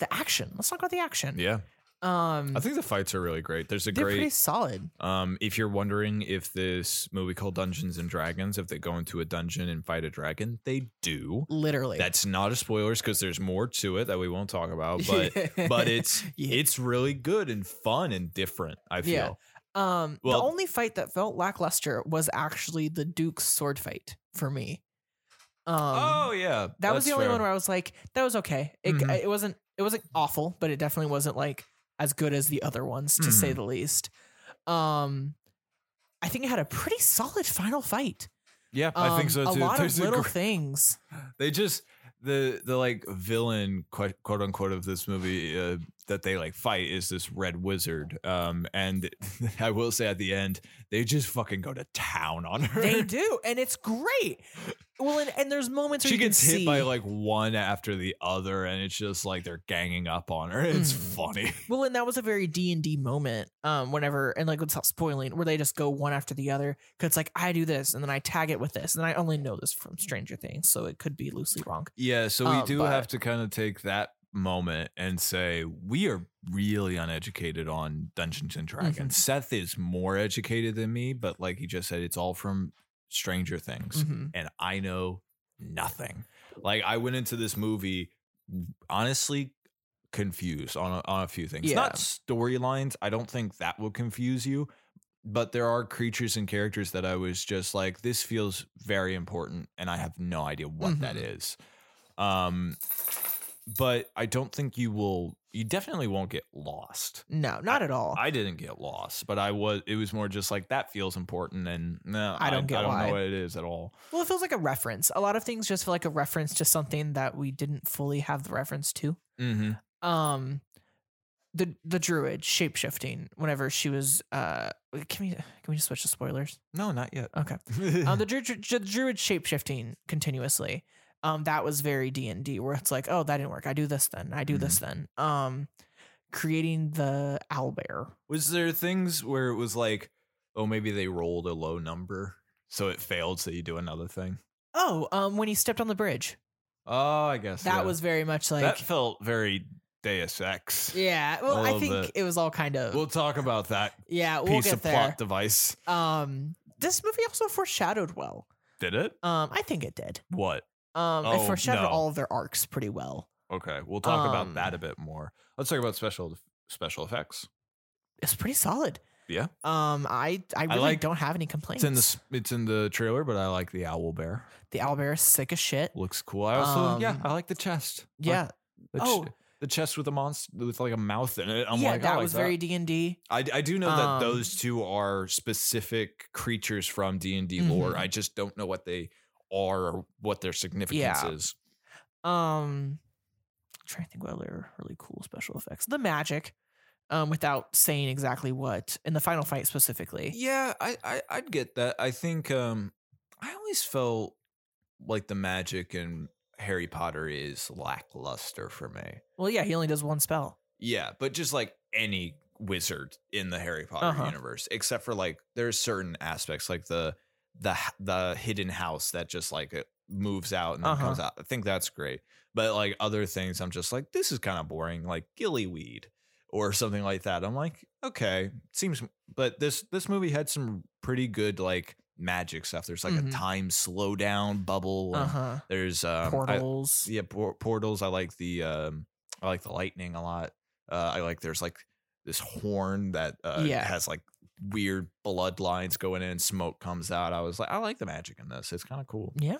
Speaker 3: the action. Let's talk about the action.
Speaker 4: yeah.
Speaker 3: Um,
Speaker 4: I think the fights are really great. There's a
Speaker 3: they're
Speaker 4: great
Speaker 3: pretty solid.
Speaker 4: um if you're wondering if this movie called Dungeons and Dragons, if they go into a dungeon and fight a dragon, they do.
Speaker 3: Literally.
Speaker 4: That's not a spoilers because there's more to it that we won't talk about, but but it's
Speaker 3: Yeah.
Speaker 4: it's really good and fun and different, I feel.
Speaker 3: Yeah. Um,
Speaker 4: Well-
Speaker 3: the only fight that felt lackluster was actually the Duke's sword fight for me. Um,
Speaker 4: oh yeah.
Speaker 3: that
Speaker 4: that's
Speaker 3: was the only
Speaker 4: fair.
Speaker 3: one where I was like, that was okay. It
Speaker 4: Mhm.
Speaker 3: it wasn't it wasn't awful, but it definitely wasn't like as good as the other ones to
Speaker 4: Mm-hmm.
Speaker 3: say the least. Um, I think it had a pretty solid final fight.
Speaker 4: Yeah, I think
Speaker 3: Um,
Speaker 4: so too.
Speaker 3: A lot
Speaker 4: There's
Speaker 3: of little
Speaker 4: gr-
Speaker 3: things.
Speaker 4: they just the the like villain quote, quote unquote of this movie uh, that they like fight is this red wizard. Um, and I will say at the end, they just fucking go to town on her.
Speaker 3: They do, and it's great. Well, and, and there's moments where
Speaker 4: she
Speaker 3: you can
Speaker 4: gets hit
Speaker 3: see-
Speaker 4: by like one after the other, and it's just like they're ganging up on her. It's
Speaker 3: Mm.
Speaker 4: funny.
Speaker 3: Well, and that was a very D and D moment. Um, whenever and like without spoiling, where they just go one after the other. Cause it's like I do this, and then I tag it with this, and I only know this from Stranger Things, so it could be loosely wrong.
Speaker 4: Yeah, so we
Speaker 3: Um,
Speaker 4: do
Speaker 3: but-
Speaker 4: have to kind of take that moment and say we are really uneducated on Dungeons and Dragons.
Speaker 3: Mhm.
Speaker 4: Seth is more educated than me, but like he just said, it's all from Stranger Things,
Speaker 3: Mhm.
Speaker 4: and I know nothing. Like I went into this movie honestly confused on a, on a few things. Not
Speaker 3: Yeah.
Speaker 4: storylines. I don't think that will confuse you. But there are creatures and characters that I was just like, this feels very important, and I have no idea what that
Speaker 3: Mm-hmm.
Speaker 4: is. Um, but I don't think you will. You definitely won't get lost.
Speaker 3: No, not at all.
Speaker 4: I didn't get lost, but I was. It was more just like that feels important, and no,
Speaker 3: I don't get
Speaker 4: I don't
Speaker 3: why.
Speaker 4: know what it is at all.
Speaker 3: well, it feels like a reference. A lot of things just feel like a reference to something that we didn't fully have the reference to.
Speaker 4: Mm-hmm.
Speaker 3: um the the druid shape shifting whenever she was uh can we can we just switch to spoilers
Speaker 4: No, not yet.
Speaker 3: okay um the druid, the druid shape shifting continuously um that was very d&d where it's like oh that didn't work i do this then i do this then um creating the owl bear
Speaker 4: Was there things where it was like, oh, maybe they rolled a low number, so it failed, so you do another thing?
Speaker 3: oh um when he stepped on the bridge
Speaker 4: Oh, I guess
Speaker 3: that
Speaker 4: yeah.
Speaker 3: was very much like
Speaker 4: that felt very Deus Ex.
Speaker 3: yeah well
Speaker 4: a
Speaker 3: i
Speaker 4: little
Speaker 3: think
Speaker 4: bit.
Speaker 3: it was all kind of
Speaker 4: We'll talk about that
Speaker 3: yeah we'll
Speaker 4: piece
Speaker 3: get
Speaker 4: of
Speaker 3: there
Speaker 4: plot device.
Speaker 3: um this movie also foreshadowed well
Speaker 4: Did it?
Speaker 3: um i think it did
Speaker 4: What?
Speaker 3: Um, it
Speaker 4: Oh,
Speaker 3: foreshadowed
Speaker 4: no.
Speaker 3: all of their arcs pretty well.
Speaker 4: Okay, we'll talk about that
Speaker 2: Um,
Speaker 4: a bit more. Let's talk about special special effects.
Speaker 3: It's pretty solid.
Speaker 4: Yeah.
Speaker 3: Um, I I really
Speaker 4: like-
Speaker 3: don't have any complaints.
Speaker 4: It's in the s- it's in the trailer, but I like the owl bear.
Speaker 3: the owlbear is sick as shit.
Speaker 4: Looks cool. I also yeah,
Speaker 3: Um,
Speaker 4: I like the chest. I like
Speaker 3: Yeah.
Speaker 4: the ch-
Speaker 3: Oh.
Speaker 4: the chest with a monster with like a mouth in it. I'm
Speaker 3: yeah,
Speaker 4: like, I
Speaker 3: that
Speaker 4: like
Speaker 3: was very D and D.
Speaker 4: I, I do know
Speaker 3: Um,
Speaker 4: that those two are specific creatures from D and D lore.
Speaker 3: Mhm.
Speaker 4: I just don't know what they are or what their significance
Speaker 3: Yeah.
Speaker 4: is.
Speaker 3: Um, trying to think what other really cool special effects. The magic, um, without saying exactly what in the final fight specifically.
Speaker 4: Yeah, I, I I'd get that. I think um I always felt like the magic in Harry Potter is lackluster for me.
Speaker 3: Well, yeah, he only does one spell.
Speaker 4: Yeah, but just like any wizard in the Harry Potter
Speaker 3: Uh-huh.
Speaker 4: universe, except for like there's certain aspects like the the h- the hidden house that just like it moves out and then
Speaker 3: Uh-huh.
Speaker 4: comes out. I think that's great. But like other things, I'm just like this is kind of boring, like gillyweed or something like that. I'm like, okay, seems. But this this movie had some pretty good like magic stuff. There's like
Speaker 3: Mhm.
Speaker 4: a time slowdown bubble.
Speaker 3: Uh
Speaker 4: and
Speaker 3: huh.
Speaker 4: There's um, I-
Speaker 3: Portals.
Speaker 4: yeah por- portals i like the um i like the lightning a lot uh i like there's like this horn that uh
Speaker 3: Yeah.
Speaker 4: has like weird bloodlines going in smoke comes out i was like i like the magic in this it's kind of cool
Speaker 3: Yeah,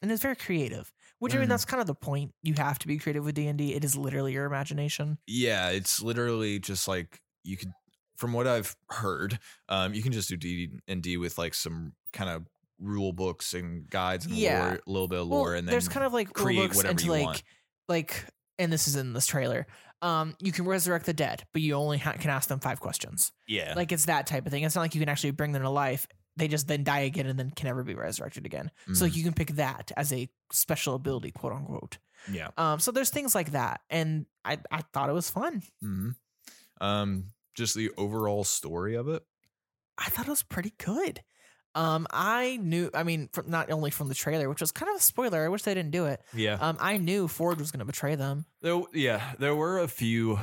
Speaker 3: and it's very creative. Which I mean,
Speaker 4: Mhm.
Speaker 3: that's kind of the point. You have to be creative with D and D. It is literally your imagination.
Speaker 4: yeah it's literally just like you could from what i've heard um you can just do d and d with like some kind of rule books and guides and
Speaker 3: Yeah.
Speaker 4: lore, a little bit of lore
Speaker 3: well,
Speaker 4: and then
Speaker 3: there's kind of like rule
Speaker 4: create
Speaker 3: books
Speaker 4: whatever
Speaker 3: into
Speaker 4: you
Speaker 3: like
Speaker 4: want.
Speaker 3: like and this is in this trailer um you can resurrect the dead but you only ha- can ask them five questions
Speaker 4: yeah
Speaker 3: like it's that type of thing it's not like you can actually bring them to life they just then die again and then can never be resurrected again
Speaker 4: Mm-hmm.
Speaker 3: so
Speaker 4: Mm.
Speaker 3: like you can pick that as a special ability quote unquote
Speaker 4: yeah
Speaker 3: um so there's things like that and i i thought it was fun
Speaker 4: hmm um just the overall story of it
Speaker 3: i thought it was pretty good um i knew i mean from, not only from the trailer which was kind of a spoiler i wish they didn't do it
Speaker 4: yeah
Speaker 3: um i knew ford was going to betray them
Speaker 4: There, yeah, there were a few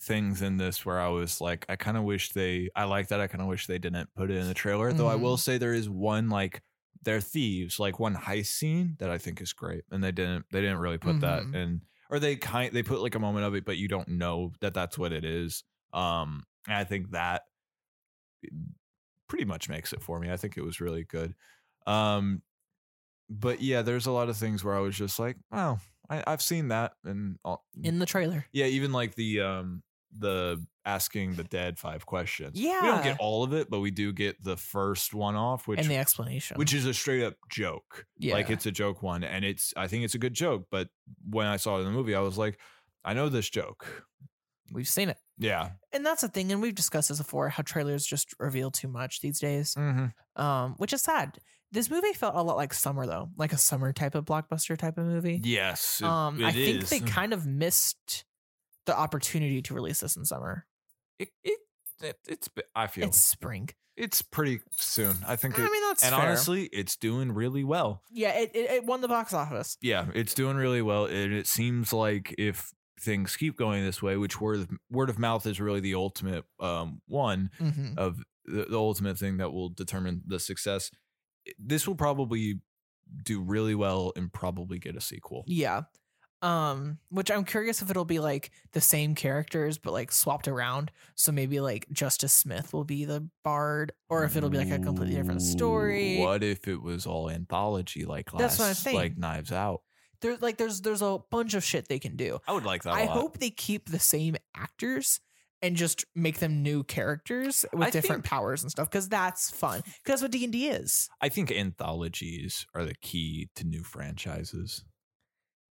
Speaker 4: things in this where I was like, I kind of wish they, I like that. I kind of wish they didn't put it in the trailer. Though I will say there is one like they're thieves, like one heist scene that I think is great, and they didn't, they didn't really put
Speaker 3: Mhm.
Speaker 4: that in, or they kind, they put like a moment of it, but you don't know that that's what it is. Um, and I think that pretty much makes it for me. I think it was really good. Um, but yeah, there's a lot of things where I was just like, wow. I, I've seen that, and all-
Speaker 3: in the trailer
Speaker 4: yeah, even like the um the asking the dead five questions. We don't
Speaker 3: Yeah.
Speaker 4: get all of it, but we do get the first one off, which
Speaker 3: and the explanation
Speaker 4: which is a straight up joke.
Speaker 3: yeah
Speaker 4: Like it's a joke one and it's I think it's a good joke, but when I saw it in the movie, I was like, I know this joke.
Speaker 3: We've seen it.
Speaker 4: Yeah.
Speaker 3: And that's the thing, and we've discussed this before, how trailers just reveal too much these days.
Speaker 4: Mm-hmm.
Speaker 3: Um, which is sad. This movie felt a lot like summer though, like a summer type of blockbuster type of movie.
Speaker 4: Yes. it-
Speaker 3: um, I
Speaker 4: it
Speaker 3: think they
Speaker 4: is. Mm.
Speaker 3: kind of missed the opportunity to release this in summer.
Speaker 4: It, it, it, it's. b- I feel
Speaker 3: It's
Speaker 4: it's,
Speaker 3: spring.
Speaker 4: pretty soon. I think. It,
Speaker 3: I mean that's
Speaker 4: and
Speaker 3: fair.
Speaker 4: honestly, it's doing really well.
Speaker 3: yeah, it, it, it won the box office.
Speaker 4: yeah, it's doing really well. And it seems like if things keep going this way, which word of, word of mouth is really the ultimate um, one
Speaker 3: Mm-hmm.
Speaker 4: of the, the ultimate thing that will determine the success. This will probably do really well and probably get a sequel.
Speaker 3: Yeah. Um, which I'm curious if it'll be like the same characters but like swapped around. So maybe like Justice Smith will be the bard, or if it'll be like a completely different
Speaker 4: Ooh,
Speaker 3: story.
Speaker 4: What if it was all anthology like last,
Speaker 3: That's what I'm saying.
Speaker 4: like Knives Out?
Speaker 3: There's like there's there's a bunch of shit they can do.
Speaker 4: I would like that.
Speaker 3: I
Speaker 4: a lot.
Speaker 3: hope they keep the same actors and just make them new characters with
Speaker 4: I
Speaker 3: different
Speaker 4: think-
Speaker 3: powers and stuff because that's fun. Because that's what D and D is.
Speaker 4: I think anthologies are the key to new franchises.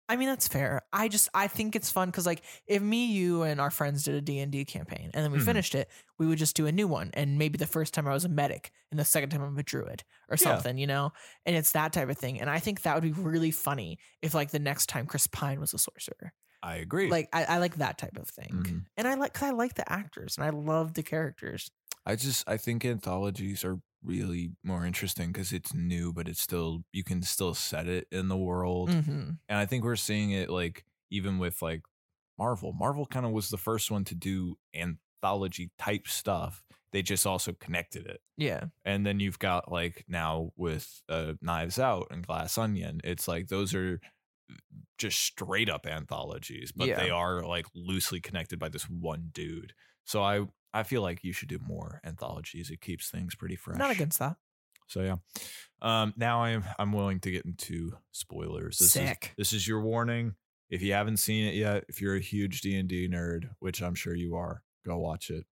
Speaker 3: I mean that's fair. I just I think it's fun because like if me, you, and our friends did a D and D campaign and then we
Speaker 4: Mhm.
Speaker 3: finished it, we would just do a new one and maybe the first time I was a medic and the second time I'm a druid or
Speaker 4: Yeah.
Speaker 3: something, you know. And it's that type of thing. And I think that would be really funny if like the next time Chris Pine was a sorcerer.
Speaker 4: I agree.
Speaker 3: Like I, I like that type of thing,
Speaker 4: Mhm.
Speaker 3: and I like because I like the actors and I love the characters.
Speaker 4: I just I think anthologies are really more interesting because it's new, but it's still you can still set it in the world,
Speaker 3: Mm-hmm.
Speaker 4: and I think we're seeing it like even with like Marvel. Marvel kind of was the first one to do anthology type stuff. They just also connected it,
Speaker 3: Yeah.
Speaker 4: and then you've got like now with uh, Knives Out and Glass Onion. It's like those are uh, just straight up anthologies, but
Speaker 3: Yeah.
Speaker 4: they are like loosely connected by this one dude. So I I feel like you should do more anthologies. It keeps things pretty fresh.
Speaker 3: Not against that.
Speaker 4: So yeah. Um now I'm I'm willing to get into spoilers. This
Speaker 3: Sick.
Speaker 4: is this is your warning. If you haven't seen it yet, if you're a huge D&D nerd, which I'm sure you are, go watch it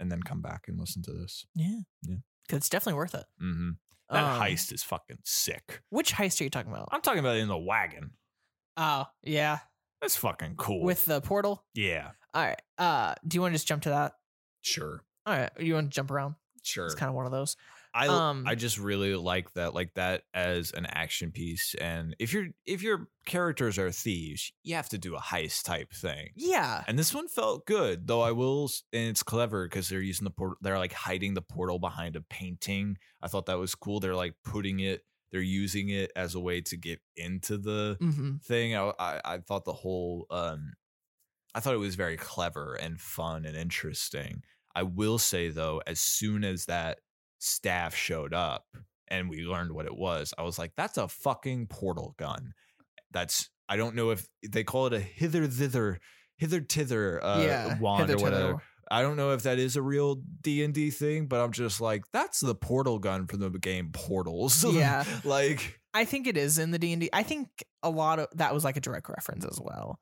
Speaker 4: and then come back and listen to this.
Speaker 3: Yeah.
Speaker 4: Yeah.
Speaker 3: 'Cause it's definitely worth it.
Speaker 4: hmm That
Speaker 3: Um,
Speaker 4: heist is fucking sick.
Speaker 3: Which heist are you talking about?
Speaker 4: I'm talking about in the wagon.
Speaker 3: Oh, yeah.
Speaker 4: That's fucking cool.
Speaker 3: With the portal.
Speaker 4: yeah,
Speaker 3: All right. Uh, do you want to just jump to that?
Speaker 4: sure,
Speaker 3: All right. You want to jump around?
Speaker 4: sure.
Speaker 3: It's kind of one of those.
Speaker 4: I
Speaker 3: um,
Speaker 4: I just really like that, like that as an action piece. And if you're if your characters are thieves, you have to do a heist type thing.
Speaker 3: Yeah.
Speaker 4: And this one felt good, though I will, s- and it's clever because they're using the portal. They're like hiding the portal behind a painting. I thought that was cool. They're like putting it. They're using it as a way to get into the
Speaker 3: Mm-hmm.
Speaker 4: thing. I, I I thought the whole um, I thought it was very clever and fun and interesting. I will say though, as soon as that staff showed up and we learned what it was, I was like, "That's a fucking portal gun." That's I don't know if they call it a hither thither, hither tither uh,
Speaker 3: yeah.
Speaker 4: wand or
Speaker 3: hitherto.
Speaker 4: whatever. I don't know if that is a real D and D thing, but I'm just like, that's the portal gun from the game Portals.
Speaker 3: Yeah.
Speaker 4: like
Speaker 3: I think it is in the D and I think a lot of that was like a direct reference as well.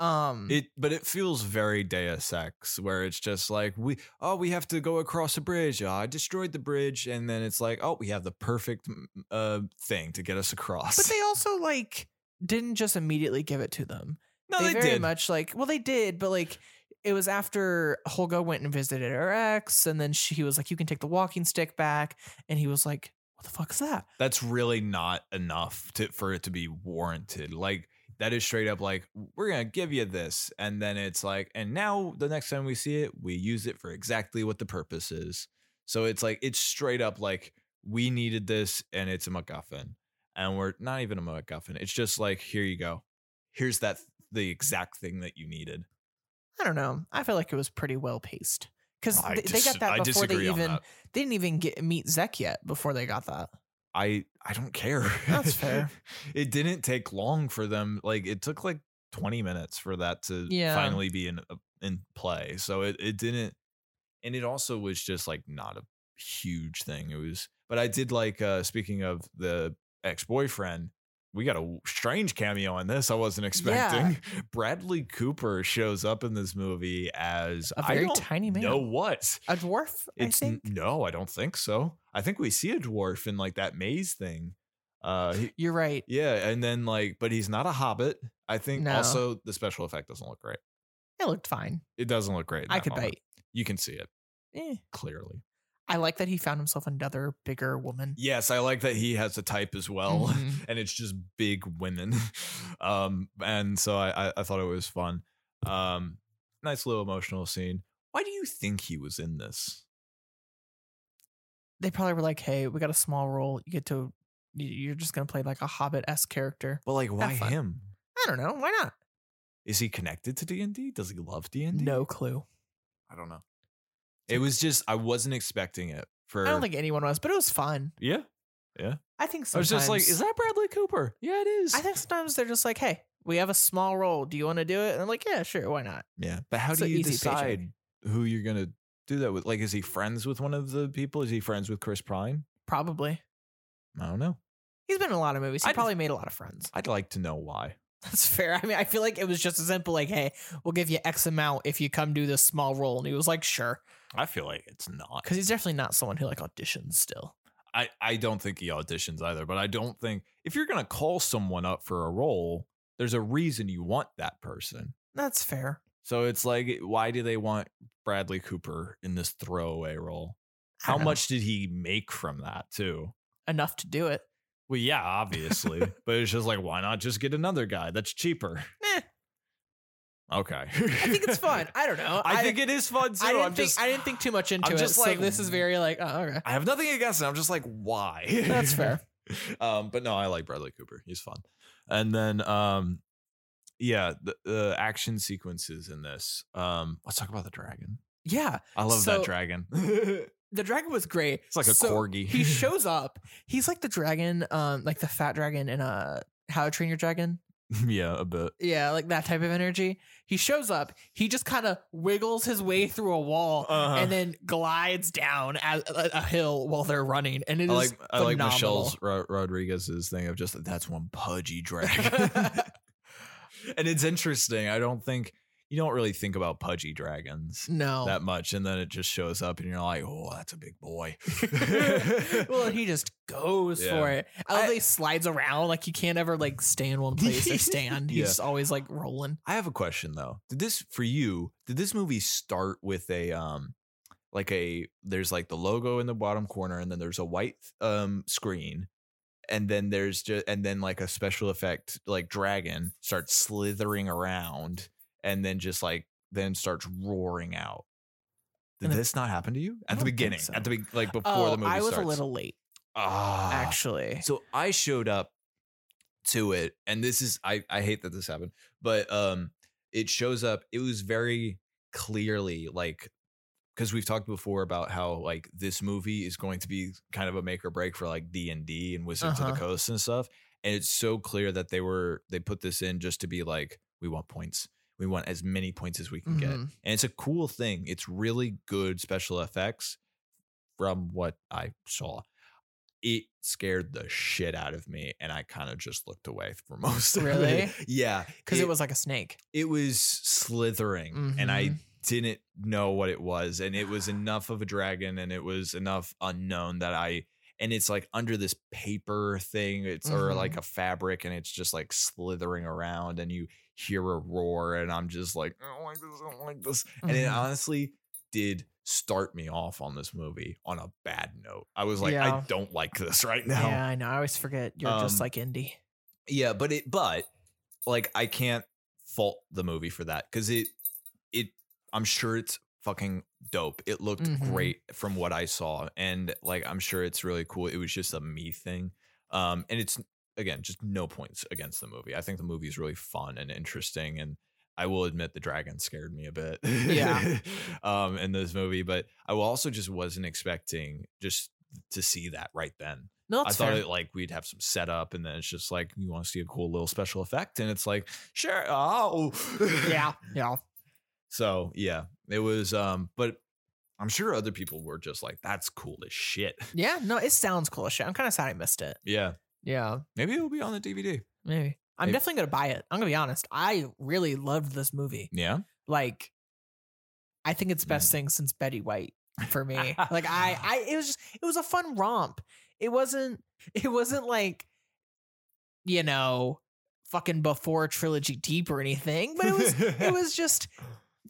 Speaker 3: Um,
Speaker 4: It, but it feels very Deus Ex, where it's just like we, oh, we have to go across a bridge. Oh, I destroyed the bridge, and then it's like, oh, we have the perfect mm, uh thing to get us across.
Speaker 3: but they also like didn't just immediately give it to them.
Speaker 4: no, they,
Speaker 3: very
Speaker 4: did.
Speaker 3: much like well they did but like it was after holga went and visited her ex and then she was like you can take the walking stick back and he was like what the fuck is that
Speaker 4: That's really not enough to for it to be warranted. Like that is straight up like we're gonna give you this, and then it's like, and now the next time we see it, we use it for exactly what the purpose is. So it's like it's straight up like we needed this, and it's a MacGuffin, and we're not even a MacGuffin. It's just like here you go, here's that the exact thing that you needed.
Speaker 3: i don't know i feel like it was pretty well paced because
Speaker 4: I
Speaker 3: they, they
Speaker 4: dis-
Speaker 3: got that
Speaker 4: I
Speaker 3: before they
Speaker 4: disagree on
Speaker 3: even
Speaker 4: that.
Speaker 3: they didn't even get meet zek yet before they got that
Speaker 4: I I don't care.
Speaker 3: That's fair.
Speaker 4: it didn't take long for them. Like it took like 20 minutes for that to
Speaker 3: Yeah.
Speaker 4: finally be in uh, in play. So it it didn't and it also was just like not a huge thing. It was but I did like uh speaking of the ex-boyfriend we got a w- strange cameo in this. I wasn't expecting. Bradley Cooper shows up in this movie as
Speaker 3: a very
Speaker 4: I don't
Speaker 3: tiny man
Speaker 4: know what
Speaker 3: a dwarf
Speaker 4: it's
Speaker 3: i
Speaker 4: n-
Speaker 3: think
Speaker 4: no, I don't think so. I think we see a dwarf in like that maze thing. Uh, he-
Speaker 3: you're right
Speaker 4: yeah, and then like, but he's not a hobbit. I think
Speaker 3: No.
Speaker 4: also the special effect doesn't look right.
Speaker 3: it It looked fine.
Speaker 4: It doesn't look great. in
Speaker 3: I
Speaker 4: that
Speaker 3: could
Speaker 4: moment.
Speaker 3: bite.
Speaker 4: You can see it
Speaker 3: Eh.
Speaker 4: clearly.
Speaker 3: I like that he found himself another bigger woman.
Speaker 4: Yes, I like that he has a type as well,
Speaker 3: Mhm.
Speaker 4: and it's just big women. Um, and so I, I, I thought it was fun. Um, nice little emotional scene. Why do you think he was in this?
Speaker 3: They probably were like, "Hey, we got a small role. You get to. you- You're just gonna play like a hobbit s character.
Speaker 4: But like, why
Speaker 3: fun.
Speaker 4: him?
Speaker 3: I don't know. Why not?
Speaker 4: Is he connected to D and D? Does he love D and D?
Speaker 3: No clue.
Speaker 4: I don't know. It was just I wasn't expecting it. For
Speaker 3: I don't think anyone was, but it was fun.
Speaker 4: yeah,
Speaker 3: I think sometimes
Speaker 4: I was just like, is that Bradley Cooper? Yeah, it is.
Speaker 3: I think sometimes they're just like, "Hey, we have a small role. Do you want to do it?" And I'm like, "Yeah, sure. Why not?"
Speaker 4: yeah, but how
Speaker 3: It's
Speaker 4: do
Speaker 3: an
Speaker 4: you
Speaker 3: easy paycheck.
Speaker 4: decide who you're gonna do that with? Like, is he friends with one of the people? Is he friends with Chris Pine?
Speaker 3: Probably.
Speaker 4: I don't know.
Speaker 3: He's been in a lot of movies. He
Speaker 4: I'd-
Speaker 3: probably made a lot of friends.
Speaker 4: I'd like to know why.
Speaker 3: That's fair. I mean, I feel like it was just as simple like, "Hey, we'll give you X amount if you come do this small role," and he was like, "Sure,"
Speaker 4: I feel like it's not.
Speaker 3: because he's definitely not someone who like auditions still.
Speaker 4: I, I don't think he auditions either, but I don't think if you're gonna call someone up for a role, there's a reason you want that person.
Speaker 3: That's fair.
Speaker 4: So it's like, why do they want Bradley Cooper in this throwaway role?
Speaker 3: I
Speaker 4: How
Speaker 3: don't know.
Speaker 4: much did he make from that too?
Speaker 3: enough to do it?
Speaker 4: Well, yeah, obviously. but it's just like, why not just get another guy that's cheaper?
Speaker 3: Eh,
Speaker 4: Okay. I
Speaker 3: I think it's fun. I don't know.
Speaker 4: I, think it is fun too.
Speaker 3: I didn't
Speaker 4: am
Speaker 3: think
Speaker 4: just,
Speaker 3: I didn't think too much into
Speaker 4: I'm
Speaker 3: it.
Speaker 4: just
Speaker 3: so
Speaker 4: like-
Speaker 3: this is very like, oh, okay.
Speaker 4: I have nothing against it. I'm just like, why?
Speaker 3: That's fair.
Speaker 4: um, but no, I like Bradley Cooper. He's fun. And then, um, yeah, the, the action sequences in this. Um, let's talk about the dragon.
Speaker 3: Yeah,
Speaker 4: I love
Speaker 3: So-
Speaker 4: that dragon. it's
Speaker 3: the dragon was great.
Speaker 4: like a
Speaker 3: So
Speaker 4: corgi.
Speaker 3: he shows up. He's like the dragon, um, like the fat dragon in a How to Train Your Dragon.
Speaker 4: yeah, a bit.
Speaker 3: Yeah, like that type of energy. He shows up. He just kind of wiggles his way through a wall
Speaker 4: Uh-huh.
Speaker 3: and then glides down a, a, a hill while they're running. And it is
Speaker 4: I like I like
Speaker 3: phenomenal.
Speaker 4: Michelle's Ro- Rodriguez's thing of just that's one pudgy dragon, and it's interesting. I don't think you don't really think about pudgy dragons
Speaker 3: No.
Speaker 4: that much, and then it just shows up, and you're like, oh, that's a big boy.
Speaker 3: well, he just goes
Speaker 4: Yeah.
Speaker 3: for it. I love
Speaker 4: I-
Speaker 3: that he slides around like he can't ever like stay in one place or stand. He's
Speaker 4: Yeah.
Speaker 3: just always like rolling.
Speaker 4: I have a question though. Did this for you? Did this movie start with a um, like a there's like the logo in the bottom corner, and then there's a white um screen, and then there's just and then like a special effect like dragon starts slithering around, and then just like then starts roaring out. Did
Speaker 3: And it-
Speaker 4: this not happen to you
Speaker 3: I
Speaker 4: at the
Speaker 3: don't think
Speaker 4: beginning?
Speaker 3: so.
Speaker 4: At the be- like before the movie
Speaker 3: Oh, I was
Speaker 4: starts?
Speaker 3: a little late
Speaker 4: Ah.
Speaker 3: actually.
Speaker 4: So I showed up to it, and this is I I hate that this happened, but um, it shows up. It was very clearly like because we've talked before about how like this movie is going to be kind of a make or break for like D and D and Wizards of
Speaker 3: Uh-huh.
Speaker 4: the Coast and stuff, and it's so clear that they were they put this in just to be like we want points. We want as many points as we can get. And
Speaker 3: Mhm.
Speaker 4: it's a cool thing. It's really good special effects from what I saw it scared the shit out of me and i kind of just looked away for most of
Speaker 3: Really?
Speaker 4: it yeah
Speaker 3: Because it was like a snake.
Speaker 4: it was slithering and i didn't know what it was and it was enough of a dragon and it was enough unknown that i and it's like under this paper thing it's or
Speaker 3: Mhm.
Speaker 4: like a fabric and it's just like slithering around and you hear a roar and i'm just like i don't like this i don't like this and it
Speaker 3: Mhm.
Speaker 4: honestly did start me off on this movie on a bad note i was like i
Speaker 3: Yeah.
Speaker 4: don't like this right now
Speaker 3: Yeah, I know. I always forget you're
Speaker 4: Um,
Speaker 3: just like indie.
Speaker 4: yeah, but it but like I can't fault the movie for that because it it I'm sure it's fucking dope. It looked
Speaker 3: Mhm.
Speaker 4: great from what I saw, and like I'm sure it's really cool. It was just a me thing, um, and it's again just no points against the movie. I think the movie is really fun and interesting, and I will admit the dragon scared me a bit.
Speaker 3: Yeah.
Speaker 4: um, in this movie, but I also just wasn't expecting just to see that right then.
Speaker 3: No,
Speaker 4: I
Speaker 3: that's
Speaker 4: thought
Speaker 3: fair.
Speaker 4: it, like we'd have some setup, and then it's just like you want to see a cool little special effect, and it's like sure, oh
Speaker 3: yeah, yeah.
Speaker 4: So yeah, it was. Um, but I'm sure other people were just like, "That's cool as shit."
Speaker 3: Yeah, no, it sounds cool as shit. I'm kind of sad I missed it.
Speaker 4: Yeah,
Speaker 3: Yeah,
Speaker 4: maybe it'll be on the DVD.
Speaker 3: maybe. I'm
Speaker 4: Maybe.
Speaker 3: definitely going to buy it. I'm going to be honest. I really loved this movie.
Speaker 4: Yeah,
Speaker 3: like I think it's
Speaker 4: Mm.
Speaker 3: best thing since Betty White for me. like I I it was just it was a fun romp. It wasn't it wasn't like you know fucking before trilogy deep or anything, but it was it was just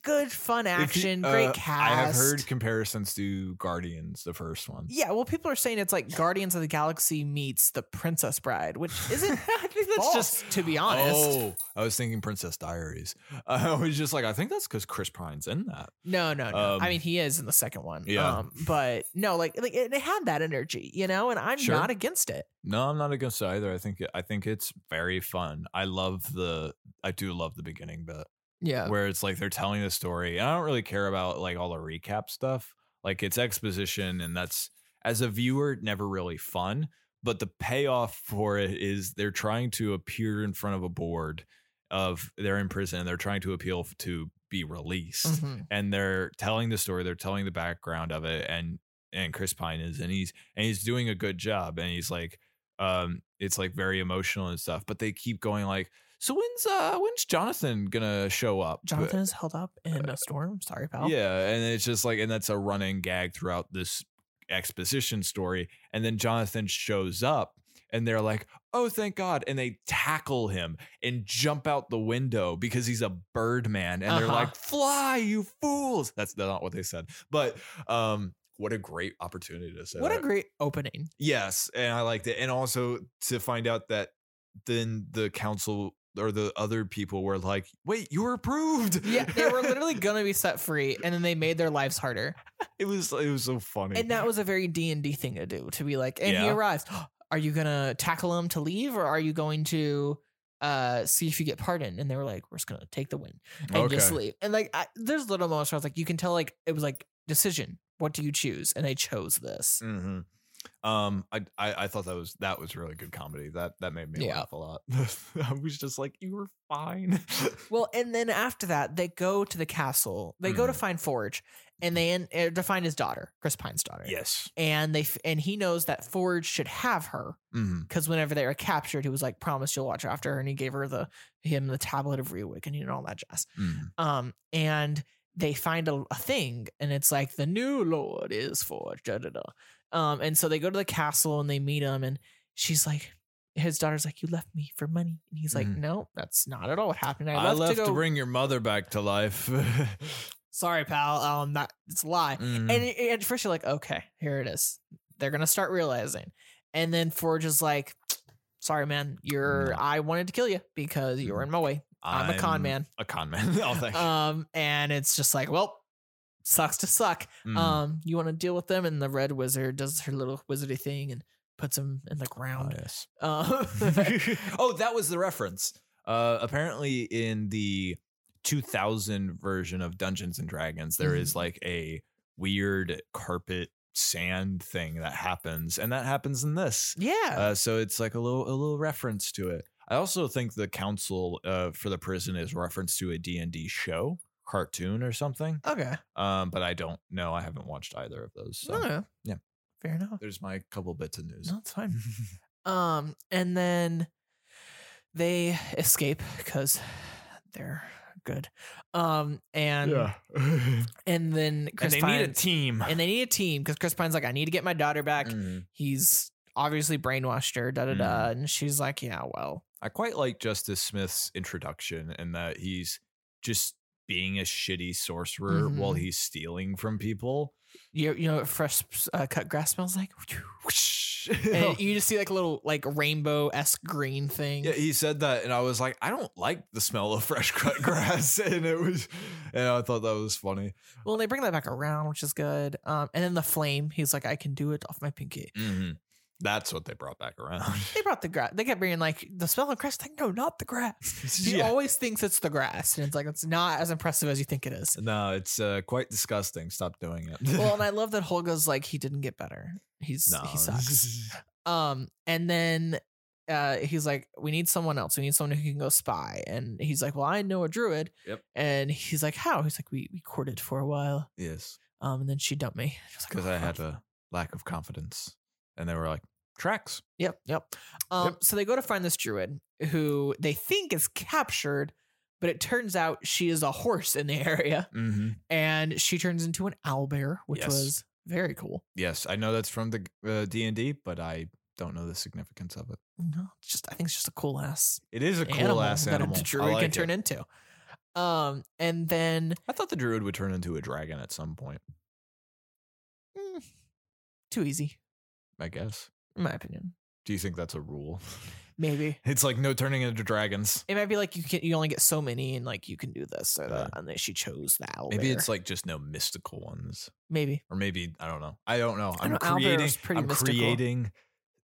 Speaker 3: good fun
Speaker 4: If you-
Speaker 3: action,
Speaker 4: uh,
Speaker 3: great cast.
Speaker 4: I have heard comparisons to Guardians, the first one.
Speaker 3: Yeah, well, people are saying it's like Guardians of the Galaxy meets The Princess Bride, which isn't.
Speaker 2: I think that's
Speaker 3: false,
Speaker 2: just
Speaker 3: to be honest.
Speaker 4: Oh, I was thinking Princess Diaries. I was just like, I think that's because Chris Pine's in that.
Speaker 3: No, no, no. I
Speaker 4: Um,
Speaker 3: mean, he is in the second one.
Speaker 4: yeah.
Speaker 3: Um, but no, like, like it, it had that energy, you know, and I'm
Speaker 4: Sure.
Speaker 3: not against it.
Speaker 4: No, I'm not against it either. I think I think it's very fun. I love the I do love the beginning bit
Speaker 3: Yeah.
Speaker 4: where it's like they're telling the story. And I don't really care about like all the recap stuff. Like it's exposition and that's as a viewer never really fun, but the payoff for it is they're trying to appear in front of a board of they're in prison and they're trying to appeal f- to be released
Speaker 3: Mhm.
Speaker 4: and they're telling the story they're telling the background of it and and chris pine is and he's and he's doing a good job and he's like um it's like very emotional and stuff but they keep going like so when's uh when's jonathan gonna show up
Speaker 3: Jonathan is held up in a storm. Sorry, pal.
Speaker 4: yeah and it's just like and that's a running gag throughout this exposition story and then jonathan shows up and they're like oh thank god and they tackle him and jump out the window because he's a birdman and they're
Speaker 2: Uh-huh.
Speaker 4: like fly you fools that's not what they said but um what a great opportunity to say
Speaker 3: What a
Speaker 4: that.
Speaker 3: great opening.
Speaker 4: Yes, and I liked it. And also to find out that then the council or the other people were like, "Wait, you were approved."
Speaker 3: Yeah, they were literally gonna be set free, and then they made their lives harder.
Speaker 4: it was it was so funny.
Speaker 3: And that was a very D and D thing to do. To be like, and he
Speaker 4: Yeah.
Speaker 3: arrives. Are you gonna tackle him to leave, or are you going to uh see if you get pardoned? And they were like, we're just gonna take the win and just leave. And like, I, there's little moments where I was like, you can tell like it was like decision. What do you choose? And they chose this.
Speaker 4: hmm Um, I, I I thought that was that was really good comedy. That that made me
Speaker 3: Yeah.
Speaker 4: laugh a lot. I was just like, "You were fine."
Speaker 3: Well, and then after that, they go to the castle. They go to
Speaker 4: Mhm.
Speaker 3: find Forge, and they en- uh, to find his daughter, Chris Pine's daughter.
Speaker 4: yes.
Speaker 3: And they f- and he knows that Forge should have her
Speaker 4: hmm
Speaker 3: because whenever they were captured, he was like, "Promise you'll watch after her," and he gave her the him the tablet of reawakening and all that jazz.
Speaker 4: mm-hmm.
Speaker 3: Um, and they find a, a thing, and it's like the new lord is Forge. Da, da, da. Um, and so they go to the castle and they meet him, and she's like. His daughter's like, you left me for money, and he's like,
Speaker 4: Mhm.
Speaker 3: no, that's not at all what happened. I
Speaker 4: I
Speaker 3: left,
Speaker 4: left
Speaker 3: to
Speaker 4: to,
Speaker 3: go
Speaker 4: bring your mother back to life.
Speaker 3: sorry, pal. Um, that it's a lie.
Speaker 4: Mhm.
Speaker 3: And it- at first you're like, okay, here it is. They're gonna start realizing. And then Forge is like, sorry, man, you're
Speaker 4: No.
Speaker 3: I wanted to kill you because you were in my way. I'm, a con man.
Speaker 4: A con man. oh, thank you.
Speaker 3: Um, and it's just like, well, sucks to suck.
Speaker 4: Mhm.
Speaker 3: Um, you want to deal with them, and the red wizard does her little wizardy thing and puts him in the
Speaker 4: Oh,
Speaker 3: ground.
Speaker 4: yes.
Speaker 3: Um,
Speaker 4: oh, that was the reference. Uh, apparently, in the 2000 version of Dungeons and Dragons, there
Speaker 3: Mm-hmm.
Speaker 4: is like a weird carpet sand thing that happens, and that happens in this.
Speaker 3: yeah.
Speaker 4: Uh, so it's like a little a little reference to it. I also think the council uh, for the prison is reference to a D and D show, cartoon or something.
Speaker 3: okay.
Speaker 4: Um, but I don't know. I haven't watched either of those. So
Speaker 3: Okay.
Speaker 4: yeah.
Speaker 3: Fair enough.
Speaker 4: there's my couple bits of news.
Speaker 3: No, it's fine. Um, and then they escape because they're good. Um, and and then
Speaker 4: and
Speaker 3: Chris
Speaker 4: they
Speaker 3: Pine,
Speaker 4: need a team.
Speaker 3: and they need a team because Chris Pine's like, I need to get my daughter back.
Speaker 4: Mhm.
Speaker 3: He's obviously brainwashed her, da da da,
Speaker 4: Mm-hmm.
Speaker 3: and she's like, Yeah, well,
Speaker 4: I quite like Justice Smith's introduction and that he's just being a shitty sorcerer while
Speaker 3: Mhm.
Speaker 4: he's stealing from people.
Speaker 3: you you know, what fresh uh, cut grass smells like,
Speaker 4: Whoosh.
Speaker 3: and you just see like a little like rainbow esque green thing.
Speaker 4: yeah, he said that, and I was like, I don't like the smell of fresh cut grass, and it was, and I thought that was funny.
Speaker 3: Well, they bring that back around, which is good. Um, and then the flame, he's like, I can do it off my pinky.
Speaker 4: Mhm. That's what they brought back around.
Speaker 3: They brought the grass. They kept being like, the smell of grass. Like, no, not the grass. He
Speaker 4: Yeah.
Speaker 3: always thinks it's the grass, and it's like it's not as impressive as you think it is.
Speaker 4: No, it's uh, quite disgusting. Stop doing it.
Speaker 3: Well, and I love that Holga's like he didn't get better. He's
Speaker 4: no,
Speaker 3: he sucks. Um, and then uh, he's like, we need someone else. We need someone who can go spy. And he's like, well, I know a druid.
Speaker 4: Yep.
Speaker 3: And he's like, how? He's like, we we courted for a while.
Speaker 4: Yes,
Speaker 3: Um, and then she dumped me. I was like,
Speaker 4: because
Speaker 3: "Oh,
Speaker 4: I had
Speaker 3: fuck."
Speaker 4: a lack of confidence, and they were like tracks.
Speaker 3: Yep, yep. Um,
Speaker 4: Yep.
Speaker 3: So they go to find this druid who they think is captured, but it turns out she is a horse in the area,
Speaker 4: Mm-hmm.
Speaker 3: and she turns into an owl bear, which
Speaker 4: Yes.
Speaker 3: was very cool.
Speaker 4: Yes, I know that's from the uh, D and D, but I don't know the significance of it.
Speaker 3: No, it's just I think it's just a cool ass
Speaker 4: It is a cool
Speaker 3: animal
Speaker 4: ass
Speaker 3: that
Speaker 4: animal.
Speaker 3: a druid can turn into. Um, and then
Speaker 4: I thought the druid would turn into a dragon at some point.
Speaker 3: mm, too easy,
Speaker 4: I guess.
Speaker 3: in my opinion.
Speaker 4: Do you think that's a rule?
Speaker 3: Maybe
Speaker 4: It's like no turning into dragons.
Speaker 3: it might be like you can you only get so many, and like you can do this or
Speaker 4: Yeah.
Speaker 3: that, unless she chose the owl.
Speaker 4: Maybe it's like just no mystical ones,
Speaker 3: maybe
Speaker 4: or maybe I don't know. I don't know.
Speaker 3: I
Speaker 4: I'm
Speaker 3: know Albero's
Speaker 4: creating.
Speaker 3: pretty
Speaker 4: I'm
Speaker 3: mystical.
Speaker 4: creating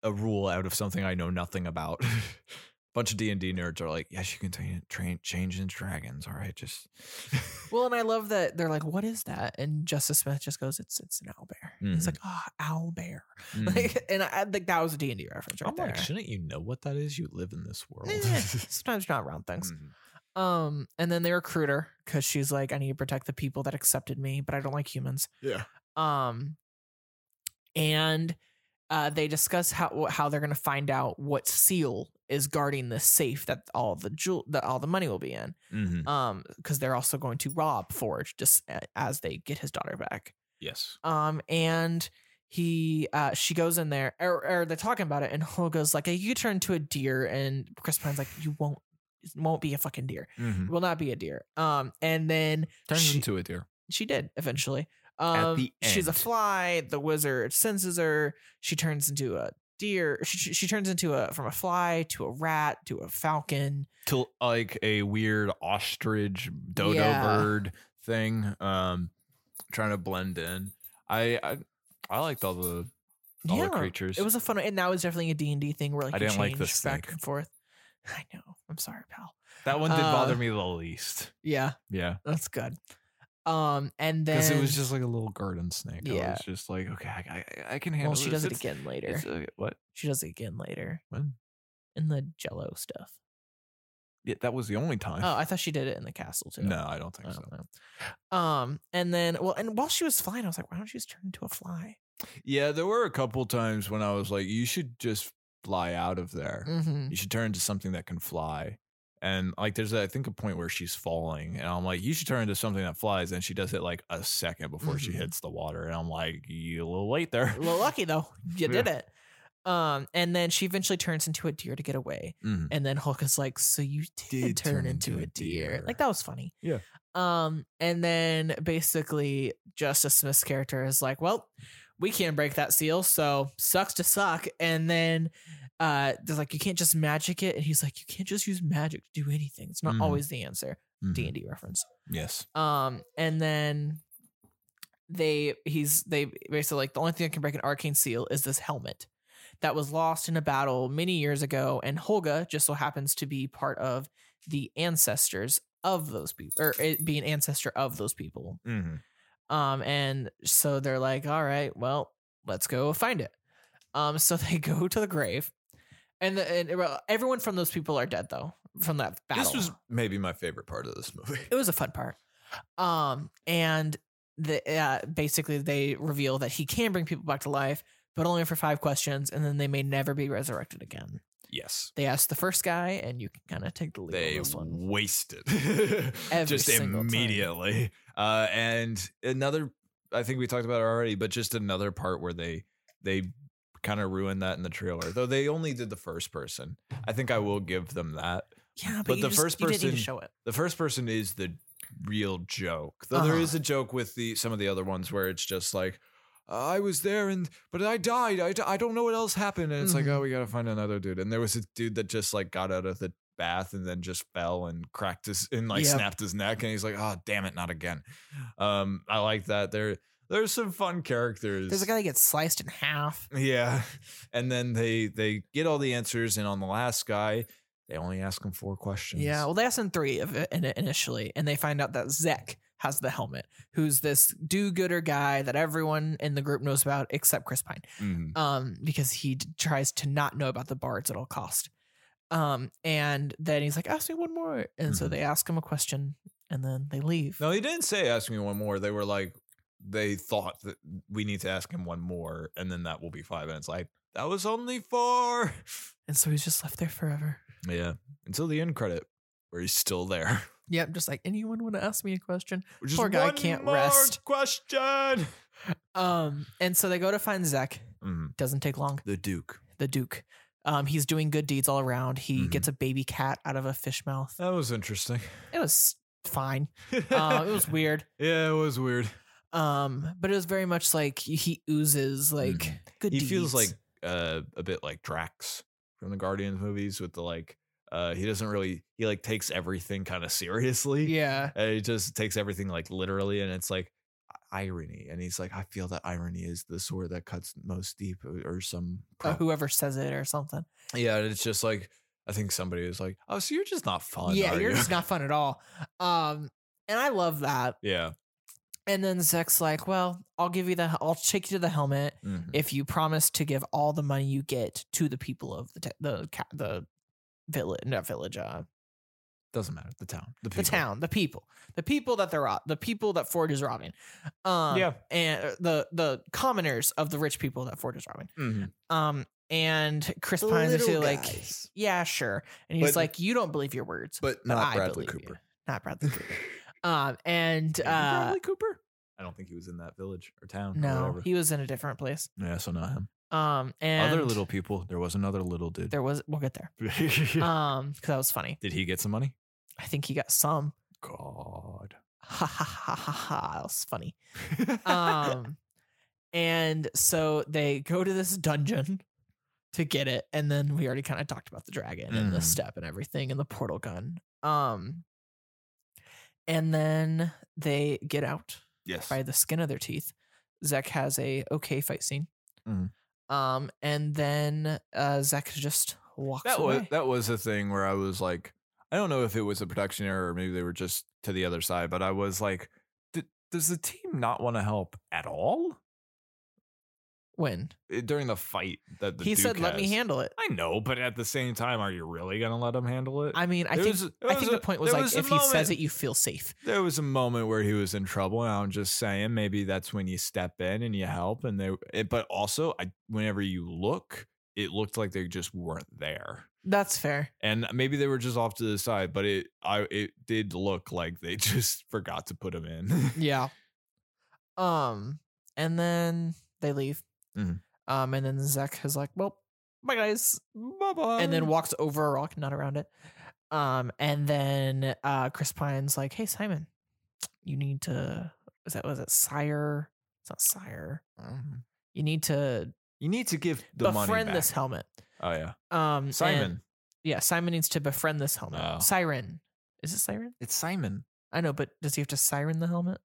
Speaker 4: a rule out of something I know nothing about. Bunch of D and D nerds are like, yes, you can train, train, change into dragons. All right, just
Speaker 3: Well, and I love that they're like, "What is that?" And Justice Smith just goes, "It's it's an owl bear." It's
Speaker 4: Mhm.
Speaker 3: like, "Ah, owl bear."
Speaker 4: Mm.
Speaker 3: Like, and I, I think that was a D and D reference right
Speaker 4: I'm
Speaker 3: there.
Speaker 4: like, shouldn't you know what that is? You live in this world.
Speaker 3: Eh, sometimes you're not around things.
Speaker 4: Mhm.
Speaker 3: Um, and then the recruiter, because she's like, "I need to protect the people that accepted me, but I don't like humans."
Speaker 1: Yeah.
Speaker 3: Um, and uh, they discuss how how they're going to find out what seal E is guarding the safe that all the jewel that all the money will be in.
Speaker 4: Mhm.
Speaker 3: Um, because they're also going to rob Forge just a- as they get his daughter back.
Speaker 4: Yes.
Speaker 3: um and he uh she goes in there or, or they're talking about it and Ho goes like you could turn into a deer and Chris Pine's like you won't it won't be a fucking deer
Speaker 4: Mhm.
Speaker 3: will not be a deer um and then
Speaker 4: Turns
Speaker 3: she,
Speaker 4: into a deer.
Speaker 3: she did eventually um
Speaker 4: the
Speaker 3: she's a
Speaker 4: end.
Speaker 3: fly the wizard senses her she turns into a deer she, she, she turns into a from a fly to a rat to a falcon
Speaker 4: to like a weird ostrich dodo
Speaker 3: Yeah.
Speaker 4: bird thing um trying to blend in i i, I liked all the all the creatures
Speaker 3: it was a fun and that was definitely a D&D thing where like
Speaker 4: I
Speaker 3: you
Speaker 4: didn't like
Speaker 3: change
Speaker 4: the
Speaker 3: back
Speaker 4: snake.
Speaker 3: and forth I know I'm sorry pal
Speaker 4: that one did bother
Speaker 3: uh,
Speaker 4: me the least
Speaker 3: yeah
Speaker 4: yeah
Speaker 3: That's good. Um, and then
Speaker 4: because it was just like a little garden snake yeah. i
Speaker 3: Yeah.
Speaker 4: was just like okay i, I, I can handle
Speaker 3: well, she
Speaker 4: this.
Speaker 3: does it
Speaker 4: It's-
Speaker 3: again later.
Speaker 4: it's, uh, what
Speaker 3: She does it again later
Speaker 4: when
Speaker 3: in the Jello stuff.
Speaker 4: yeah, that was the only time
Speaker 3: Oh, I Oh. thought she did it in the castle too.
Speaker 4: no i don't think
Speaker 3: I
Speaker 4: so
Speaker 3: don't know. Um, and then well, and while she was flying, I was like, why don't you just turn into a fly?
Speaker 4: yeah there were a couple times when i was like you should just fly out of there
Speaker 3: Mm-hmm.
Speaker 4: you should turn into something that can fly. And like, there's I think a point where she's falling, and I'm like, you should turn into something that flies. And she does it like a second before she
Speaker 3: Mhm.
Speaker 4: hits the water, and I'm like, you a little late there.
Speaker 3: A little lucky though,
Speaker 4: Yeah.
Speaker 3: you did it. Um, and then she eventually turns into a deer to get away.
Speaker 4: Mhm.
Speaker 3: And then Hulk is like, "So you
Speaker 4: Did
Speaker 3: did, turn, into, a deer. Like that was funny.
Speaker 4: Yeah.
Speaker 3: Um, and then basically Justice Smith's character is like, "Well, we can't break that seal, so sucks to suck." And then uh, they're like, "You can't just magic it," and he's like, "You can't just use magic to do anything. It's not
Speaker 4: Mhm.
Speaker 3: always the answer."
Speaker 4: Mhm.
Speaker 3: D and D reference.
Speaker 4: Yes.
Speaker 3: Um, and then they he's they basically like the only thing that can break an arcane seal is this helmet that was lost in a battle many years ago, and Holga just so happens to be part of the ancestors of those people, or it be an ancestor of those people.
Speaker 4: Mm-hmm.
Speaker 3: Um, and so they're like, all right, well, let's go find it. Um, so they go to the grave, and the, and well, everyone from those people are dead though from that battle
Speaker 4: This was maybe my favorite part of this movie.
Speaker 3: it was a fun part. Um, and the uh, basically they reveal that he can bring people back to life, but only for five questions, and then they may never be resurrected again.
Speaker 4: Yes.
Speaker 3: They ask the first guy, and you can kind of take the lead on
Speaker 4: They
Speaker 3: this one.
Speaker 4: wasted
Speaker 3: Every
Speaker 4: just
Speaker 3: single time.
Speaker 4: immediately. Uh, and another, I think we talked about it already, but just another part where they they kind of ruined that in the trailer. Though they only did the first person. I think I will give them that.
Speaker 3: Yeah, but,
Speaker 4: But
Speaker 3: you
Speaker 4: the
Speaker 3: just-
Speaker 4: first
Speaker 3: you didn't need to
Speaker 4: person-
Speaker 3: show it.
Speaker 4: The first person is the real joke. Though there
Speaker 3: Uh-huh.
Speaker 4: is a joke with the some of the other ones where it's just like I was there and but I died. I, di- I don't know what else happened. And it's like,
Speaker 3: Mhm.
Speaker 4: oh, we gotta find another dude. And there was a dude that just like got out of the bath and then just fell and cracked his and like
Speaker 3: Yep.
Speaker 4: snapped his neck. And he's like, oh damn it, not again. Um, I like that. There there's some fun characters.
Speaker 3: There's a guy that gets sliced in half.
Speaker 4: Yeah. And then they they get all the answers, and on the last guy, they only ask him four questions.
Speaker 3: Yeah, well, they asked him three of it in it initially, and they find out that Zek has the helmet, who's this do-gooder guy that everyone in the group knows about except Chris Pine.
Speaker 4: Mhm.
Speaker 3: um, because he d- tries to not know about the bards at all cost. Um, and then he's like, "Ask me one more," and so
Speaker 4: Mhm.
Speaker 3: they ask him a question, and then they leave.
Speaker 4: No, he didn't say ask me one more. They were like, they thought that we need to ask him one more, and then that will be five. And it's like, that was only four.
Speaker 3: And so he's just left there forever.
Speaker 4: Yeah. Until the end credit, where he's still there.
Speaker 3: Yep, just like anyone want to ask me a question.
Speaker 4: Which is
Speaker 3: Poor guy
Speaker 4: one
Speaker 3: can't
Speaker 4: more
Speaker 3: rest.
Speaker 4: Question.
Speaker 3: Um, and so they go to find Zek.
Speaker 4: Mhm.
Speaker 3: Doesn't take long.
Speaker 4: The Duke.
Speaker 3: Mm-hmm. The Duke, um, he's doing good deeds all around. He
Speaker 4: Mhm.
Speaker 3: gets a baby cat out of a fish mouth.
Speaker 4: That was interesting.
Speaker 3: It was fine. Um, it was weird.
Speaker 4: yeah, it was weird.
Speaker 3: Um, but it was very much like he oozes like
Speaker 4: Mhm.
Speaker 3: good.
Speaker 4: he feels like
Speaker 3: deeds.
Speaker 4: uh, a bit like Drax from the Guardians movies with the like uh, he doesn't really he like takes everything kind of seriously.
Speaker 3: yeah,
Speaker 4: And he just takes everything like literally and it's like irony and he's like I feel that irony is the sword that cuts most deep uh, or, or some
Speaker 3: or
Speaker 4: prob-
Speaker 3: whoever says it or something.
Speaker 4: Yeah, and it's just like I think somebody was like, "Oh, so you're just not fun."
Speaker 3: yeah,
Speaker 4: are
Speaker 3: you're
Speaker 4: you?"
Speaker 3: just not fun at all. Um, and I love that.
Speaker 4: yeah.
Speaker 3: And then Zek's like, well, I'll give you the, I'll take you to the helmet
Speaker 4: mhm.
Speaker 3: if you promise to give all the money you get to the people of the t- the ca- the village, not village, uh,
Speaker 4: Doesn't matter. The town. The,
Speaker 3: the
Speaker 4: people.
Speaker 3: town, the people, the people that they're rob- the people that Ford is robbing, um,
Speaker 4: Yeah.
Speaker 3: and uh, the the commoners of the rich people that Ford is robbing,
Speaker 4: Mhm.
Speaker 3: um, and Chris Pine's actually like, yeah, sure, and he's
Speaker 1: But-
Speaker 3: like, you don't believe your words,
Speaker 1: but
Speaker 3: but
Speaker 1: not
Speaker 3: I
Speaker 1: Bradley
Speaker 3: believe you."
Speaker 1: Cooper.
Speaker 3: not Bradley Cooper, um, and uh,
Speaker 4: Bradley Cooper. I don't think he was in that village or town. or
Speaker 3: no,
Speaker 4: whatever.
Speaker 3: he was in a different place,
Speaker 4: yeah, so not him.
Speaker 3: um, and
Speaker 4: other little people. There was another little dude.
Speaker 3: there was we'll get there, um, because that was funny.
Speaker 4: Did he get some money?
Speaker 3: I think he got some.
Speaker 4: God.
Speaker 3: ha ha ha ha ha. That was funny. Um, and so they go to this dungeon to get it, and then we already kind of talked about the dragon and the
Speaker 4: Mhm.
Speaker 3: step and everything and the portal gun. Um, and then they get out
Speaker 4: yes.
Speaker 3: by the skin of their teeth. Zek has a okay fight scene.
Speaker 4: Mhm.
Speaker 3: Um, and then uh, Zek just walks
Speaker 4: that
Speaker 3: away.
Speaker 4: was that was a thing where I was like, I don't know if it was a production error or maybe they were just to the other side, but I was like, "D- does the team not want to help at all
Speaker 3: when
Speaker 4: Eh, during the fight that the
Speaker 3: he
Speaker 4: Duke
Speaker 3: said, "Let me
Speaker 4: has.
Speaker 3: handle it."
Speaker 4: I know, but at the same time, are you really gonna let him handle it?
Speaker 3: I mean, I
Speaker 4: There
Speaker 3: think
Speaker 4: was a- there
Speaker 3: I think
Speaker 4: was
Speaker 3: the
Speaker 4: a-
Speaker 3: point was
Speaker 4: there
Speaker 3: like
Speaker 4: was a
Speaker 3: if he says
Speaker 4: moment-
Speaker 3: it, you feel safe.
Speaker 4: There was a moment where he was in trouble, and I'm just saying maybe that's when you step in and you help. And they, it, but also, I whenever you look, it looked like they just weren't there,
Speaker 3: That's fair.
Speaker 4: and maybe they were just off to the side. But it, I, it did look like they just forgot to put him in.
Speaker 3: Yeah. Um, and then they leave.
Speaker 4: Mhm.
Speaker 3: Um, and then Zek is like, "Well, bye guys,"
Speaker 4: bye bye.
Speaker 3: and then walks over a rock, not around it. Um, and then uh, Chris Pine's like, "Hey Simon, you need to is that was it Sire? It's not Sire. You need to
Speaker 4: you need to give Mm-hmm. the money
Speaker 3: befriend
Speaker 4: back.
Speaker 3: this helmet."
Speaker 4: Oh yeah,
Speaker 3: Um, and-
Speaker 4: Simon.
Speaker 3: yeah, Simon needs to befriend this helmet.
Speaker 4: Oh.
Speaker 3: Siren. Is it Siren?
Speaker 4: It's Simon.
Speaker 3: I know, but does he have to siren the helmet?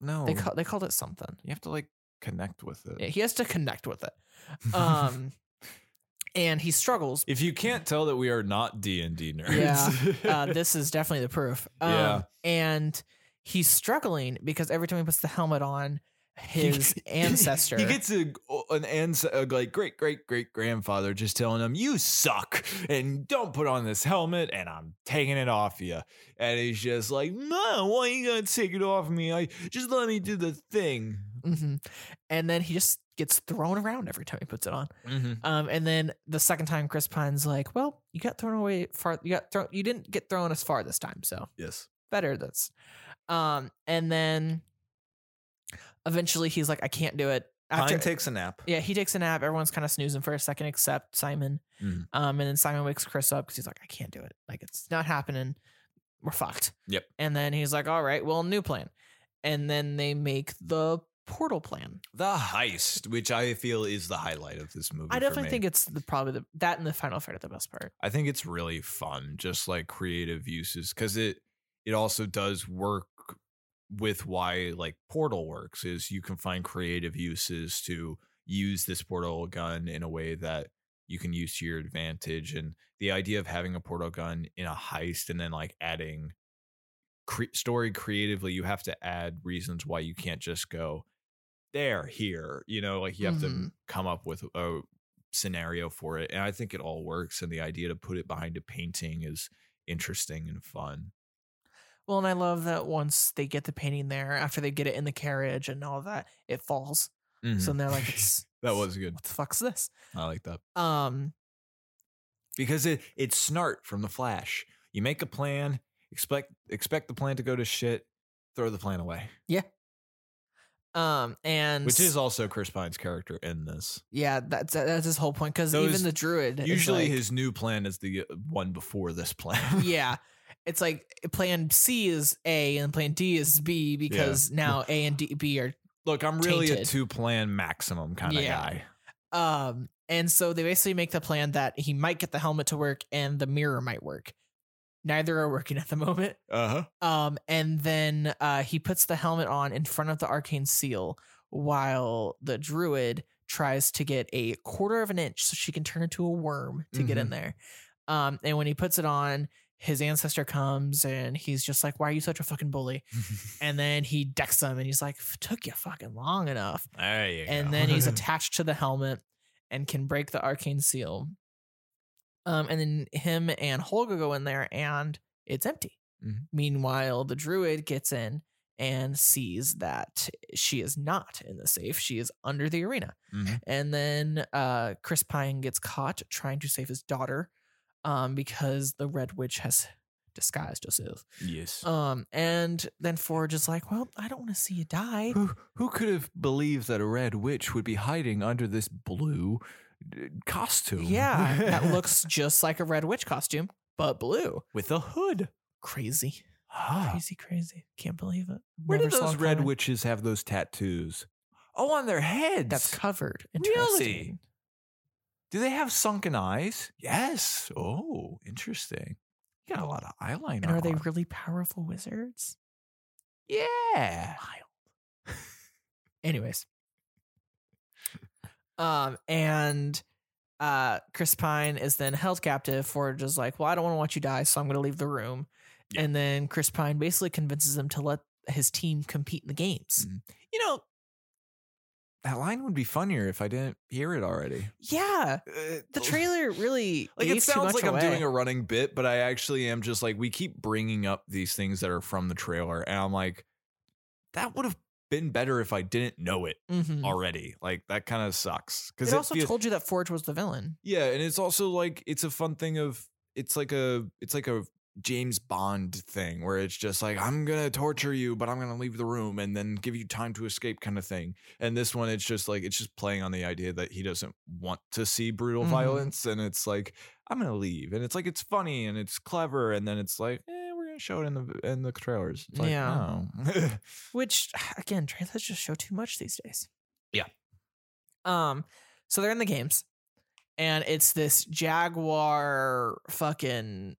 Speaker 4: No,
Speaker 3: They call, they called it something.
Speaker 4: you have to like connect with it.
Speaker 3: Yeah, he has to connect with it. Um, and he struggles.
Speaker 4: if you can't tell that we are not D and D nerds,
Speaker 3: Uh, this is definitely the proof. Um,
Speaker 4: Yeah.
Speaker 3: And he's struggling because every time he puts the helmet on,
Speaker 4: He-
Speaker 3: his
Speaker 4: he-
Speaker 3: ancestor.
Speaker 4: He gets a, an ans- a, like great great great grandfather just telling him, "You suck, and don't put on this helmet, and I'm taking it off you." And he's just like, "No, why you gonna take it off me? I just let me do the thing."
Speaker 3: Mhm. And then he just gets thrown around every time he puts it on. Um, and then the second time, Chris Pine's like, "Well, you got thrown away far. You got thrown. You didn't get thrown as far this time, so
Speaker 4: Yes.
Speaker 3: better this." Um, and then eventually he's like, "I can't do it."
Speaker 4: Pine takes a nap.
Speaker 3: yeah, he takes a nap. Everyone's kind of snoozing for a second, except Simon.
Speaker 4: Mhm.
Speaker 3: Um, and then Simon wakes Chris up because he's like, "I can't do it. Like it's not happening. We're fucked."
Speaker 4: Yep.
Speaker 3: And then he's like, "All right, well, new plan." And then they make the portal plan.
Speaker 4: The heist, which I feel is the highlight of this movie.
Speaker 3: I
Speaker 4: for
Speaker 3: definitely
Speaker 4: me.
Speaker 3: think it's the probably the that and the final fight are the best part.
Speaker 4: I think it's really fun, just like creative uses, because it it also does work with why like Portal works is you can find creative uses to use this portal gun in a way that you can use to your advantage, and the idea of having a portal gun in a heist and then like adding cre- story creatively, you have to add reasons why you can't just go there here, you know, like you have to
Speaker 3: Mhm.
Speaker 4: come up with a scenario for it. And I think it all works. And the idea to put it behind a painting is interesting and fun.
Speaker 3: Well, and I love that once they get the painting there, after they get it in the carriage and all that, it falls. So then they're like, it's,
Speaker 4: Mm-hmm. that was good.
Speaker 3: "What the fuck's this?"
Speaker 4: I like that
Speaker 3: Um,
Speaker 4: because it it's snart from the Flash. You make a plan, expect expect the plan to go to shit, throw the plan away,
Speaker 3: um, and
Speaker 4: which is also Chris Pine's character in this.
Speaker 3: yeah, that's that's his whole point because even
Speaker 4: Those-
Speaker 3: the druid is
Speaker 4: Usually,
Speaker 3: like-
Speaker 4: his new plan is the uh, one before this plan.
Speaker 3: yeah, it's like eh, plan C is A and plan D is B because now A and D B are
Speaker 4: Look, I'm really a
Speaker 3: Tainted.
Speaker 4: two plan maximum kind of
Speaker 3: Yeah.
Speaker 4: guy.
Speaker 3: um and so they basically make the plan that he might get the helmet to work and the mirror might work. Neither are working at the moment.
Speaker 4: Uh huh.
Speaker 3: Um and then uh he puts the helmet on in front of the arcane seal while the druid tries to get a quarter of an inch so she can turn into a worm to get in there. Um and when he puts it on his ancestor comes and he's just like, "Why are you such a fucking bully?" and then he decks him and he's like took you fucking long enough
Speaker 4: There you
Speaker 3: and
Speaker 4: go.
Speaker 3: then he's attached to the helmet and can break the arcane seal um and then him and holga go in there and it's empty
Speaker 4: Mhm.
Speaker 3: meanwhile the druid gets in and sees that she is not in the safe she is under the arena
Speaker 4: Mhm.
Speaker 3: and then uh chris pine gets caught trying to save his daughter um because the red witch has disguised herself
Speaker 4: yes.
Speaker 3: um, and then Forge is like, "Well, I don't want to see you die."
Speaker 4: who who could have believed that a red witch would be hiding under this blue uh, costume?
Speaker 3: Yeah, that looks just like a Red Witch costume, but blue.
Speaker 4: with a hood.
Speaker 3: Crazy,
Speaker 4: Ah.
Speaker 3: crazy, crazy. Can't believe it.
Speaker 4: Where did
Speaker 3: Never saw
Speaker 4: those
Speaker 3: it
Speaker 4: red
Speaker 3: coming.
Speaker 4: witches have those tattoos? Oh, on their heads.
Speaker 3: That's covered.
Speaker 4: Really?
Speaker 3: Interesting.
Speaker 4: Do they have sunken eyes? Yes. Oh, interesting. You got a lot of eyeliner.
Speaker 3: And are they
Speaker 4: on.
Speaker 3: really powerful wizards?
Speaker 4: Yeah.
Speaker 3: Anyways, um, and uh, Chris Pine is then held captive. Forge is like, "Well, I don't want to watch you die, so I'm going to leave the room."
Speaker 4: Yeah.
Speaker 3: And then Chris Pine basically convinces him to let his team compete in the games.
Speaker 4: You know, that line would be funnier if I didn't hear it already.
Speaker 3: Yeah, the
Speaker 4: Uh,
Speaker 3: trailer really
Speaker 4: Like
Speaker 3: gave
Speaker 4: it
Speaker 3: too
Speaker 4: sounds
Speaker 3: much
Speaker 4: like I'm
Speaker 3: away.
Speaker 4: doing a running bit, but I actually am just like we keep bringing up these things that are from the trailer, and I'm like, that would have been better if I didn't know it
Speaker 3: Mhm.
Speaker 4: already. Like that kind of sucks
Speaker 3: It,
Speaker 4: because
Speaker 3: also told you that Forge was the villain.
Speaker 4: yeah, and it's also like it's a fun thing of it's like a it's like a James Bond thing where it's just like I'm gonna torture you, but I'm gonna leave the room and then give you time to escape kind of thing. And this one, it's just like it's just playing on the idea that he doesn't want to see brutal
Speaker 3: Mhm.
Speaker 4: violence, and it's like I'm gonna leave, and it's like it's funny and it's clever, and then it's like eh, we're gonna show it in the in the trailers. It's like,
Speaker 3: Yeah.
Speaker 4: no.
Speaker 3: Which again, trailers just show too much these days.
Speaker 4: Yeah.
Speaker 3: Um, so they're in the games, and it's this Jaguar fucking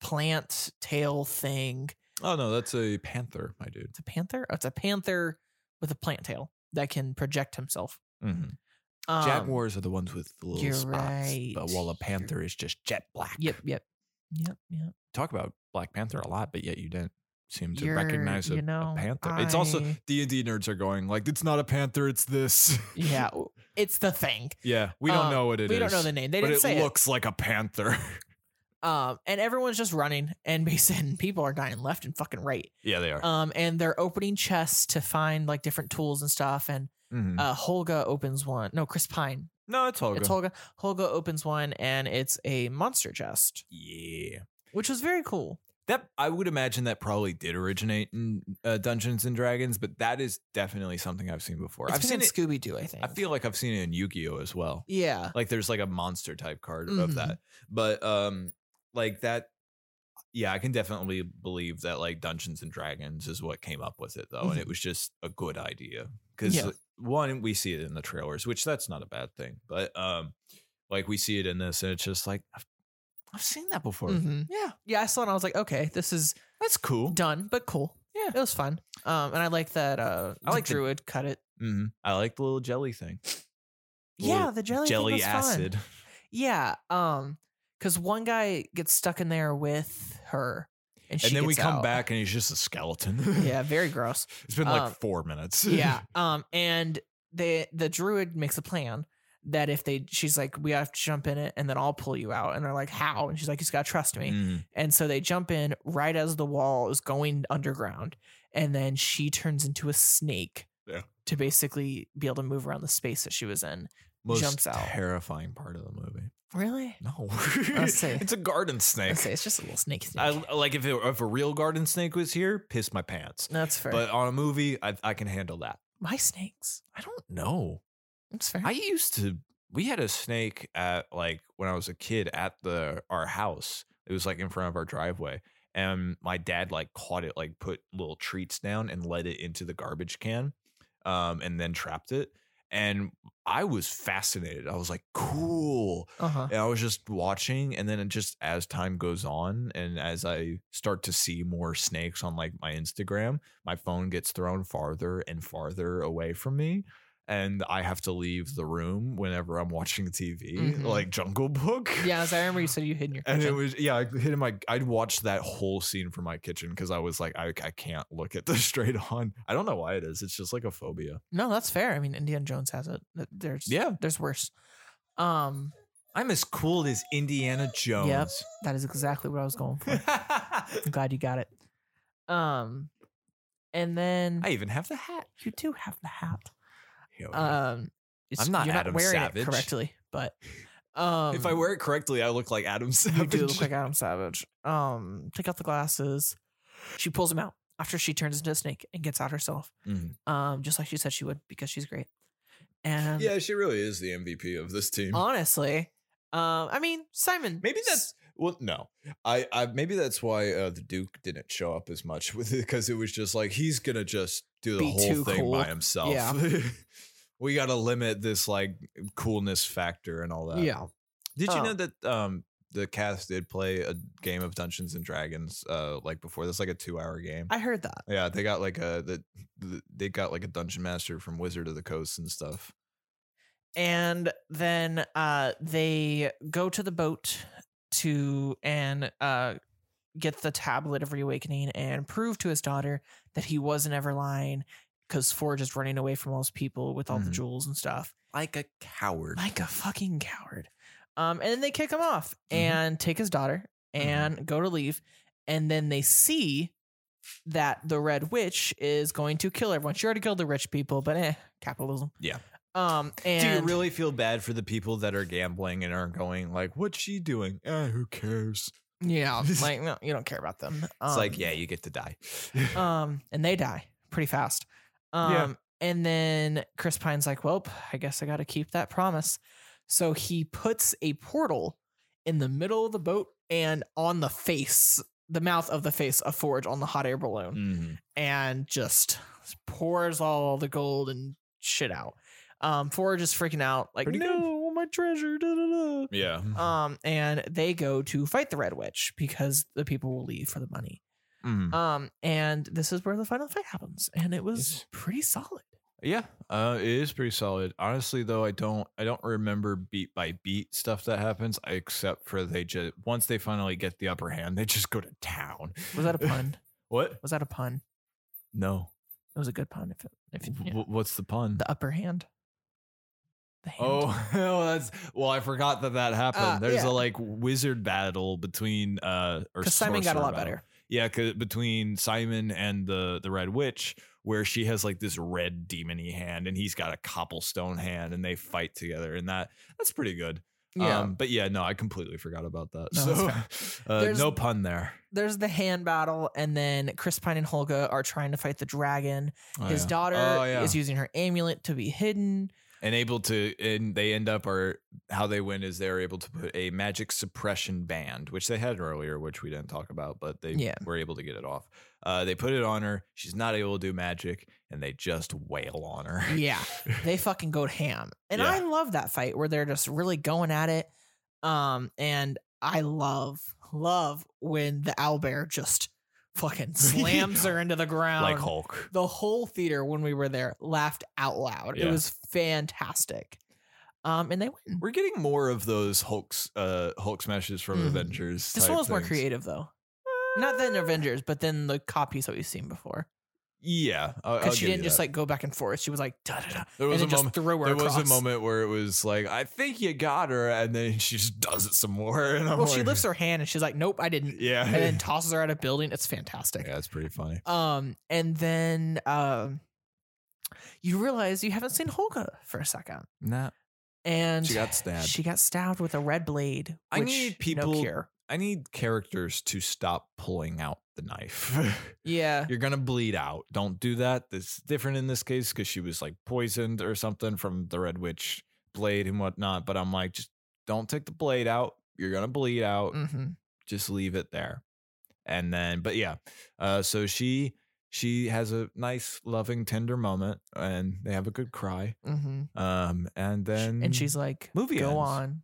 Speaker 3: plant tail thing.
Speaker 4: oh no, that's a panther, my dude.
Speaker 3: It's a panther. Oh, it's a panther with a plant tail that can project himself.
Speaker 4: Mhm.
Speaker 3: Um,
Speaker 4: Jaguars are the ones with the little
Speaker 3: you're
Speaker 4: spots,
Speaker 3: right.
Speaker 4: but while a
Speaker 3: You're-
Speaker 4: panther is just jet black.
Speaker 3: Yep. Yep. Yep. Yep.
Speaker 4: talk about Black Panther a lot, but yet you didn't seem to
Speaker 3: You're-
Speaker 4: recognize a,
Speaker 3: you
Speaker 4: a
Speaker 3: know,
Speaker 4: panther. It's also
Speaker 3: I-
Speaker 4: D and D nerds are going like, it's not a panther, it's this.
Speaker 3: Yeah. It's the thing.
Speaker 4: yeah, we don't
Speaker 3: Um,
Speaker 4: know what it is.
Speaker 3: we don't know the name. They
Speaker 4: but
Speaker 3: didn't
Speaker 4: it
Speaker 3: say it.
Speaker 4: looks like a panther.
Speaker 3: Um, and everyone's just running, and basically people are dying left and fucking right.
Speaker 4: yeah, they are.
Speaker 3: Um, and they're opening chests to find like different tools and stuff. And
Speaker 4: Mhm.
Speaker 3: uh, Holga opens one. No, Chris Pine.
Speaker 4: no, it's Holga.
Speaker 3: It's Holga. Holga opens one, and it's a monster chest,
Speaker 4: yeah,
Speaker 3: which was very cool.
Speaker 4: that I would imagine that probably did originate in uh, Dungeons and Dragons, but that is definitely something I've seen before.
Speaker 3: It's
Speaker 4: I've seen it.
Speaker 3: Scooby Doo. I think.
Speaker 4: I feel like I've seen it in Yu Gi Oh as well.
Speaker 3: Yeah.
Speaker 4: like there's like a monster type card
Speaker 3: Mhm.
Speaker 4: of that but um like that yeah i can definitely believe that like dungeons and dragons is what came up with it though and it was just a good idea because
Speaker 3: Mm-hmm. Yeah.
Speaker 4: one we see it in the trailers which that's not a bad thing but um like we see it in this and it's just like i've, I've seen that before
Speaker 3: Mhm.
Speaker 4: yeah
Speaker 3: Yeah. I saw it. and I was like, okay, this is
Speaker 4: that's cool
Speaker 3: done, but cool.
Speaker 4: Yeah.
Speaker 3: It was fun. Um, and I like that. Uh,
Speaker 4: I like the-
Speaker 3: Druid cut it.
Speaker 4: hmm i like the little jelly thing
Speaker 3: Yeah,
Speaker 4: Little
Speaker 3: the jelly. thing
Speaker 4: jelly
Speaker 3: was fun.
Speaker 4: acid
Speaker 3: Yeah, um, because one guy gets stuck in there with her, and, she
Speaker 4: and then we
Speaker 3: gets
Speaker 4: come
Speaker 3: out.
Speaker 4: back and he's just a skeleton
Speaker 3: Yeah, very gross.
Speaker 4: it's been like
Speaker 3: Um,
Speaker 4: four minutes
Speaker 3: yeah, um, and the the druid makes a plan that if they, she's like, we have to jump in it, and then I'll pull you out, and they're like, how? And she's like, you just gotta trust me.
Speaker 4: Mhm.
Speaker 3: And so they jump in right as the wall is going underground, and then she turns into a snake.
Speaker 4: Yeah.
Speaker 3: To basically be able to move around the space that she was in.
Speaker 4: most
Speaker 3: jumps out.
Speaker 4: terrifying part of the movie.
Speaker 3: Really?
Speaker 4: No,
Speaker 3: say-
Speaker 4: it's a garden snake.
Speaker 3: I say it's just a little snake. snake.
Speaker 4: I, like if it, if a real garden snake was here, piss my pants.
Speaker 3: That's fair.
Speaker 4: But on a movie, I, I can handle that.
Speaker 3: My snakes.
Speaker 4: I don't know.
Speaker 3: That's fair.
Speaker 4: I used to. We had a snake at like when I was a kid at the our house. It was like in front of our driveway, and my dad like caught it like put little treats down and let it into the garbage can um and then trapped it and i was fascinated i was like cool
Speaker 3: Uh huh.
Speaker 4: and I was just watching, and then it just as time goes on, and as I start to see more snakes on like my Instagram, my phone gets thrown farther and farther away from me, and I have to leave the room whenever I'm watching TV,
Speaker 2: Mhm.
Speaker 4: like Jungle Book.
Speaker 3: Mm-hmm. Yeah, as I remember you said you hid in your
Speaker 4: And
Speaker 3: kitchen.
Speaker 4: it was yeah, I hit in my. I'd watched that whole scene from my kitchen because I was like, I, I can't look at this straight on. I don't know why it is. It's just like a phobia.
Speaker 3: no, that's fair. I mean, Indiana Jones has it. Th- There's
Speaker 4: Yeah,
Speaker 3: there's worse. Um,
Speaker 4: I'm as cool as Indiana Jones.
Speaker 3: that is exactly what I was going for.
Speaker 4: I
Speaker 3: I'm glad you got it. Um, and then
Speaker 4: even have the hat.
Speaker 3: you do have the hat.
Speaker 4: Here we go.
Speaker 3: Um, it's-
Speaker 4: Oh, I'm not
Speaker 3: you're
Speaker 4: Adam
Speaker 3: not wearing
Speaker 4: Savage.
Speaker 3: it correctly, but um,
Speaker 4: if I wear it correctly, I look like Adam Savage.
Speaker 3: you do look like Adam Savage. Um, take off the glasses. She pulls him out after she turns into a snake and gets out herself.
Speaker 4: Mhm.
Speaker 3: Um, just like she said she would because she's great. And
Speaker 4: yeah, she really is the MVP of this team.
Speaker 3: honestly, um, I mean Simon.
Speaker 4: maybe that's well, no, I, I maybe that's why uh, the Duke didn't show up as much with because it was just like he's gonna just do the
Speaker 3: Be
Speaker 4: whole
Speaker 3: too
Speaker 4: thing by
Speaker 3: cool.
Speaker 4: himself. we got to limit this like coolness factor and all that.
Speaker 3: yeah.
Speaker 4: Did you
Speaker 3: Oh.
Speaker 4: know that um the cast did play a game of Dungeons and Dragons uh like before? That's like a two hour game.
Speaker 3: I heard that.
Speaker 4: yeah, they got like a the, the, they got like a dungeon master from Wizard of the Coast and stuff.
Speaker 3: and then uh they go to the boat to and uh get the tablet of reawakening and prove to his daughter that he wasn't ever lying because forge is running away from all his people with all the
Speaker 4: Mhm.
Speaker 3: jewels and stuff
Speaker 4: like a coward.
Speaker 3: like a fucking coward um and then they kick him off
Speaker 4: Mhm.
Speaker 3: and take his daughter
Speaker 4: Mhm.
Speaker 3: and go to leave and then they see that the red witch is going to kill everyone she already killed the rich people but eh capitalism
Speaker 4: Yeah.
Speaker 3: um and
Speaker 4: Do you really feel bad for the people that are gambling and are going like, "What's she doing? Eh, who cares?"
Speaker 3: Yeah, like no, you don't care about them.
Speaker 4: it's like,
Speaker 3: Um,
Speaker 4: yeah, you get to die.
Speaker 3: Um, and they die pretty fast. Um,
Speaker 4: Yeah.
Speaker 3: and then Chris Pine's like, "Well, I guess I got to keep that promise." So he puts a portal in the middle of the boat and on the face, the mouth of the face of Forge on the hot air balloon,
Speaker 4: Mhm.
Speaker 3: and just pours all the gold and shit out. Um, Forge is freaking out, like,
Speaker 4: Pretty good.
Speaker 3: "No, my treasure!" Da, da, da.
Speaker 4: Yeah.
Speaker 3: Um, and they go to fight the Red Witch because the people will leave for the money.
Speaker 4: Mhm.
Speaker 3: Um, and this is where the final fight happens, and it was
Speaker 4: Yes.
Speaker 3: pretty solid.
Speaker 4: Yeah, uh, it is pretty solid. Honestly, though, I don't, I don't remember beat by beat stuff that happens, except for they just once they finally get the upper hand, they just go to town.
Speaker 3: Was that a pun?
Speaker 4: What?
Speaker 3: was that a pun?
Speaker 4: No.
Speaker 3: It was a good pun. If it, if you,
Speaker 4: W- what's the pun?
Speaker 3: the upper hand, the hand.
Speaker 4: Oh, well, that's well. I forgot that that happened.
Speaker 3: Uh,
Speaker 4: There's
Speaker 3: yeah.
Speaker 4: a like wizard battle between uh or
Speaker 3: because Simon got a
Speaker 4: sorcerer
Speaker 3: lot
Speaker 4: battle.
Speaker 3: better.
Speaker 4: Yeah, 'cause between Simon and the the Red Witch, where she has like this red demony hand and he's got a cobblestone hand, and they fight together, and that that's pretty good. Um,
Speaker 3: Yeah,
Speaker 4: but yeah, no, I completely forgot about that.
Speaker 3: No, that's
Speaker 4: so uh,
Speaker 3: There's-
Speaker 4: no pun there.
Speaker 3: there's the hand battle, and then Chris Pine and Holga are trying to fight the dragon.
Speaker 4: Oh,
Speaker 3: His
Speaker 4: yeah.
Speaker 3: daughter
Speaker 4: Oh, yeah.
Speaker 3: is using her amulet to be hidden.
Speaker 4: and able to and they end up are how they win is they're able to put a magic suppression band which they had earlier which we didn't talk about but they
Speaker 3: Yeah.
Speaker 4: were able to get it off uh, they put it on her she's not able to do magic and they just wail on her
Speaker 3: Yeah. they fucking go ham. And
Speaker 4: Yeah.
Speaker 3: I love that fight where they're just really going at it. Um, and I love, love when the owlbear just fucking slams her into the ground.
Speaker 4: like hulk
Speaker 3: the whole theater when we were there laughed out loud. It
Speaker 4: Yeah.
Speaker 3: was fantastic. Um, and they win.
Speaker 4: we're getting more of those hulks uh hulk smashes from
Speaker 3: Mhm.
Speaker 4: avengers
Speaker 3: This
Speaker 4: type
Speaker 3: one was more
Speaker 4: things. Ah.
Speaker 3: creative though. Not than Avengers, but then the copies that we've seen before.
Speaker 4: yeah I'll- I'll
Speaker 3: Because she
Speaker 4: give you
Speaker 3: didn't just
Speaker 4: that.
Speaker 3: like go back and forth. She was like da da da,
Speaker 4: there
Speaker 3: and
Speaker 4: was a
Speaker 3: then just
Speaker 4: moment
Speaker 3: threw her
Speaker 4: there was a
Speaker 3: across.
Speaker 4: moment where it was like i think you got her and then she just does it some more and I'm
Speaker 3: Well, she
Speaker 4: like-
Speaker 3: lifts her hand and she's like, "Nope, I didn't."
Speaker 4: yeah
Speaker 3: and then tosses her out of building. It's fantastic.
Speaker 4: yeah it's pretty funny
Speaker 3: Um, and then um, you realize you haven't seen Holga for a second,
Speaker 4: nah
Speaker 3: and
Speaker 4: She got stabbed.
Speaker 3: She got stabbed with a red blade. Which,
Speaker 4: I need people-
Speaker 3: No cure.
Speaker 4: I need characters to stop pulling out the knife.
Speaker 3: Yeah,
Speaker 4: You're gonna bleed out. Don't do that. That's different in this case because she was like poisoned or something from the Red Witch blade and whatnot. But I'm like, just don't take the blade out. You're gonna bleed out.
Speaker 3: hmm
Speaker 4: Just leave it there. and then but yeah uh so she she has a nice loving tender moment and they have a good cry
Speaker 3: Mm-hmm.
Speaker 4: um and then
Speaker 3: and she's like,
Speaker 4: movie
Speaker 3: go
Speaker 4: ends.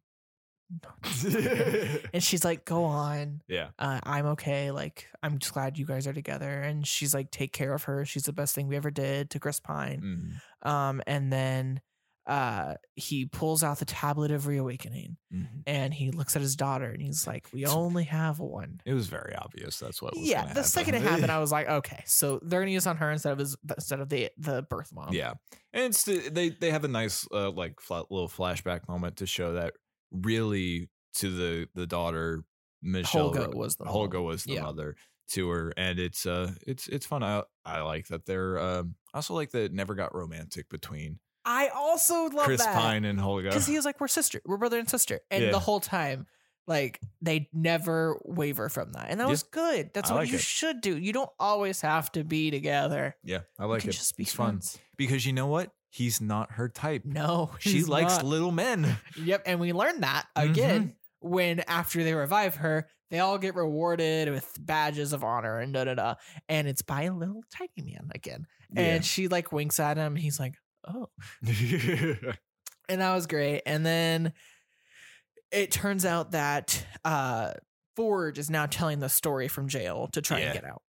Speaker 3: on." and she's like, "Go on."
Speaker 4: yeah
Speaker 3: Uh, I'm okay. Like, I'm just glad you guys are together. And she's like, "Take care of her. She's the best thing we ever did." To Chris Pine.
Speaker 4: Mm,
Speaker 3: Um, and then uh, he pulls out the tablet of reawakening,
Speaker 4: mhm.
Speaker 3: and he looks at his daughter, and he's like, "We only have one."
Speaker 4: it was very obvious that's what was
Speaker 3: yeah, the
Speaker 4: gonna
Speaker 3: second it
Speaker 4: happen.
Speaker 3: happened, I was like, "Okay, so they're gonna use on her instead of his instead of the the birth mom."
Speaker 4: Yeah, and it's the- they they have a nice uh, like fla- little flashback moment to show that really to the the daughter Michelle
Speaker 3: Holga was the
Speaker 4: Holga
Speaker 3: mom.
Speaker 4: was the
Speaker 3: Yeah.
Speaker 4: mother to her, and it's uh it's it's fun. I I like that they're um I also like that it never got romantic between
Speaker 3: I also love
Speaker 4: Chris
Speaker 3: that.
Speaker 4: Pine and
Speaker 3: because he
Speaker 4: Holga.
Speaker 3: was like, "We're sister, we're brother and sister," and
Speaker 4: Yeah.
Speaker 3: the whole time, like they never waver from that, and that
Speaker 4: Yeah.
Speaker 3: was good. That's
Speaker 4: I
Speaker 3: what
Speaker 4: like
Speaker 3: you
Speaker 4: it.
Speaker 3: should do. You don't always have to be together.
Speaker 4: Yeah, I
Speaker 3: You
Speaker 4: like
Speaker 3: can
Speaker 4: it.
Speaker 3: just be
Speaker 4: it's fun
Speaker 3: friends.
Speaker 4: because you know what he's not her type.
Speaker 3: No,
Speaker 4: She
Speaker 3: he's
Speaker 4: likes
Speaker 3: not.
Speaker 4: little men.
Speaker 3: yep, and we learned that again
Speaker 4: Mm-hmm.
Speaker 3: when after they revive her, they all get rewarded with badges of honor and da da da, and it's by a little tiny man again, and she like winks at him, and he's like, "Oh."
Speaker 4: Yeah.
Speaker 3: and that was great. And then it turns out that uh, Forge is now telling the story from jail to try
Speaker 4: Yeah.
Speaker 3: and get out.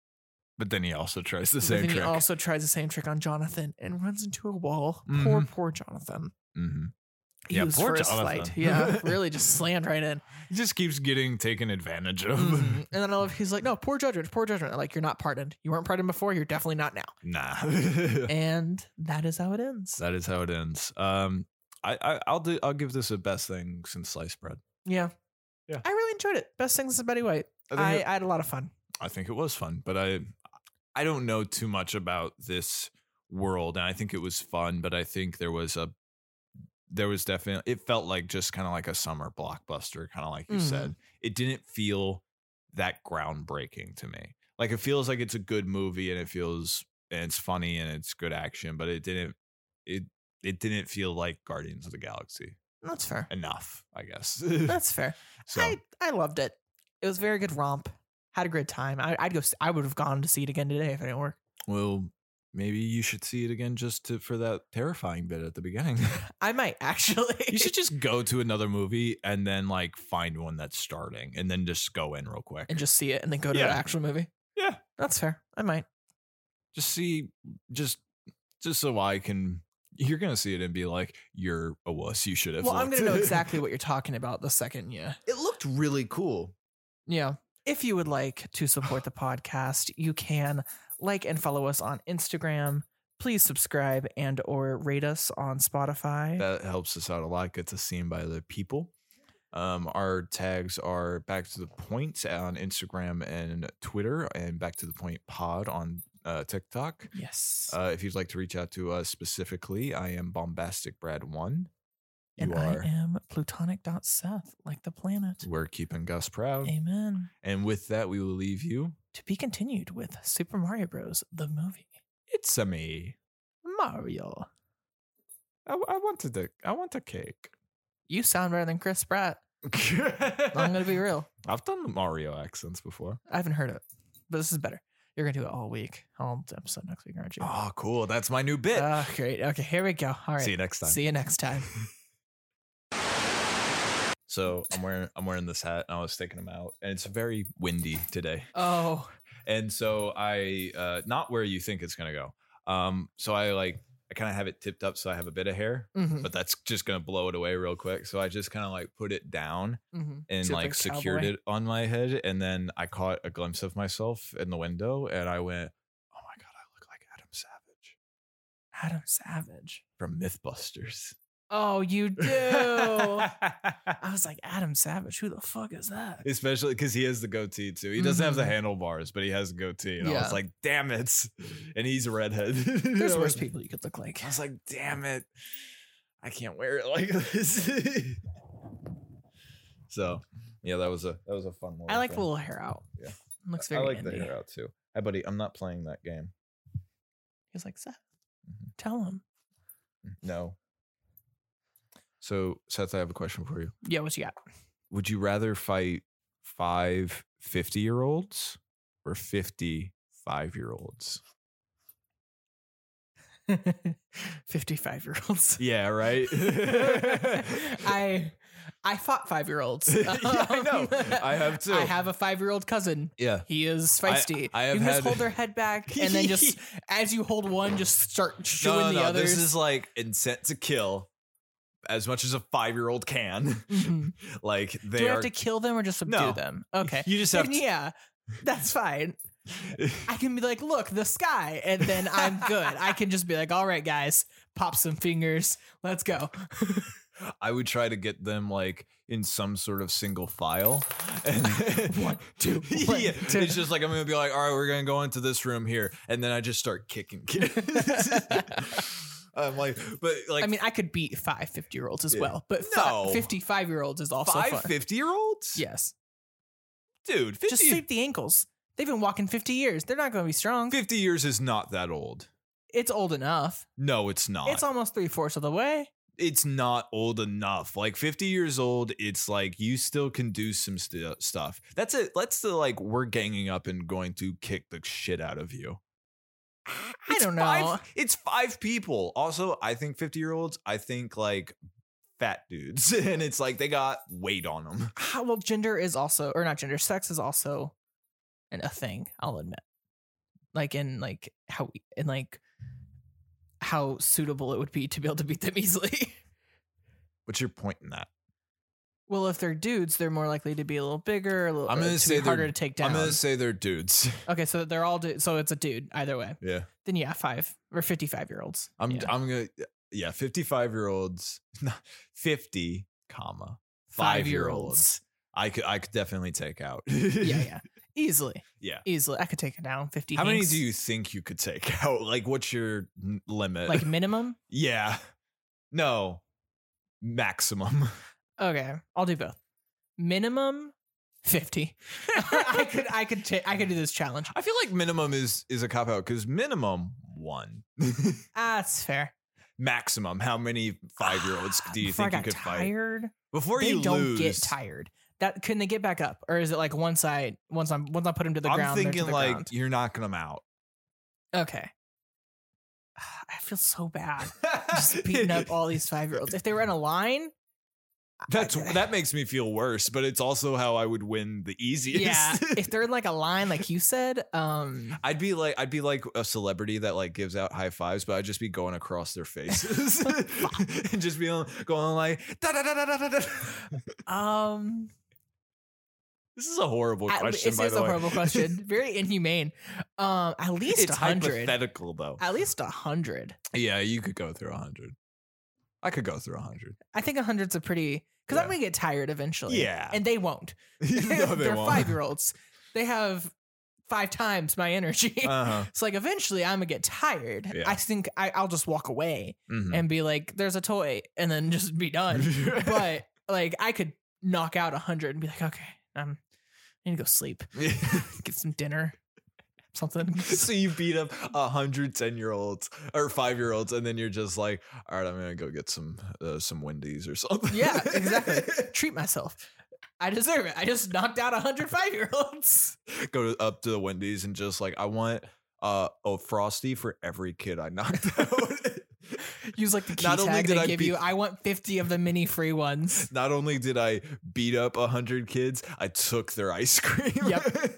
Speaker 4: but then he also tries the
Speaker 3: But
Speaker 4: same
Speaker 3: then
Speaker 4: trick.
Speaker 3: he also tries the same trick on Jonathan and runs into a wall. Poor, poor Jonathan.
Speaker 4: hmm
Speaker 3: He
Speaker 4: Mm-hmm. Yeah,
Speaker 3: was
Speaker 4: poor
Speaker 3: first
Speaker 4: Jonathan.
Speaker 3: light. Yeah, really just slammed right in.
Speaker 4: He just keeps getting taken advantage of.
Speaker 3: Mhm. And then I love he's like, no, poor judgment, poor judgment. Like you're not pardoned. You weren't pardoned before. You're definitely not now.
Speaker 4: Nah.
Speaker 3: And that is how it ends.
Speaker 4: that is how it ends. Um, I, I I'll do I'll give this a best thing since sliced bread.
Speaker 3: Yeah.
Speaker 4: Yeah.
Speaker 3: I really enjoyed it. Best things is Betty White.
Speaker 4: I think,
Speaker 3: I,
Speaker 4: it,
Speaker 3: I had a lot of fun.
Speaker 4: I think it was fun, but I I don't know too much about this world, and I think it was fun, but I think there was a there was definitely it felt like just kind of like a summer blockbuster, kind of like you
Speaker 3: Mhm.
Speaker 4: said. It didn't feel that groundbreaking to me. Like it feels like it's a good movie and it feels and it's funny and it's good action, but it didn't it it didn't feel like Guardians of the Galaxy.
Speaker 3: That's fair.
Speaker 4: enough, I guess.
Speaker 3: That's fair.
Speaker 4: so
Speaker 3: I, I loved it. It was a very good romp. Had a good time. I, I'd go. s- I would have gone to see it again today if it didn't work.
Speaker 4: well, maybe you should see it again just to, for that terrifying bit at the beginning.
Speaker 3: I might actually.
Speaker 4: you should just go to another movie and then like find one that's starting and then just go in real quick
Speaker 3: and just see it and then go to
Speaker 4: Yeah.
Speaker 3: the actual movie.
Speaker 4: Yeah.
Speaker 3: that's fair. I might.
Speaker 4: just see just just so I can you're gonna see it and be like you're a wuss. You should have.
Speaker 3: well, I'm
Speaker 4: looked."
Speaker 3: gonna know exactly what you're talking about the second. Yeah,
Speaker 4: it looked really cool.
Speaker 3: yeah. If you would like to support the podcast, you can like and follow us on Instagram. Please subscribe and or rate us on Spotify.
Speaker 4: That helps us out a lot. Gets us seen by other people. Um, our tags are back to the point on Instagram and Twitter, and back to the point pod on uh, TikTok.
Speaker 3: yes,
Speaker 4: Uh, if you'd like to reach out to us specifically, I am bombastic Brad one. You
Speaker 3: and
Speaker 4: are.
Speaker 3: I am plutonic dot Seth, like the planet.
Speaker 4: We're keeping Gus proud,
Speaker 3: Amen.
Speaker 4: and with that, we will leave you.
Speaker 3: to be continued with Super Mario Bros. the movie.
Speaker 4: It's a me.
Speaker 3: Mario.
Speaker 4: I, I wanted the I want a cake.
Speaker 3: You sound better than Chris Pratt. I'm
Speaker 4: i
Speaker 3: gonna be real.
Speaker 4: I've done Mario accents before.
Speaker 3: I haven't heard it, but this is better. You're gonna do it all week, all episode next week, aren't you?
Speaker 4: Oh, cool! That's my new bit.
Speaker 3: Ah, great. Okay, here we go. All right.
Speaker 4: See you next time.
Speaker 3: See you next time.
Speaker 4: So I'm wearing I'm wearing this hat and I was taking them out and it's very windy today.
Speaker 3: Oh,
Speaker 4: And so I uh not where you think it's gonna go. Um so I like I kind of have it tipped up so I have a bit of hair,
Speaker 3: mhm,
Speaker 4: but that's just gonna blow it away real quick. So I just kind of like put it down
Speaker 3: mhm.
Speaker 4: and
Speaker 3: Super
Speaker 4: like secured
Speaker 3: cowboy.
Speaker 4: it on my head, and then I caught a glimpse of myself in the window and I went, Oh my god, I look like Adam Savage
Speaker 3: Adam Savage.
Speaker 4: from Mythbusters.
Speaker 3: Oh, you do. I was like, Adam Savage. Who the fuck is that?
Speaker 4: especially because he has the goatee too. He doesn't have the
Speaker 3: Mhm.
Speaker 4: handlebars, but he has a goatee, and I
Speaker 3: Yeah.
Speaker 4: was like, "Damn it!" And he's a redhead.
Speaker 3: There's
Speaker 4: I
Speaker 3: worse
Speaker 4: was-
Speaker 3: people you could look like.
Speaker 4: I was like, "Damn it! I can't wear it like this." so, yeah, that was a that was a fun one.
Speaker 3: I like the little hair out.
Speaker 4: Yeah.
Speaker 3: Looks
Speaker 4: I
Speaker 3: very.
Speaker 4: like
Speaker 3: indie.
Speaker 4: the hair out too. Hey, buddy, I'm not playing that game.
Speaker 3: He's like Seth.
Speaker 4: Mhm.
Speaker 3: Tell him.
Speaker 4: No. So, Seth, I have a question for you.
Speaker 3: Yeah, what you got?
Speaker 4: Would you rather fight five 50 year olds were 55 year olds.
Speaker 3: 55 year olds.
Speaker 4: Yeah, right?
Speaker 3: I I fought five year olds.
Speaker 4: Yeah, I know. I have too.
Speaker 3: I have a five year old cousin.
Speaker 4: yeah.
Speaker 3: He is feisty.
Speaker 4: I have
Speaker 3: you can
Speaker 4: had-
Speaker 3: just hold their head back and then just as you hold one, just start
Speaker 4: No,
Speaker 3: shooing
Speaker 4: no,
Speaker 3: the
Speaker 4: no.
Speaker 3: others.
Speaker 4: This is like intent to kill as much as a five year old can.
Speaker 3: Mhm.
Speaker 4: like
Speaker 3: Do
Speaker 4: they
Speaker 3: you
Speaker 4: are.
Speaker 3: have to kill them or just subdue
Speaker 4: No.
Speaker 3: them? Okay.
Speaker 4: You just
Speaker 3: Then
Speaker 4: have to.
Speaker 3: yeah, that's fine. I can be like, look, the sky, and then I'm good. I can just be like, all right, guys, pop some fingers, let's go.
Speaker 4: I would try to get them like in some sort of single file. And
Speaker 3: One, two, one,
Speaker 4: yeah,
Speaker 3: two.
Speaker 4: it's just like I'm gonna be like, all right, we're gonna go into this room here, and then I just start kicking kids. I'm like, but like,
Speaker 3: I mean, I could beat five 50 year olds as
Speaker 4: Yeah.
Speaker 3: well, but
Speaker 4: No.
Speaker 3: 55 year olds is also
Speaker 4: five
Speaker 3: fun.
Speaker 4: 50 year olds,
Speaker 3: Yes.
Speaker 4: dude, 50,
Speaker 3: Just sweep the ankles. They've been walking 50 years. They're not going to be strong.
Speaker 4: 50 years is not that old.
Speaker 3: It's old enough.
Speaker 4: No, it's not.
Speaker 3: It's almost three fourths of the way.
Speaker 4: it's not old enough. Like 50 years old, it's like you still can do some st- stuff. That's it. That's the like we're ganging up and going to kick the shit out of you.
Speaker 3: I
Speaker 4: It's
Speaker 3: don't know.
Speaker 4: five- it's five people. Also, I think 50 year olds, I think like fat dudes. and it's like they got weight on them.
Speaker 3: Ah, well, gender is also, or not gender, sex is also an, a thing. I'll admit, like in like how in like how suitable it would be to be able to beat them easily.
Speaker 4: What's your point in that?
Speaker 3: well, if they're dudes, they're more likely to be a little bigger, a little. uh,
Speaker 4: I'm gonna
Speaker 3: to
Speaker 4: say
Speaker 3: be
Speaker 4: they're-
Speaker 3: harder to take down.
Speaker 4: I'm going to say they're dudes.
Speaker 3: okay, so they're all du- so it's a dude either way.
Speaker 4: Yeah.
Speaker 3: Then yeah, five or fifty-five year olds.
Speaker 4: I'm
Speaker 3: yeah.
Speaker 4: I'm going to yeah, 55 year olds, 50 comma
Speaker 3: Five-year-olds.
Speaker 4: I could I could definitely take out.
Speaker 3: yeah, yeah, easily.
Speaker 4: Yeah.
Speaker 3: easily. I could take it down. Fifty.
Speaker 4: How many
Speaker 3: hanks.
Speaker 4: do you think you could take out? Like, what's your n- limit?
Speaker 3: like minimum?
Speaker 4: yeah, no, maximum.
Speaker 3: Okay, I'll do both. Minimum fifty. I could, I could, ta- I could do this challenge.
Speaker 4: I feel like minimum is is a cop out because minimum one,
Speaker 3: Ah, that's fair.
Speaker 4: maximum. How many five year olds do you
Speaker 3: Before
Speaker 4: think
Speaker 3: I
Speaker 4: you
Speaker 3: got
Speaker 4: could fight
Speaker 3: tired,
Speaker 4: before
Speaker 3: they
Speaker 4: you
Speaker 3: don't
Speaker 4: lose?
Speaker 3: get tired. That can they get back up, or is it like once I once I'm once I put them to the
Speaker 4: I'm
Speaker 3: ground? they're to
Speaker 4: thinking
Speaker 3: the
Speaker 4: like
Speaker 3: ground?
Speaker 4: you're knocking them out.
Speaker 3: okay. I feel so bad just beating up all these five year olds. If they were in a line, I-
Speaker 4: That's
Speaker 3: I-
Speaker 4: that makes me feel worse, but it's also how I would win the easiest.
Speaker 3: yeah. if they're in like a line, like you said, um,
Speaker 4: I'd be like I'd be like a celebrity that like gives out high fives, but I'd just be going across their faces and just being going like da da da da da da. da.
Speaker 3: um,
Speaker 4: This is a horrible
Speaker 3: At le-
Speaker 4: question.
Speaker 3: It's,
Speaker 4: by
Speaker 3: it's
Speaker 4: the
Speaker 3: a
Speaker 4: way.
Speaker 3: horrible question. Very inhumane. Um, at least
Speaker 4: It's
Speaker 3: a hundred.
Speaker 4: hypothetical though.
Speaker 3: At least a hundred.
Speaker 4: Yeah, you could go through a hundred. I could go through a hundred.
Speaker 3: I think a hundred's a pretty because I'm
Speaker 4: Yeah.
Speaker 3: gonna get tired eventually.
Speaker 4: Yeah.
Speaker 3: and they won't.
Speaker 4: no, they
Speaker 3: are
Speaker 4: won't.
Speaker 3: five year olds. They have five times my energy.
Speaker 4: Uh-huh.
Speaker 3: it's like eventually I'm gonna get tired.
Speaker 4: Yeah.
Speaker 3: I think I, I'll just walk away
Speaker 4: Mhm.
Speaker 3: and be like, "There's a toy," and then just be done.
Speaker 4: Mm-hmm.
Speaker 3: but like, I could knock out a hundred and be like, "Okay, um, I need to go sleep, get some dinner, something."
Speaker 4: so you beat up a hundred ten year olds or five year olds, and then you're just like, all right, I'm gonna go get some uh, some Wendy's or something.
Speaker 3: Yeah, exactly. Treat myself. I deserve it. I just knocked out 105 year olds.
Speaker 4: go to, up to the Wendy's and just like, I want uh, a frosty for every kid I knocked out.
Speaker 3: Use like the key
Speaker 4: Not only
Speaker 3: tag
Speaker 4: did
Speaker 3: they
Speaker 4: I
Speaker 3: give
Speaker 4: beat-
Speaker 3: you. I want 50 of the mini free ones.
Speaker 4: Not only did I beat up a hundred kids, I took their ice cream.
Speaker 3: Yep.